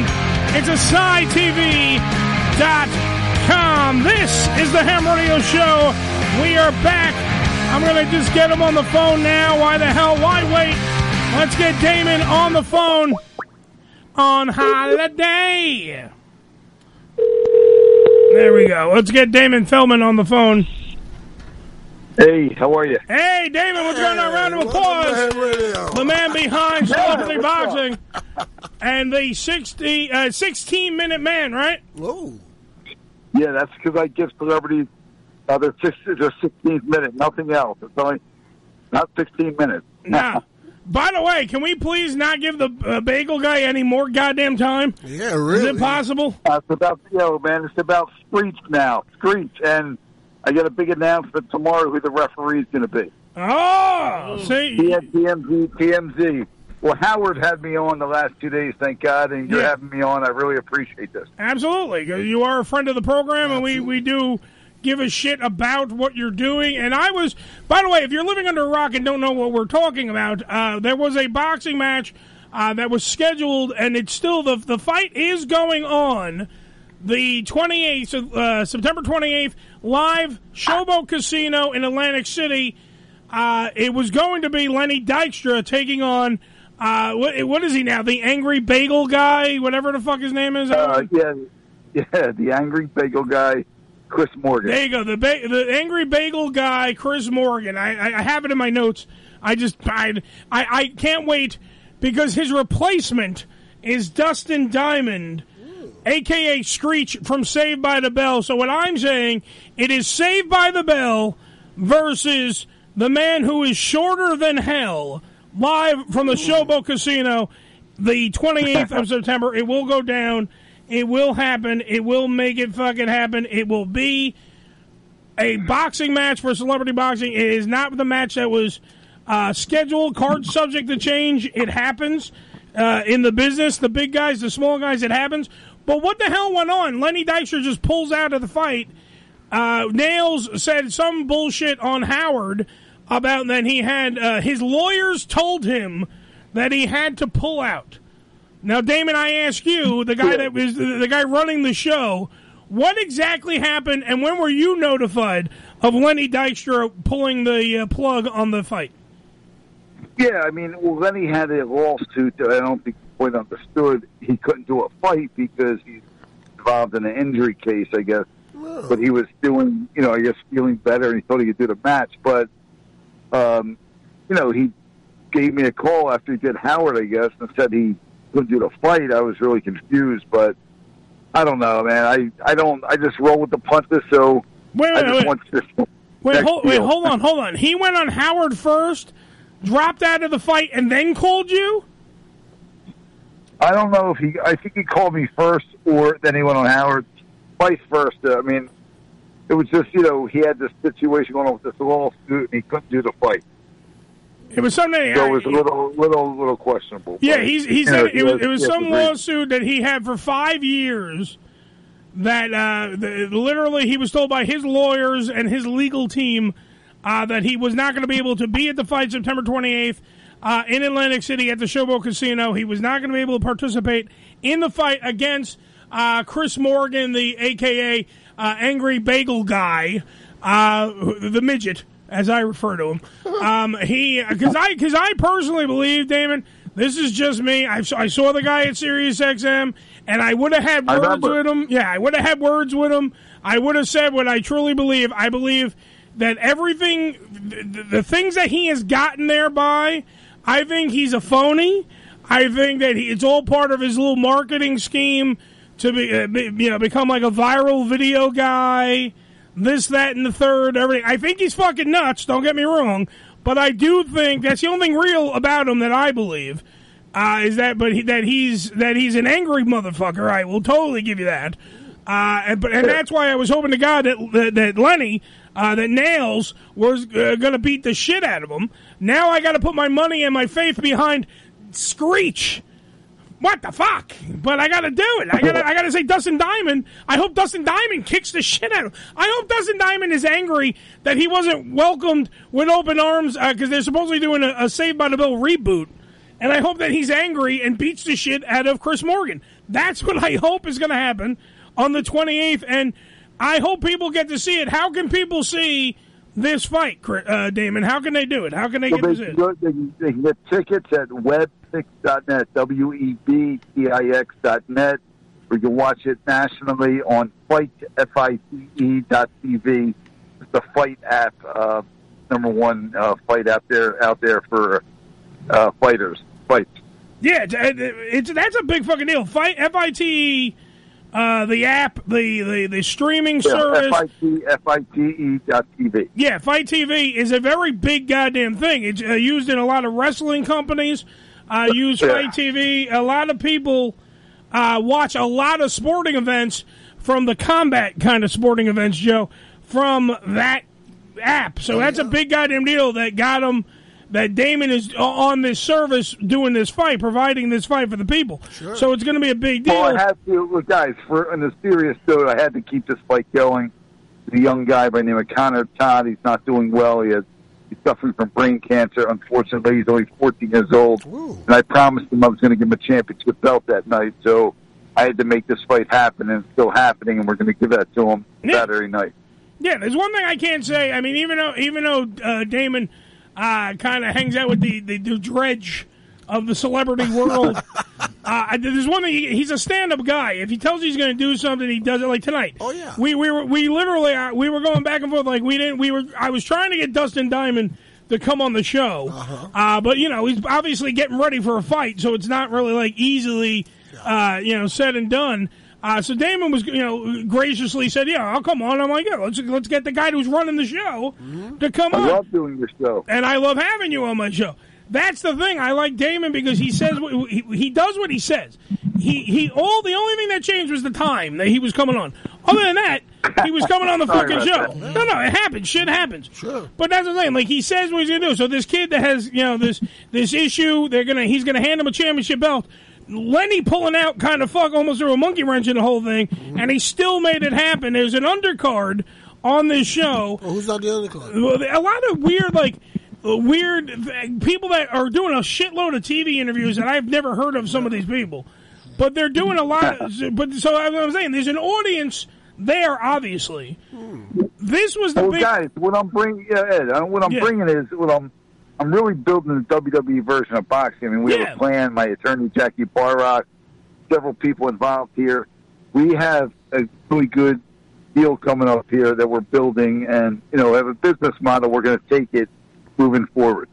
S4: It's AsideTV.com. This is the Ham Radio Show. We are back. I'm going to just get him on the phone now. Why the hell? Why wait? Let's get Damon on the phone on holiday. There we go. Let's get Damon Feldman on the phone.
S3: Hey, how are you?
S4: Hey, David, what's going on? Round of applause. The man behind Celebrity Boxing and the 60, uh, 16 Minute Man, right? Whoa.
S3: Yeah, that's because I give celebrities uh, their six, their 16th minute, nothing else. It's only not 16 minutes.
S4: Now, by the way, can we please not give the uh, bagel guy any more goddamn time? Yeah, really. Is it possible?
S3: Uh, it's about yo, man. It's about Screech now, Screech, and I got a big announcement tomorrow who the referee is going to be.
S4: Oh, see,
S3: TMZ, TMZ. Well, Howard had me on the last two days, thank God, and you're having me on. I really appreciate this.
S4: Absolutely. 'cause You are a friend of the program, and we, we do give a shit about what you're doing. And I was, by the way, if you're living under a rock and don't know what we're talking about, uh, there was a boxing match uh, that was scheduled, and it's still, the, the fight is going on. The 28th, so, uh, September 28th, live Showboat Casino in Atlantic City. Uh, it was going to be Lenny Dykstra taking on, uh, what, what is he now? The Angry Bagel Guy, whatever the fuck his name is.
S3: Uh, yeah, yeah, the angry bagel guy, Chris Morgan.
S4: There you go. The ba- the angry bagel guy, Chris Morgan. I, I I have it in my notes. I just I, I I can't wait because his replacement is Dustin Diamond, aka Screech from Saved by the Bell. So what I'm saying, it is Saved by the Bell versus the man who is shorter than hell. Live from the Showboat Casino, the 28th of September. It will go down. It will happen. It will make it fucking happen. It will be a boxing match for celebrity boxing. It is not the match that was uh, scheduled. Card subject to change. It happens uh, in the business. The big guys, the small guys. It happens. But what the hell went on? Lenny Dykstra just pulls out of the fight. Uh, Nails said some bullshit on Howard about that he had uh, his lawyers told him that he had to pull out. Now, Damon, I ask you, the guy that was the guy running the show, what exactly happened, and when were you notified of Lenny Dykstra pulling the uh, plug on the fight?
S3: Yeah, I mean, well, then he had a lawsuit that I don't think Floyd understood. He couldn't do a fight because he's involved in an injury case, I guess. But he was doing, you know, I guess feeling better, and he thought he could do the match. But, um, you know, he gave me a call after he did Howard, I guess, and said he couldn't do the fight. I was really confused, but I don't know, man. I I don't. I just roll with the punches. So
S4: Wait,
S3: I
S4: wait,
S3: just
S4: wait.
S3: want this.
S4: Wait,
S3: next
S4: hold, wait,
S3: deal.
S4: hold on, hold on. He went on Howard first, dropped out of the fight, and then called you.
S3: I don't know if he. I think he called me first, or then he went on Howard. Vice versa. I mean, it was just you know he had this situation going on with this lawsuit, and he couldn't do the fight.
S4: It was something.
S3: So it was a little, little, little questionable.
S4: Yeah,
S3: But,
S4: he's, he
S3: you
S4: said
S3: know,
S4: it was, it was
S3: yeah,
S4: some
S3: agreed.
S4: lawsuit that he had for five years. That uh, th- literally, he was told by his lawyers and his legal team uh, that he was not going to be able to be at the fight September 28th uh, in Atlantic City at the Showboat Casino. He was not going to be able to participate in the fight against uh, Chris Morgan, the AKA uh, Angry Bagel Guy, uh, who- the midget, as I refer to him. Um, he because I because I personally believe Damon. This is just me. I, I saw the guy at SiriusXM, and I would have had
S3: I
S4: words
S3: remember.
S4: with him. Yeah, I would have had words with him. I would have said what I truly believe. I believe that everything, the, the things that he has gotten there by, I think he's a phony. I think that he, it's all part of his little marketing scheme to be, uh, be, you know, become like a viral video guy. This, that, and the third, everything. I think he's fucking nuts. Don't get me wrong, but I do think that's the only thing real about him that I believe uh, is that, but he, that he's that he's an angry motherfucker. I will totally give you that. Uh, and, but and that's why I was hoping to God that that, that Lenny, uh, that Nails was uh, going to beat the shit out of him. Now I got to put my money and my faith behind Screech. What the fuck? But I got to do it. I got to I got to say Dustin Diamond. I hope Dustin Diamond kicks the shit out of him. I hope Dustin Diamond is angry that he wasn't welcomed with open arms because they're supposedly doing a, a Save by the Bell reboot. And I hope that he's angry and beats the shit out of Chris Morgan. That's what I hope is going to happen on the 28th. And I hope people get to see it. How can people see this fight, Chri- uh, Damon? How can they do it? How can they
S3: So
S4: get
S3: they,
S4: this
S3: can
S4: in?
S3: go, they, can, they can get tickets at webtix.net, W E B T I X dot net. We can watch it nationally on Fight F I T E dot TV. It's the Fight app, uh, number one uh, fight out there out there for uh, fighters. Fights.
S4: Yeah, it's, it's that's a big fucking deal. Fight F I T, uh, the app, the the, the streaming
S3: F
S4: service.
S3: I T E. F I T E dot TV.
S4: Yeah, Fight TV is a very big goddamn thing. It's uh, used in a lot of wrestling companies. Uh, use
S3: Yeah.
S4: Fight TV. A lot of people uh, watch a lot of sporting events from the combat kind of sporting events, Joe, from that app. So that's a big goddamn deal that got him. That Damon is o- on this service doing this fight, providing this fight for the people. So it's going to be a big deal.
S3: Well, I have to look, guys. For in the serious note, I had to keep this fight going. The young guy by the name of Connor Todd, he's not doing well. He has, he's suffering from brain cancer. Unfortunately, he's only 14 years old. And I promised him I was going to give him a championship belt that night. So I had to make this fight happen, and it's still happening. And we're going to give that to him Saturday night.
S4: Yeah, there's one thing I can't say. I mean, even though even though uh, Damon uh, kind of hangs out with the, the, the dredge of the [LAUGHS] celebrity world, uh, I- there's one thing. He, he's a stand-up guy. If he tells you he's going to do something, he does it. Like tonight. Oh yeah. We we were we literally uh, we were going back and forth. Like we didn't. We were. I was trying to get Dustin Diamond to come on the show, uh but you know he's obviously getting ready for a fight, so it's not really like easily uh, you know, said and done. Uh, so Damon was, you know, graciously said, "Yeah, I'll come on." I'm like, "Yeah, let's let's get the guy who's running the show to come
S3: Mm-hmm. I
S4: on."
S3: love doing this show.
S4: and I love having you on my show. That's the thing. I like Damon because he says what, he, he does what he says. He he all the only thing that changed was the time that he was coming on. Other than that, he was coming on the
S3: Sorry
S4: fucking show.
S3: about that.
S4: No, no, it happens. Shit happens. Sure. But that's the thing. Like he says what he's gonna do. So this kid that has you know this this issue, they're gonna he's gonna hand him a championship belt. Lenny pulling out kind of fuck almost threw a monkey wrench in the whole thing,
S10: Mm-hmm.
S4: and he still made it happen. There's an undercard on this show.
S10: who's on the undercard?
S4: Well, A lot of weird like. uh, Weird th- people that are doing a shitload of TV interviews, and I've never heard of some of these people, but they're doing a lot. Of, but so I'm saying there's an audience there, obviously. This was the
S3: well,
S4: big.
S3: guys. What I'm bringing, yeah, Ed, uh, what I'm
S4: Yeah.
S3: bringing is what I'm I'm really building the WWE E version of boxing. I mean, we have a plan. My attorney Jackie Barrock, several people involved here. We have a really good deal coming up here that we're building, and you know, have a business model. We're going to take it moving forward.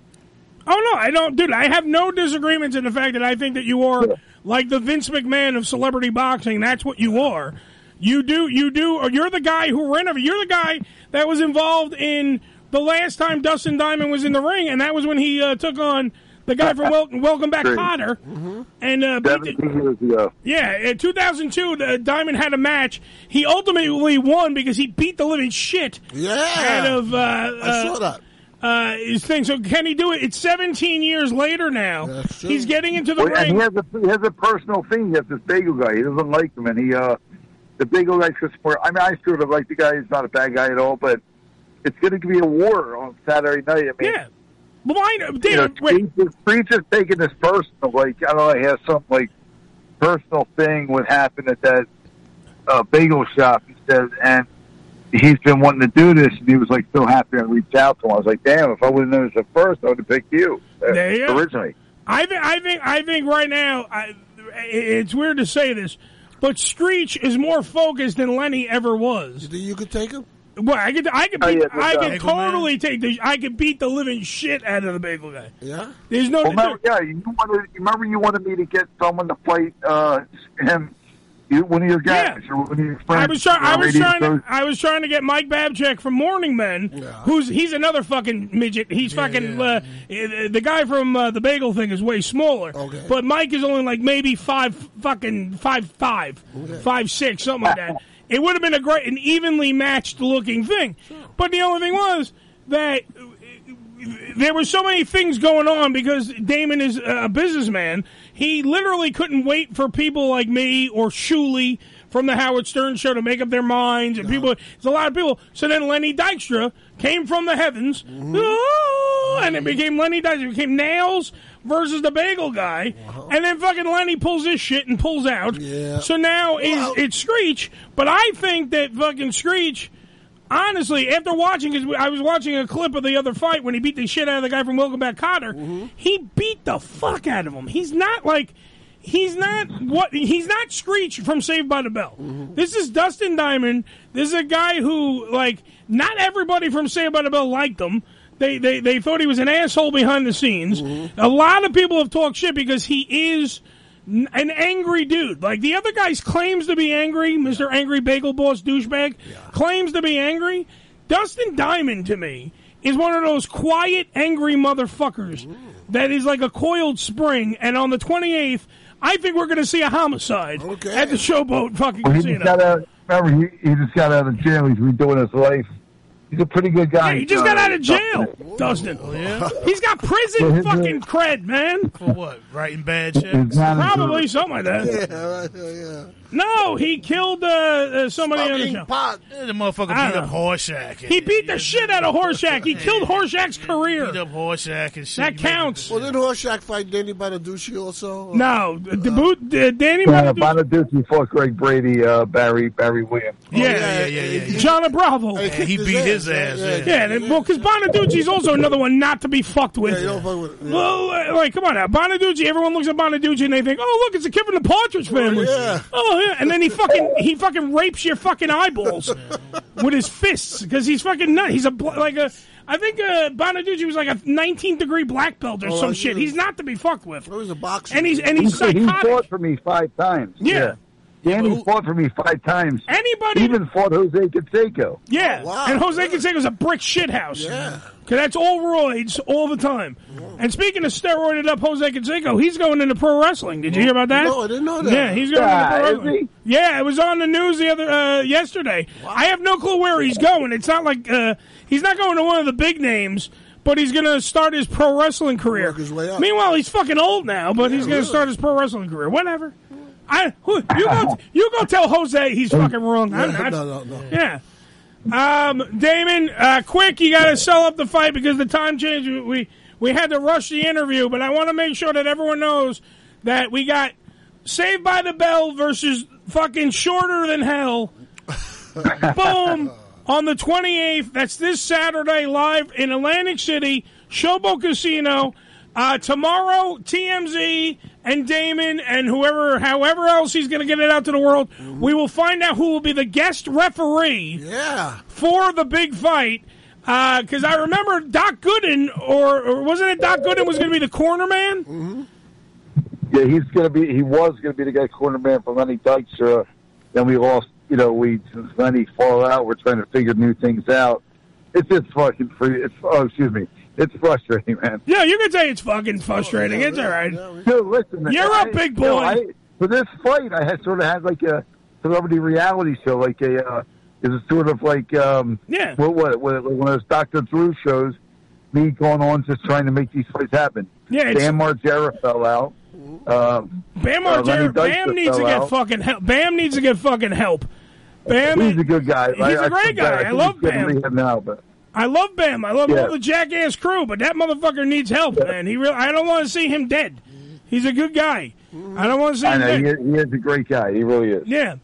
S4: Oh no, I don't, dude. I have no disagreements in the fact that I think that you are like the Vince McMahon of celebrity boxing. That's what you are. You do, you do. Or you're the guy who renovated. You're the guy that was involved in the last time Dustin Diamond was in the ring, and that was when he uh, took on the guy from Wel- Welcome Back
S3: Great. Mm-hmm.
S4: Cotter, and uh, beat the-
S3: Seventeen years ago.
S4: yeah, in 2002, the Diamond had a match. He ultimately won because he beat the living shit out of. Uh,
S10: I saw
S4: uh,
S10: that.
S4: Uh, his thing. So can he do it? It's 17 years later now. He's getting into the
S3: Well, and
S4: ring.
S3: he has a he has a personal thing. He has this bagel guy. He doesn't like him, and he uh, the bagel guy's just more. I mean, I sort of like the guy. He's not a bad guy at all, but it's going to be a war on Saturday night. I mean, yeah.
S4: Well, I know,
S3: you know, Breach is- Breach is taking this personal. Like I don't know, he has some like personal thing what happened at that uh, bagel shop. He says, and he's been wanting to do this, and he was like so happy I reached out to him. I was like, damn, if I would have known this at first, I would have picked you uh,
S4: There you go.
S3: originally.
S4: I think. I think. I think right now, I, it's weird to say this, but Screech is more focused than Lenny ever was. You
S10: think you could take him?
S4: Well, I could. I could.
S3: Oh,
S4: Beat,
S3: yeah, no
S4: I
S3: doubt.
S4: could
S3: Bagel Man.
S4: totally take the. I could beat the living shit out of the bagel guy.
S10: Yeah.
S4: There's no.
S3: Well, remember, yeah, you wanted, remember you wanted me to get someone to fight uh, him, you, one of your guys or one of your friends.
S4: I was trying. I
S3: you know,
S4: was
S3: radio
S4: trying.
S3: shows.
S4: To, I was trying to get Mike Babchek from Morning Men, who's he's another fucking midget. He's fucking Uh, the guy from uh, the Bagel thing is way smaller. Okay. But Mike is only like maybe five fucking five five, five six, something like that. It would have been a great, an evenly matched looking thing. But the only thing was that there were so many things going on because Damon is a businessman. He literally couldn't wait for people like me or Shuley from the Howard Stern show to make up their minds, and people, it's a lot of people. So then Lenny Dykstra came from the heavens, "Oh," and it became Lenny Dykstra, it became Nails versus the Bagel Guy, and then fucking Lenny pulls his shit and pulls out. So now is it's Screech, but I think that fucking Screech honestly, after watching, because I was watching a clip of the other fight when he beat the shit out of the guy from Welcome Back Cotter, he beat the fuck out of him. He's not like. He's not what he's not Screech from Saved by the Bell. This is Dustin Diamond. This is a guy who like not everybody from Saved by the Bell liked him. They they, they thought he was an asshole behind the scenes. A lot of people have talked shit because he is n- an angry dude. Like the other guys claims to be angry, Mr. Angry Bagel Boss douchebag claims to be angry. Dustin Diamond to me is one of those quiet, angry motherfuckers that is like a coiled spring. And on the 28th, I think we're going to see a homicide at the Showboat fucking
S3: Well, he just got
S4: casino.
S3: out. Remember, he, he just got out of jail. He's redoing his life. He's a pretty good guy. Uh,
S4: Yeah, he just
S3: John.
S4: got out of jail, Dustin.
S11: [LAUGHS]
S4: He's got
S3: Well,
S4: prison
S3: his- uh,
S4: fucking cred, man. For
S11: what? Writing bad
S3: It's
S11: shit?
S3: not a-
S4: Probably something like that.
S10: Yeah, right, yeah.
S4: No, he killed uh, uh, somebody on the
S11: Fucking
S4: show.
S10: Pot.
S11: Yeah, The motherfucker
S4: I
S11: beat
S4: don't
S11: up
S4: know.
S11: Horseshack.
S4: He beat the shit out of Horshack. He killed Horshack's career.
S11: Beat up Horseshack and shit.
S4: That counts.
S10: Well, didn't Horseshack fight Danny Bonaducci also?
S4: No, the
S11: Uh,
S4: boot, the Danny
S3: Yeah,
S4: Bonaduce.
S3: Bonaducci fought Greg Brady, uh, Barry Barry Williams.
S11: Oh,
S4: yeah, yeah, yeah, John Bravo.
S11: he beat his ass. Yeah,
S4: Yeah, and- well, because Bonaducci's also another one not to be fucked with. Well, uh, like, come on now, Bonaducci. Everyone looks at Bonaducci and they think, "Oh, look, it's a kid from the Partridge Family."
S10: yeah.
S4: Oh yeah, and then he fucking he fucking rapes your
S10: [LAUGHS]
S4: fucking eyeballs with his fists because he's fucking nut. He's a bl- like a. I think uh, Bonaducci was like a 19 degree black belt or
S10: Oh,
S4: some
S10: I
S4: shit.
S10: see.
S4: He's not to be fucked with.
S10: He was a boxer.
S4: And he's and he's
S3: [LAUGHS] he, he
S4: psychotic.
S3: fought for me five times.
S4: Yeah.
S3: Danny fought for me five times.
S4: Anybody
S3: even fought Jose Canseco.
S4: Yeah,
S10: Oh,
S4: and Jose Canseco's a brick shit house. Yeah, because that's all roids all the time. And speaking of steroided up Jose Canseco, he's going into pro wrestling. Did you hear about that?
S10: No, I didn't know that.
S4: Yeah, he's going into
S10: Ah,
S4: pro
S10: is
S4: wrestling. Yeah, it was on the news the other uh, yesterday. I have no clue where he's going. It's not like uh, he's not going to one of the big names. But he's going to start his pro wrestling career. Meanwhile, he's fucking old now, but he's going to start his pro wrestling career. Whatever. I who, you go you go tell Jose he's fucking wrong. I'm
S10: Yeah,
S4: not.
S10: no, no, no.
S4: Yeah. Um, Damon, uh, quick, you got to sell up the fight because the time change. We we had to rush the interview, but I want to make sure that everyone knows that we got Saved by the Bell versus fucking Shorter Than Hell. [LAUGHS] Boom on the twenty eighth. That's this Saturday, live in Atlantic City. Showboat Casino. Uh, tomorrow, TMZ and Damon and whoever, however else he's going to get it out to the world, we will find out who will be the guest referee.
S10: Yeah.
S4: For the big fight. Because I remember Doc Gooden, or, or wasn't it Doc Gooden was going to be the corner man?
S3: Yeah, he's gonna be. He was gonna be the guy cornerman for Lenny Dykstra. Then we lost. You know, we since Lenny fall out, we're trying to figure new things out. It's just fucking free. It's oh, excuse me. It's frustrating, man.
S4: Yeah, you can say it's fucking frustrating. It's all right.
S3: Dude, listen. man,
S4: You're
S3: I-
S4: a big
S3: you know,
S4: boy.
S3: I- for this fight, I had sort of had like a celebrity reality show, like a. Uh, it was sort of like um,
S4: yeah,
S3: what what what- one of those Doctor Drew shows. Me going on just trying to make these fights happen.
S4: Yeah, it's-
S3: Dan Margera fell out. Um,
S4: Bam
S3: uh, Lenny
S4: Margera, Bam
S3: Dykstra
S4: needs to
S3: fell
S4: get
S3: out.
S4: fucking help. Bam needs to get fucking help. Bam,
S3: he's a good guy.
S4: He's
S3: I-
S4: a
S3: I
S4: great
S3: think
S4: guy.
S3: that-
S4: I
S3: think
S4: love
S3: he's getting
S4: Bam.
S3: rehab now, but
S4: I love Bam. I love
S3: Yeah.
S4: all the jackass crew, but that motherfucker needs help, man. He real. I don't want to see him dead. He's a good guy. I don't want to see
S3: I
S4: him
S3: know
S4: dead.
S3: he, is- he is a great guy. He really is.
S4: Yeah.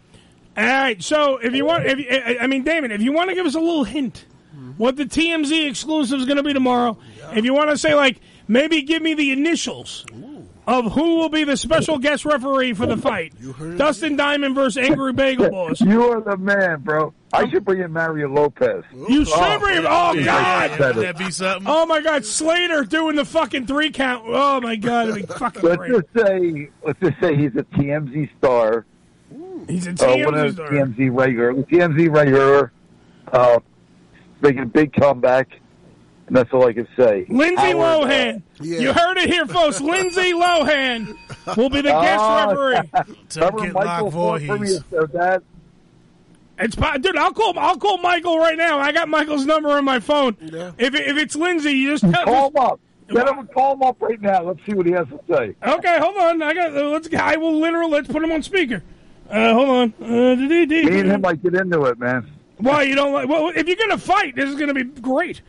S4: All right. So if you want, if you- I I mean, Damon, if you want to give us a little hint, what the TMZ exclusive is going to be tomorrow? If you want to say like maybe give me the initials of who will be the special guest referee for the fight, Dustin Diamond versus Angry Bagel Boss.
S3: You are the man, bro. I should bring in Mario Lopez.
S4: You should bring him. Oh
S3: yeah,
S4: God!
S3: that'd be better.
S4: Oh my God! Slater doing the fucking three count. Oh my God! That'd be fucking
S3: Let's
S4: great.
S3: just say, let's just say he's a TMZ star.
S4: He's a
S3: Uh, one
S4: TMZ
S3: of the
S4: star.
S3: TMZ regular, TMZ regular, uh, making a big comeback, and that's all I can say.
S4: Lindsay
S3: Howard, uh,
S4: Lohan. You heard it here, folks. Lindsay Lohan will be the guest
S3: Oh, [LAUGHS]
S4: referee.
S3: Remember Michael Ford for me said that?
S4: It's po- dude. I'll call. I'll call Michael right now. I got Michael's number on my phone. If it- if it's Lindsay, you just tell,
S3: Call him up. Get him, call him up right now. Let's see what he has to say.
S4: Okay, hold on. I got. Uh, let's. I will literally. Let's put him on speaker. Uh, hold on. Uh, Me
S3: Me and him might get into it, man.
S4: Why you don't like? Well, if you're gonna fight, this is gonna be great.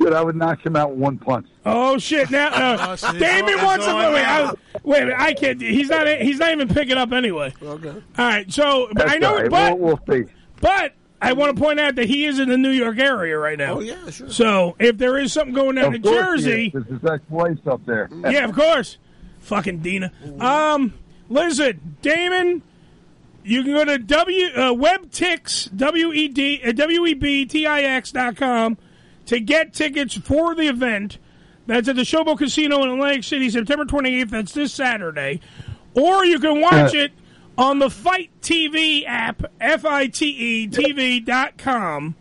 S3: Dude, I would knock him out in one punch.
S4: Oh shit! Now, uh,
S3: Oh, shit.
S4: Damon
S3: Oh,
S4: wants to
S3: it's
S4: wait.
S3: on
S4: Wait,
S3: now.
S4: I, wait, a minute, I can't. He's not. He's not even picking up anyway. Okay. All right. So, but
S3: That's
S4: I know.
S3: all right.
S4: But
S3: we'll, we'll see.
S4: but I want to point out that he is in the New York area right now. Oh yeah, sure. So if there is something going down
S3: Of
S4: to
S3: course he
S4: Jersey,
S3: is. This is that place up there.
S4: yeah, of course. Fucking Dina. Um, listen, Damon, you can go to W uh, WebTix W E D uh, W E B T I X dot com to get tickets for the event. That's at the Showboat Casino in Atlantic City, September 28th. That's this Saturday. Or you can watch it on the Fight TV app, F I T E TV dot com,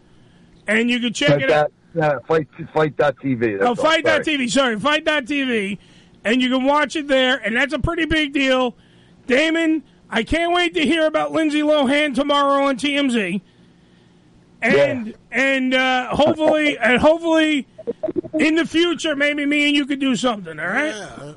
S4: and you can check
S3: Like
S4: it out.
S3: that, uh, fight, fight.tv.
S4: Oh,
S3: that's all. Sorry.
S4: Fight.tv. Sorry, Fight.tv. And you can watch it there, and that's a pretty big deal. Damon, I can't wait to hear about Lindsay Lohan tomorrow on TMZ. And and uh,
S3: [LAUGHS]
S4: hopefully and hopefully in the future maybe me and you could do something, all right?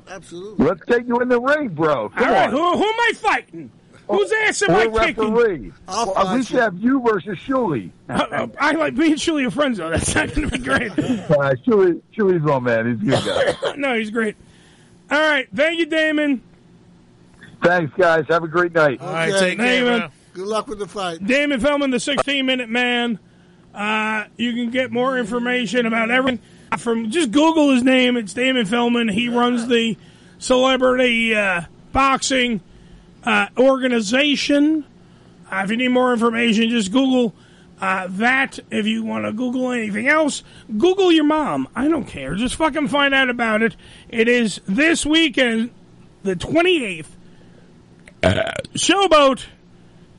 S10: absolutely.
S3: Let's take you in the ring, bro. Come
S4: all right,
S3: on.
S4: who, who am I fighting? Whose ass am
S3: We're
S4: I kicking?
S3: referee. Well, we should have you versus Shuli.
S4: Uh, [LAUGHS] I like me and Shuli are friends though. That's not gonna be
S3: [LAUGHS]
S4: great.
S3: Uh, Shuli, Shuli's on, man. He's a good guy.
S4: [LAUGHS] no, he's great. All right, thank you, Damon.
S3: Thanks, guys. Have a great night.
S10: Okay.
S4: Damon.
S10: Good luck with the fight.
S4: Damon Feldman, the 16 Minute Man. Uh, you can get more information about everything from just Google his name. It's Damon Feldman. He runs the celebrity uh, boxing uh, organization. Uh, if you need more information, just Google uh, that. If you want to Google anything else, Google your mom. I don't care. Just fucking find out about it. It is this weekend, the 28th.
S1: Uh,
S4: Showboat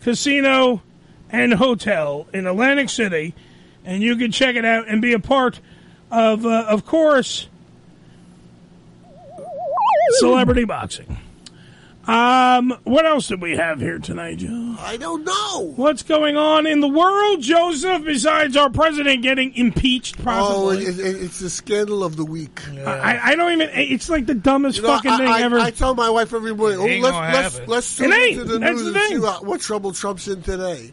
S4: Casino and Hotel in Atlantic City, and you can check it out and be a part of, uh, of course, celebrity boxing. Um, what else did we have here tonight, Joe?
S10: I don't know.
S4: What's going on in the world, Joseph? Besides our president getting impeached,
S10: Oh,
S4: possibly.
S10: it, it, it's the scandal of the week.
S4: I, I don't even. It's like the dumbest
S10: You know,
S4: fucking
S10: I,
S4: thing
S10: I-
S4: ever.
S10: I tell my wife every morning, oh,
S4: It ain't gonna
S10: let's let's
S4: happen.
S10: let's
S4: It
S10: tune
S4: ain't.
S10: into the
S4: That's
S10: news
S4: the
S10: and
S4: thing.
S10: see what, what trouble Trump's in today.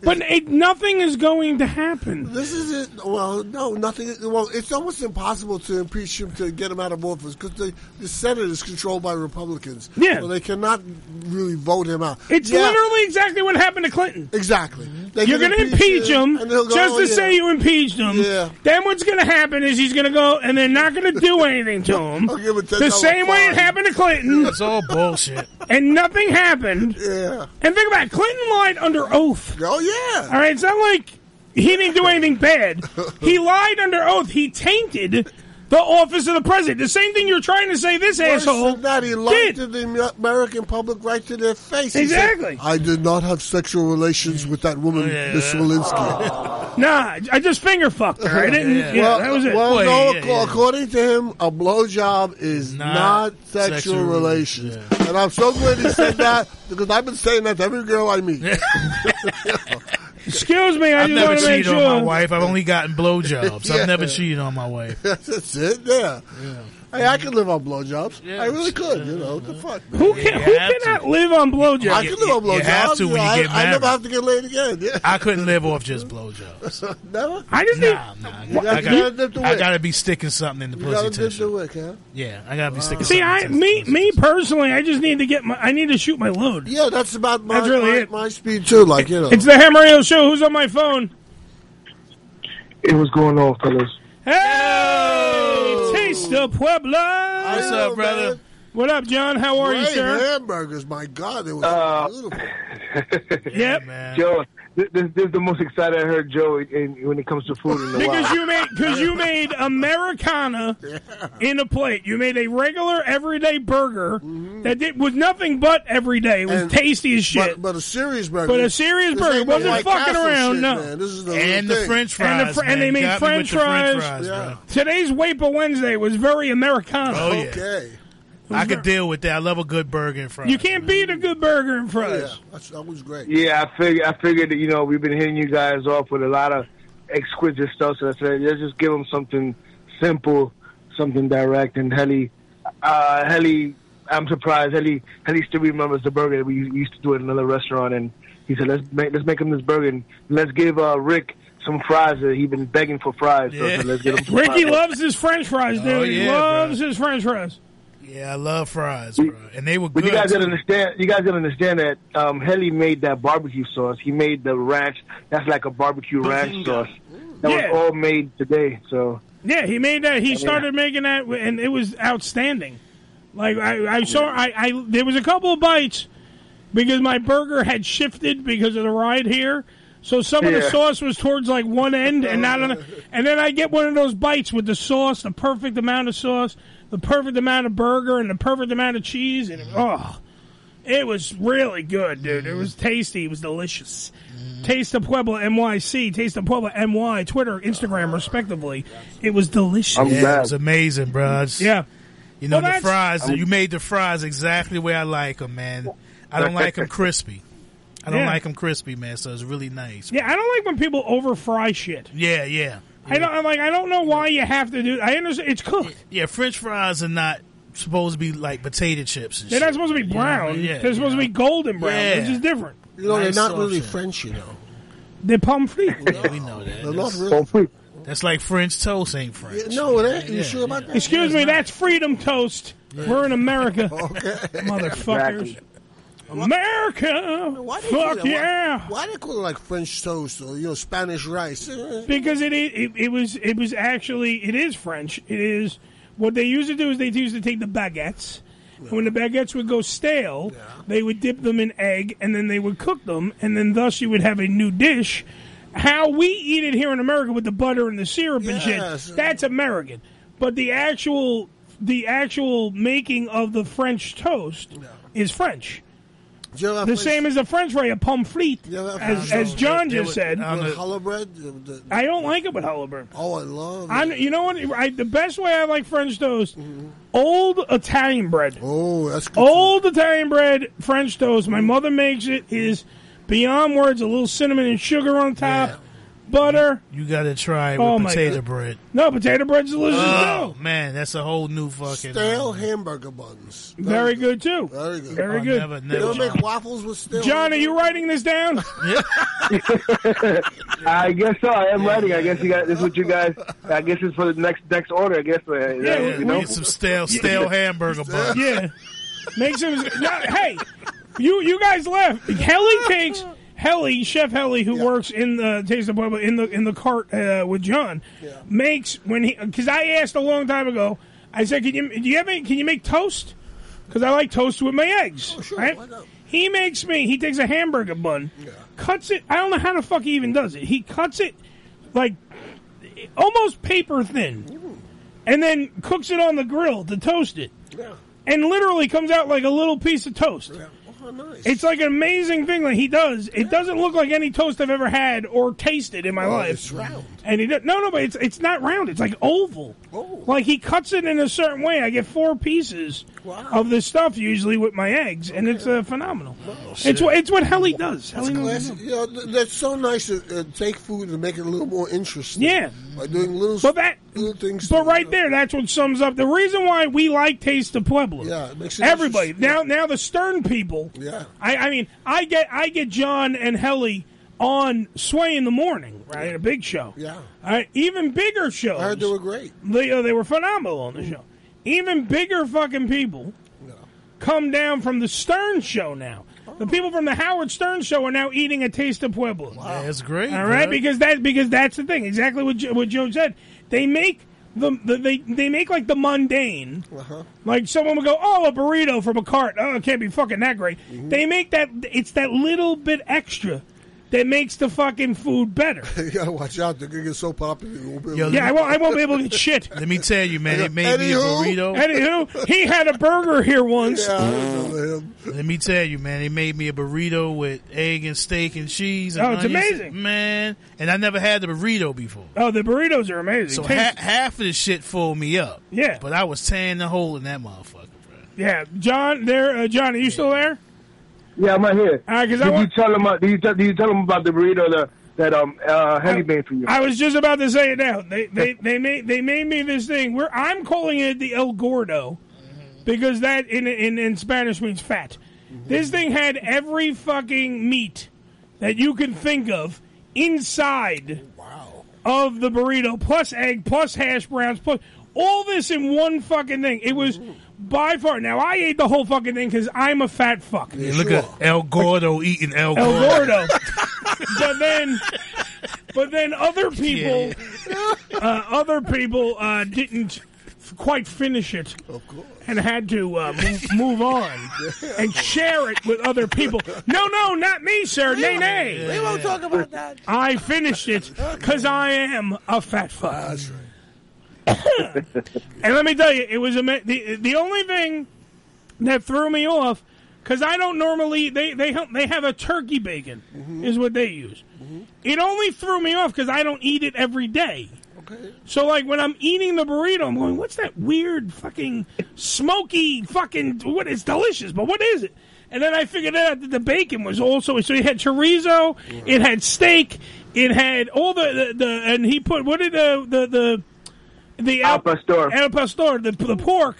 S4: but it, nothing is going to happen.
S10: This isn't well. No, nothing. Well, it's almost impossible to impeach him to get him out of office because the, the Senate is controlled by Republicans.
S4: Yeah.
S10: so they cannot really vote him out.
S4: It's literally exactly what happened to Clinton.
S10: Exactly. They
S4: You're
S10: can
S4: going to
S10: impeach
S4: impeach
S10: you,
S4: him
S10: and they'll go,
S4: just
S10: "Oh,
S4: to
S10: yeah."
S4: say you impeached him.
S10: Yeah.
S4: Then what's going to happen is he's going to go and they're not going to
S10: [LAUGHS]
S4: do anything to him.
S10: I'll give a
S4: the
S10: $10
S4: same way it
S10: fine.
S4: happened to Clinton. It's
S11: all bullshit.
S4: And nothing happened.
S10: Yeah.
S4: And think about it, Clinton lied under oath.
S10: Oh yeah.
S4: All right, it's not like he didn't do anything bad. he lied under oath. He tainted the office of the president. The same thing you're trying to say this
S10: Worse
S4: asshole
S10: than that, he lied
S4: did.
S10: to the American public right to their face. He said,
S4: Exactly. Oh,
S10: I did not have sexual relations with that woman, Miss Walensky. [LAUGHS]
S4: Nah, I just finger fucked her. I didn't. Yeah,
S10: well,
S4: that was it.
S10: well, no, ac- according to him, a blowjob is not, sexual,
S4: sexual
S10: relations. And I'm so glad he said that because I've been saying that to every girl I meet.
S4: [LAUGHS] Excuse me,
S11: I've never cheated
S10: sure.
S11: on my wife. I've only gotten blowjobs.
S10: Yeah.
S4: [LAUGHS]
S11: I've never cheated on my wife.
S10: [LAUGHS] That's it. Yeah. Hey, I could live on blowjobs. I really could. You know what the fuck?
S4: Who can who cannot live on blowjobs?
S10: I can live on blowjobs.
S11: You have to when you
S10: I,
S11: get
S10: I never
S11: married.
S10: have to get laid again. Yeah.
S11: I couldn't live off
S10: [LAUGHS]
S11: just blowjobs.
S10: never.
S4: I just
S11: nah,
S10: need.
S11: nah. I
S10: you gotta dip
S11: gotta,
S10: the
S11: I
S10: wick.
S11: gotta be sticking something in the
S10: You
S11: pussy
S10: gotta
S11: too.
S10: dip the wick, huh?
S11: Yeah, I gotta be sticking.
S4: See,
S11: something
S4: I me me personally, I just need to get my. I need to shoot my load.
S10: Yeah, that's about my,
S4: That's really
S10: my,
S4: it.
S10: my speed too. Like you know,
S4: It's the Hammer Radio Show. Who's on my phone?
S2: Hey, what's going on, fellas?
S4: Hey, taste of Puebla.
S10: What's up, brother?
S4: What up, John? How are you,
S10: Great
S4: sir?
S10: hamburgers. My God, they were beautiful.
S2: [LAUGHS]
S4: Yep.
S2: Uh, Joe, this, this is the most excited I heard Joe in, when it comes to food in a while.
S4: Because you made because you made
S10: [LAUGHS]
S4: Americana in a plate. You made a regular everyday burger that did, was nothing but everyday. It was
S10: Mm-hmm. And-
S4: tasty as shit.
S10: But, but a serious burger.
S4: But a serious
S10: This
S4: burger.
S10: ain't no
S4: Wasn't
S10: White
S4: fucking
S10: Castle
S4: around,
S10: shit,
S4: no.
S10: Man. This is the
S11: And the
S10: thing.
S11: French
S4: and, the
S11: fries,
S4: fr- and they
S11: man.
S4: made
S11: Got me
S4: French,
S11: with the French
S4: fries.
S11: fries, Yeah. bro.
S4: Today's Waper Wednesday was very Americana.
S11: Oh, yeah.
S10: Okay.
S11: I could deal with that. I love a good burger in front.
S4: You can't beat a good burger and fries.
S10: That's, that was great.
S2: yeah, I figured. I figured that you know we've been hitting you guys off with a lot of exquisite stuff. So I said, let's just give them something simple, something direct, and Helly, uh, Helly. I'm surprised Helly Helly still remembers the burger that we used to do at another restaurant, and he said, let's make let's make him this burger, and let's give uh, Rick some fries. that He's been begging for fries, so I said, let's give him. Some
S4: Ricky
S2: fries.
S4: loves his French fries, dude.
S2: Oh,
S4: he
S2: yeah,
S4: loves his French fries.
S11: Yeah, I love fries, bro. And they were
S2: But
S11: good.
S2: you guys
S11: too.
S2: gotta understand. You guys gotta understand that um, Helly made that barbecue sauce. He made the ranch. That's like a barbecue ranch sauce. That
S4: Yeah.
S2: was all made today.
S11: [LAUGHS]
S2: So
S4: Yeah, he made that. He
S2: Yeah.
S4: started making that, and it was outstanding. Like I, I saw, I, I there was a couple of bites because my burger had shifted because of the ride here. So some of the
S2: Yeah.
S4: sauce was towards like one end and not on, and then I get one of those bites with the sauce, the perfect amount of sauce, the perfect amount of burger, and the perfect amount of cheese, and oh, it was really good, dude. It was tasty. It was delicious. Taste of Puebla NYC, Taste of Puebla NY, Twitter, Instagram, respectively. It was delicious.
S11: yeah, it was amazing, bro. I just-
S4: Yeah.
S11: You know
S4: Well,
S11: the
S4: that's-
S11: fries.
S4: I'm-
S11: you made the fries exactly the way I like them, man. I don't like them crispy. I don't
S4: Yeah.
S11: like them crispy, man. So it's really nice.
S4: Yeah, I don't like when people over fry shit.
S11: Yeah, yeah.
S4: I don't. I'm like, I don't know why you have to do. I understand it's cooked.
S11: Yeah, French fries are not supposed to be like potato chips. And
S4: They're
S11: shit.
S4: not supposed to be
S11: You know what I
S4: brown.
S11: mean? Yeah,
S4: they're
S11: you
S4: supposed
S11: know.
S4: to be golden brown,
S11: Yeah.
S4: which is different.
S10: You know,
S11: Nice
S10: they're not
S11: sauce,
S10: really
S11: yeah.
S10: French, you know.
S4: They're pommes frites.
S11: we know that.
S10: They're not
S11: That's-
S10: really.
S11: That's like French toast ain't French.
S10: No, it ain't. You
S11: Yeah,
S10: sure about that?
S4: Excuse me, that's freedom toast. We're
S10: [LAUGHS]
S4: in America, motherfuckers.
S10: Exactly.
S4: America,
S10: Why they call it-
S4: fuck
S10: why-
S4: yeah.
S10: Why, they call it like French toast or you know Spanish rice?
S4: because it, is, it it was it was actually it is French. It is what they used to do is they used to take the baguettes. and When the baguettes would go stale, they would dip them in egg and then they would cook them, and then thus you would have a new dish. How we eat it here in America with the butter and the syrup and
S10: Yes.
S4: shit, that's American. But the actual the actual making of the French toast is French.
S10: The
S4: same as the French fry, a pomme frite, as, as John
S10: They
S4: just
S10: would-
S4: said.
S10: the challah bread. the- the-
S4: I don't like it with Halliburton.
S10: Oh, I love.
S4: I, you know what? I, the best way I like French toast, old Italian bread.
S10: Oh, that's good
S4: old Italian bread French toast. My mother makes it is beyond words. A little cinnamon and sugar on top, butter.
S11: You got to try it with
S4: Oh, my
S11: potato
S4: God.
S11: bread.
S4: No, potato bread's delicious.
S10: Ah.
S11: Oh man, that's a whole new fucking. um,
S10: Stale hamburger buns.
S4: no. very good too.
S10: Very good.
S4: Very
S11: Oh,
S4: good.
S11: never,
S10: They don't make waffles with stale.
S4: John, are you writing this down?
S2: I guess so. I am ready. I guess you guys. This is what you guys. I guess it's for the next next order. I guess. uh,
S11: Yeah,
S2: you
S11: we
S2: know?
S11: get some stale, stale hamburger buns.
S4: Yeah. Makes him. No, hey, you you guys left. Helly takes Helly, Chef Helly, who works in the Taste of Pueblo in the in the cart uh, with John, makes when he because I asked a long time ago. I said, "Can you do you have any, Can you make toast? Because I like toast with my eggs." right? He makes me. He takes a hamburger bun, cuts it. I don't know how the fuck he even does it. He cuts it like almost paper thin, and then cooks it on the grill to toast it,
S10: Yeah.
S4: and literally comes out like a little piece of toast.
S10: Oh, nice.
S4: It's like an amazing thing that he does. It doesn't look like any toast I've ever had or tasted in my
S10: Well,
S4: life.
S10: it's round.
S4: And he does, no, no, but it's it's not round. It's like oval.
S10: Oh.
S4: Like he cuts it in a certain way. I get four pieces of this stuff usually with my eggs, and it's uh, phenomenal. it's
S10: shit.
S4: what it's what Helly
S10: That's
S4: does. Helly knows.
S10: classic. You know, th- that's so nice to uh, take food and make it a little more interesting.
S4: Yeah.
S10: By doing little,
S4: But that,
S10: little things.
S4: but right there, that's what sums up the reason why we like Taste of Pueblo.
S10: Yeah, it makes it
S4: everybody now. Now the Stern people.
S10: Yeah.
S4: I, I mean, I get I get John and Helly on Sway in the Morning, right? A big show.
S10: Yeah.
S4: All right, even bigger shows. I heard they were
S10: great.
S4: They, uh, they were phenomenal on the show. Even bigger fucking people come down from the Stern show now. The people from the Howard Stern show are now eating a taste of Pueblo.
S11: That's great.
S4: All right,
S11: bro.
S4: because that because that's the thing. Exactly what jo- what Joe said. They make the, the they they make like the mundane.
S10: Uh-huh.
S4: Like someone would go, "Oh, a burrito from a cart. Oh, it can't be fucking that great."
S10: Mm-hmm.
S4: They make that it's that little bit extra that makes the fucking
S10: [LAUGHS]
S4: food better.
S10: you gotta watch out. They're gonna get so popular. You won't be able
S4: Yeah,
S10: to-
S4: I won't, I won't
S10: [LAUGHS]
S4: be able to get shit.
S11: Let me tell you, man, it may be a
S4: Anywho,
S11: burrito.
S4: anywho, he had a burger here once.
S11: Let me tell you, man, they made me a burrito with egg and steak and cheese. And
S4: Oh, it's
S11: onions.
S4: amazing.
S11: man! And I never had the burrito before,
S4: Oh, the burritos are amazing.
S11: so ha-
S4: Taste-
S11: half of the shit filled me up.
S4: Yeah.
S11: but I was tearing the hole in that motherfucker.
S4: yeah, John, there, uh, John, are you still there?
S2: Yeah, I'm right here.
S4: All right, 'cause I
S2: did you
S4: want-
S2: tell him? Uh, did you tell, did you tell him about the burrito that that um uh Henny made for you?
S4: I was just about to say it now. They they, they made they made me this thing where I'm calling it the El Gordo because that in in, in Spanish means fat. This thing had every fucking meat that you can think of inside of the burrito, plus egg, plus hash browns, plus all this in one fucking thing. It was by far. Now I ate the whole fucking thing because I'm a fat fuck.
S11: Yeah, look at El Gordo eating El Gordo.
S4: El Gordo. but then, but then other people, uh, other people uh, didn't quite finish it, of course, and had to uh, move, move on and share it with other people. No, no, not me, sir. Nay, nay.
S10: We won't talk about that.
S4: I finished it because I am a fat fuck.
S10: Ah,
S4: [LAUGHS] and let me tell you, it was ama- the the only thing that threw me off because I don't normally they they help, they have a turkey bacon
S10: Mm-hmm.
S4: is what they use. It only threw me off because I don't eat it every day.
S10: Okay.
S4: So like when I'm eating the burrito, I'm going, "What's that weird fucking smoky fucking what? It's delicious, but what is it?" And then I figured out that the bacon was also so it had chorizo, it had steak, it had all the the, the and he put what did the the the the al pastor al pastor the the pork.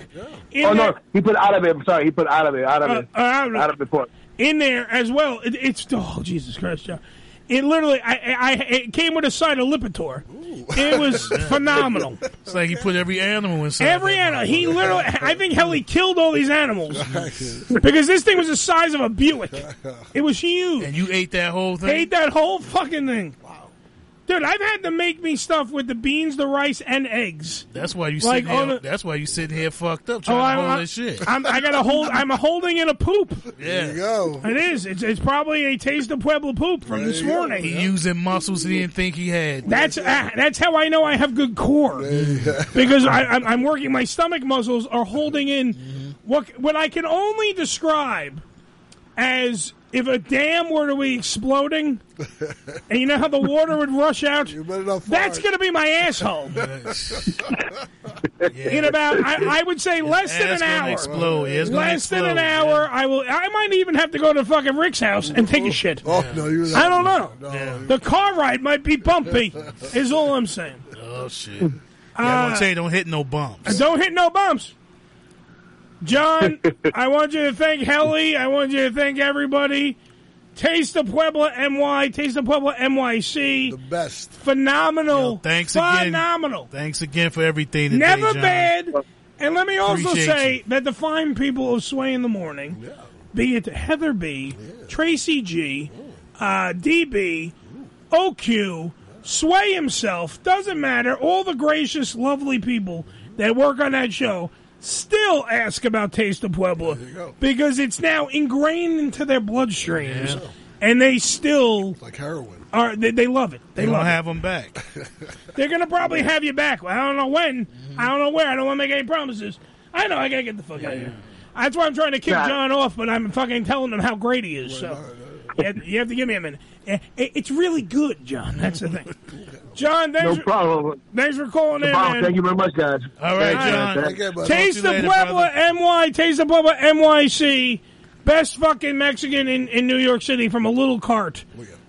S4: in
S2: oh no,
S4: there-
S2: he put out of it. I'm sorry, he put out of it. Out of
S4: Uh,
S2: it.
S4: uh, out of it.
S2: out of the pork.
S4: in there as well. It, it's oh Jesus Christ, John. It literally, I, I, I- it came with a side of Lipitor. It
S11: [LAUGHS]
S4: was phenomenal.
S11: It's like he put every animal inside.
S4: Every animal, he
S11: [LAUGHS]
S4: literally, I think hell, he killed all these animals because this thing was the size of a Buick. It was huge. And
S11: you ate that whole thing?
S4: Ate that whole fucking thing. Wow. Dude, I've had to make me stuff with the beans, the rice, and eggs.
S11: That's why you
S4: Like,
S11: sitting here,
S4: on a-
S11: That's why you sitting here fucked up
S4: Oh,
S11: trying to
S4: I'm-
S11: hold
S4: I'm-
S11: this shit.
S4: I'm, I got to hold. I'm a holding in a poop.
S11: [LAUGHS] Yeah. There you
S10: go.
S4: It is. It's, it's probably a taste of Pueblo poop from this morning.
S11: He using muscles he didn't think he had.
S4: That's ah, that's how I know I have good core [LAUGHS] because I, I'm, I'm working. My stomach muscles are holding in what what I can only describe as if a dam were to be [LAUGHS] exploding, and you know how the water would rush out. That's going to be my [LAUGHS] asshole. In about, I, I would say less than
S11: ass
S4: an
S11: gonna
S4: hour.
S11: explode. Yeah, it's gonna
S4: less than an
S11: explode,
S4: hour, I will. I might even have to go to fucking Rick's house and take a shit. Oh
S10: no, you.
S4: I don't know. The car ride might be bumpy. is all I'm saying.
S11: Oh shit! Yeah, I'm
S4: Uh,
S11: gonna tell you, don't hit no bump.
S4: And Uh, Don't hit no bumps. John, I want you to thank Helly. I want you to thank everybody. Taste of Puebla NY, Taste of Puebla NYC. The
S10: best.
S4: Phenomenal.
S11: Thanks again.
S4: Phenomenal.
S11: Thanks again for everything. Today,
S4: Never
S11: John.
S4: bad. And let me also
S11: Appreciate
S4: say
S11: you.
S4: that the fine people of Sway in the Morning, be it Heather B, Tracy G, uh, DB, OQ, Sway himself, doesn't matter. All the gracious, lovely people that work on that show still ask about Taste of Puebla because it's now ingrained into their bloodstreams,
S10: Yeah.
S4: and they still
S10: Like heroin.
S4: are they, they love it. They
S11: They
S4: love
S11: don't
S4: it.
S11: have them back.
S4: They're gonna probably have you back. I don't know when. I don't know where. I don't want to make any promises. I know I gotta get the fuck out of here. That's why I'm trying to kick
S11: Nah.
S4: John off, but I'm fucking telling him how great he is. So you have, you have to give me a minute. Eh, it- It's really good, John. That's
S2: [LAUGHS]
S4: the thing. John, thanks,
S2: No
S4: for-
S2: problem.
S4: thanks for calling
S2: No
S4: in,
S2: problem.
S4: man.
S2: Thank you very much, guys.
S4: All right, John.
S2: Thank you, bud.
S4: Taste the Puebla MY. Taste the Puebla NYC. Best fucking Mexican in, in New York City from a little cart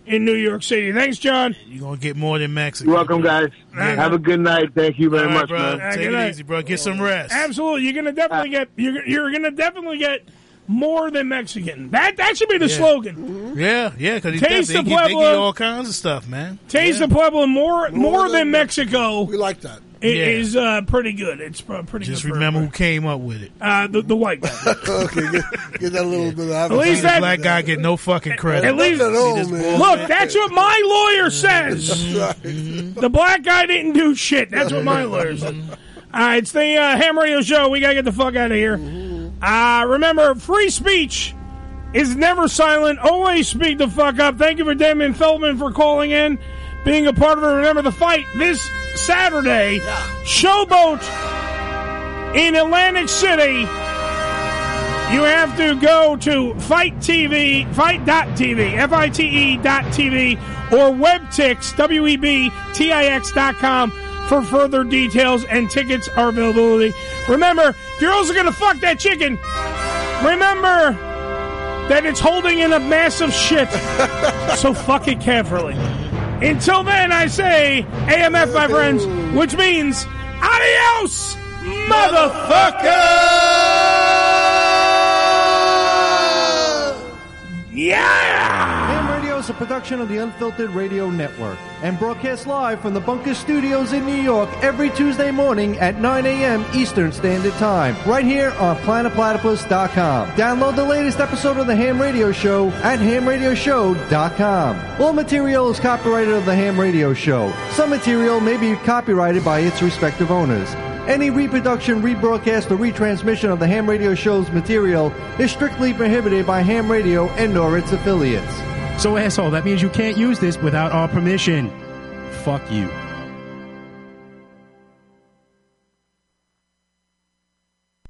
S4: in New York City. Thanks, John.
S11: You're gonna get more than Mexico.
S2: You're welcome, guys. Have a good night. Thank you very
S11: All right,
S2: much,
S11: bro.
S2: man.
S11: Take it easy, bro. Get some rest.
S4: Absolutely, you're gonna definitely get you're you're gonna definitely get more than Mexican. That that should be the
S11: Yeah.
S4: slogan.
S11: Yeah, yeah, because he
S4: Taste
S11: Taste
S4: the
S11: they, get, they get
S4: Pueblo.
S11: all kinds of stuff, man.
S4: Taste the Pueblo more more, than, Mexico. We
S10: like that.
S4: It
S11: Yeah.
S4: is uh, pretty good. It's uh, pretty
S11: Just
S4: good. for-
S11: remember who came up with it.
S4: uh, the the white guy.
S10: [LAUGHS] okay, get, get that little bit. Of
S4: At least that
S11: black guy get no fucking credit.
S4: At least, look, that's what my lawyer says. The black guy didn't do shit. That's what my lawyer says. All right, it's the uh, Ham Radio Show. We gotta get the fuck out of here. Uh, remember, free speech is never silent. Always speak the fuck up. Thank you for Damon Feldman for calling in, being a part of it. Remember the fight this Saturday. Showboat in Atlantic City. You have to go to Fight TV, Fight.tv, F-I-T-E E dot TV, or WebTix, E W-E-B-T-I-X dot com for further details and tickets are availability. Remember, if you're also going to fuck that chicken, remember that it's holding in a massive shit. so fuck it carefully. Until then, I say AMF, my friends, which means adios, motherfucker! Yeah!
S15: Ham Radio is a production of the Unfiltered Radio Network and broadcasts live from the Bunker Studios in New York every Tuesday morning at 9 a.m. Eastern Standard Time, right here on planetplatypus.com. Download the latest episode of The Ham Radio Show at hamradioshow.com. All material is copyrighted of The Ham Radio Show. Some material may be copyrighted by its respective owners. Any reproduction, rebroadcast, or retransmission of the ham radio show's material is strictly prohibited by ham radio and or its affiliates.
S14: So, asshole, that means you can't use this without our permission. Fuck you.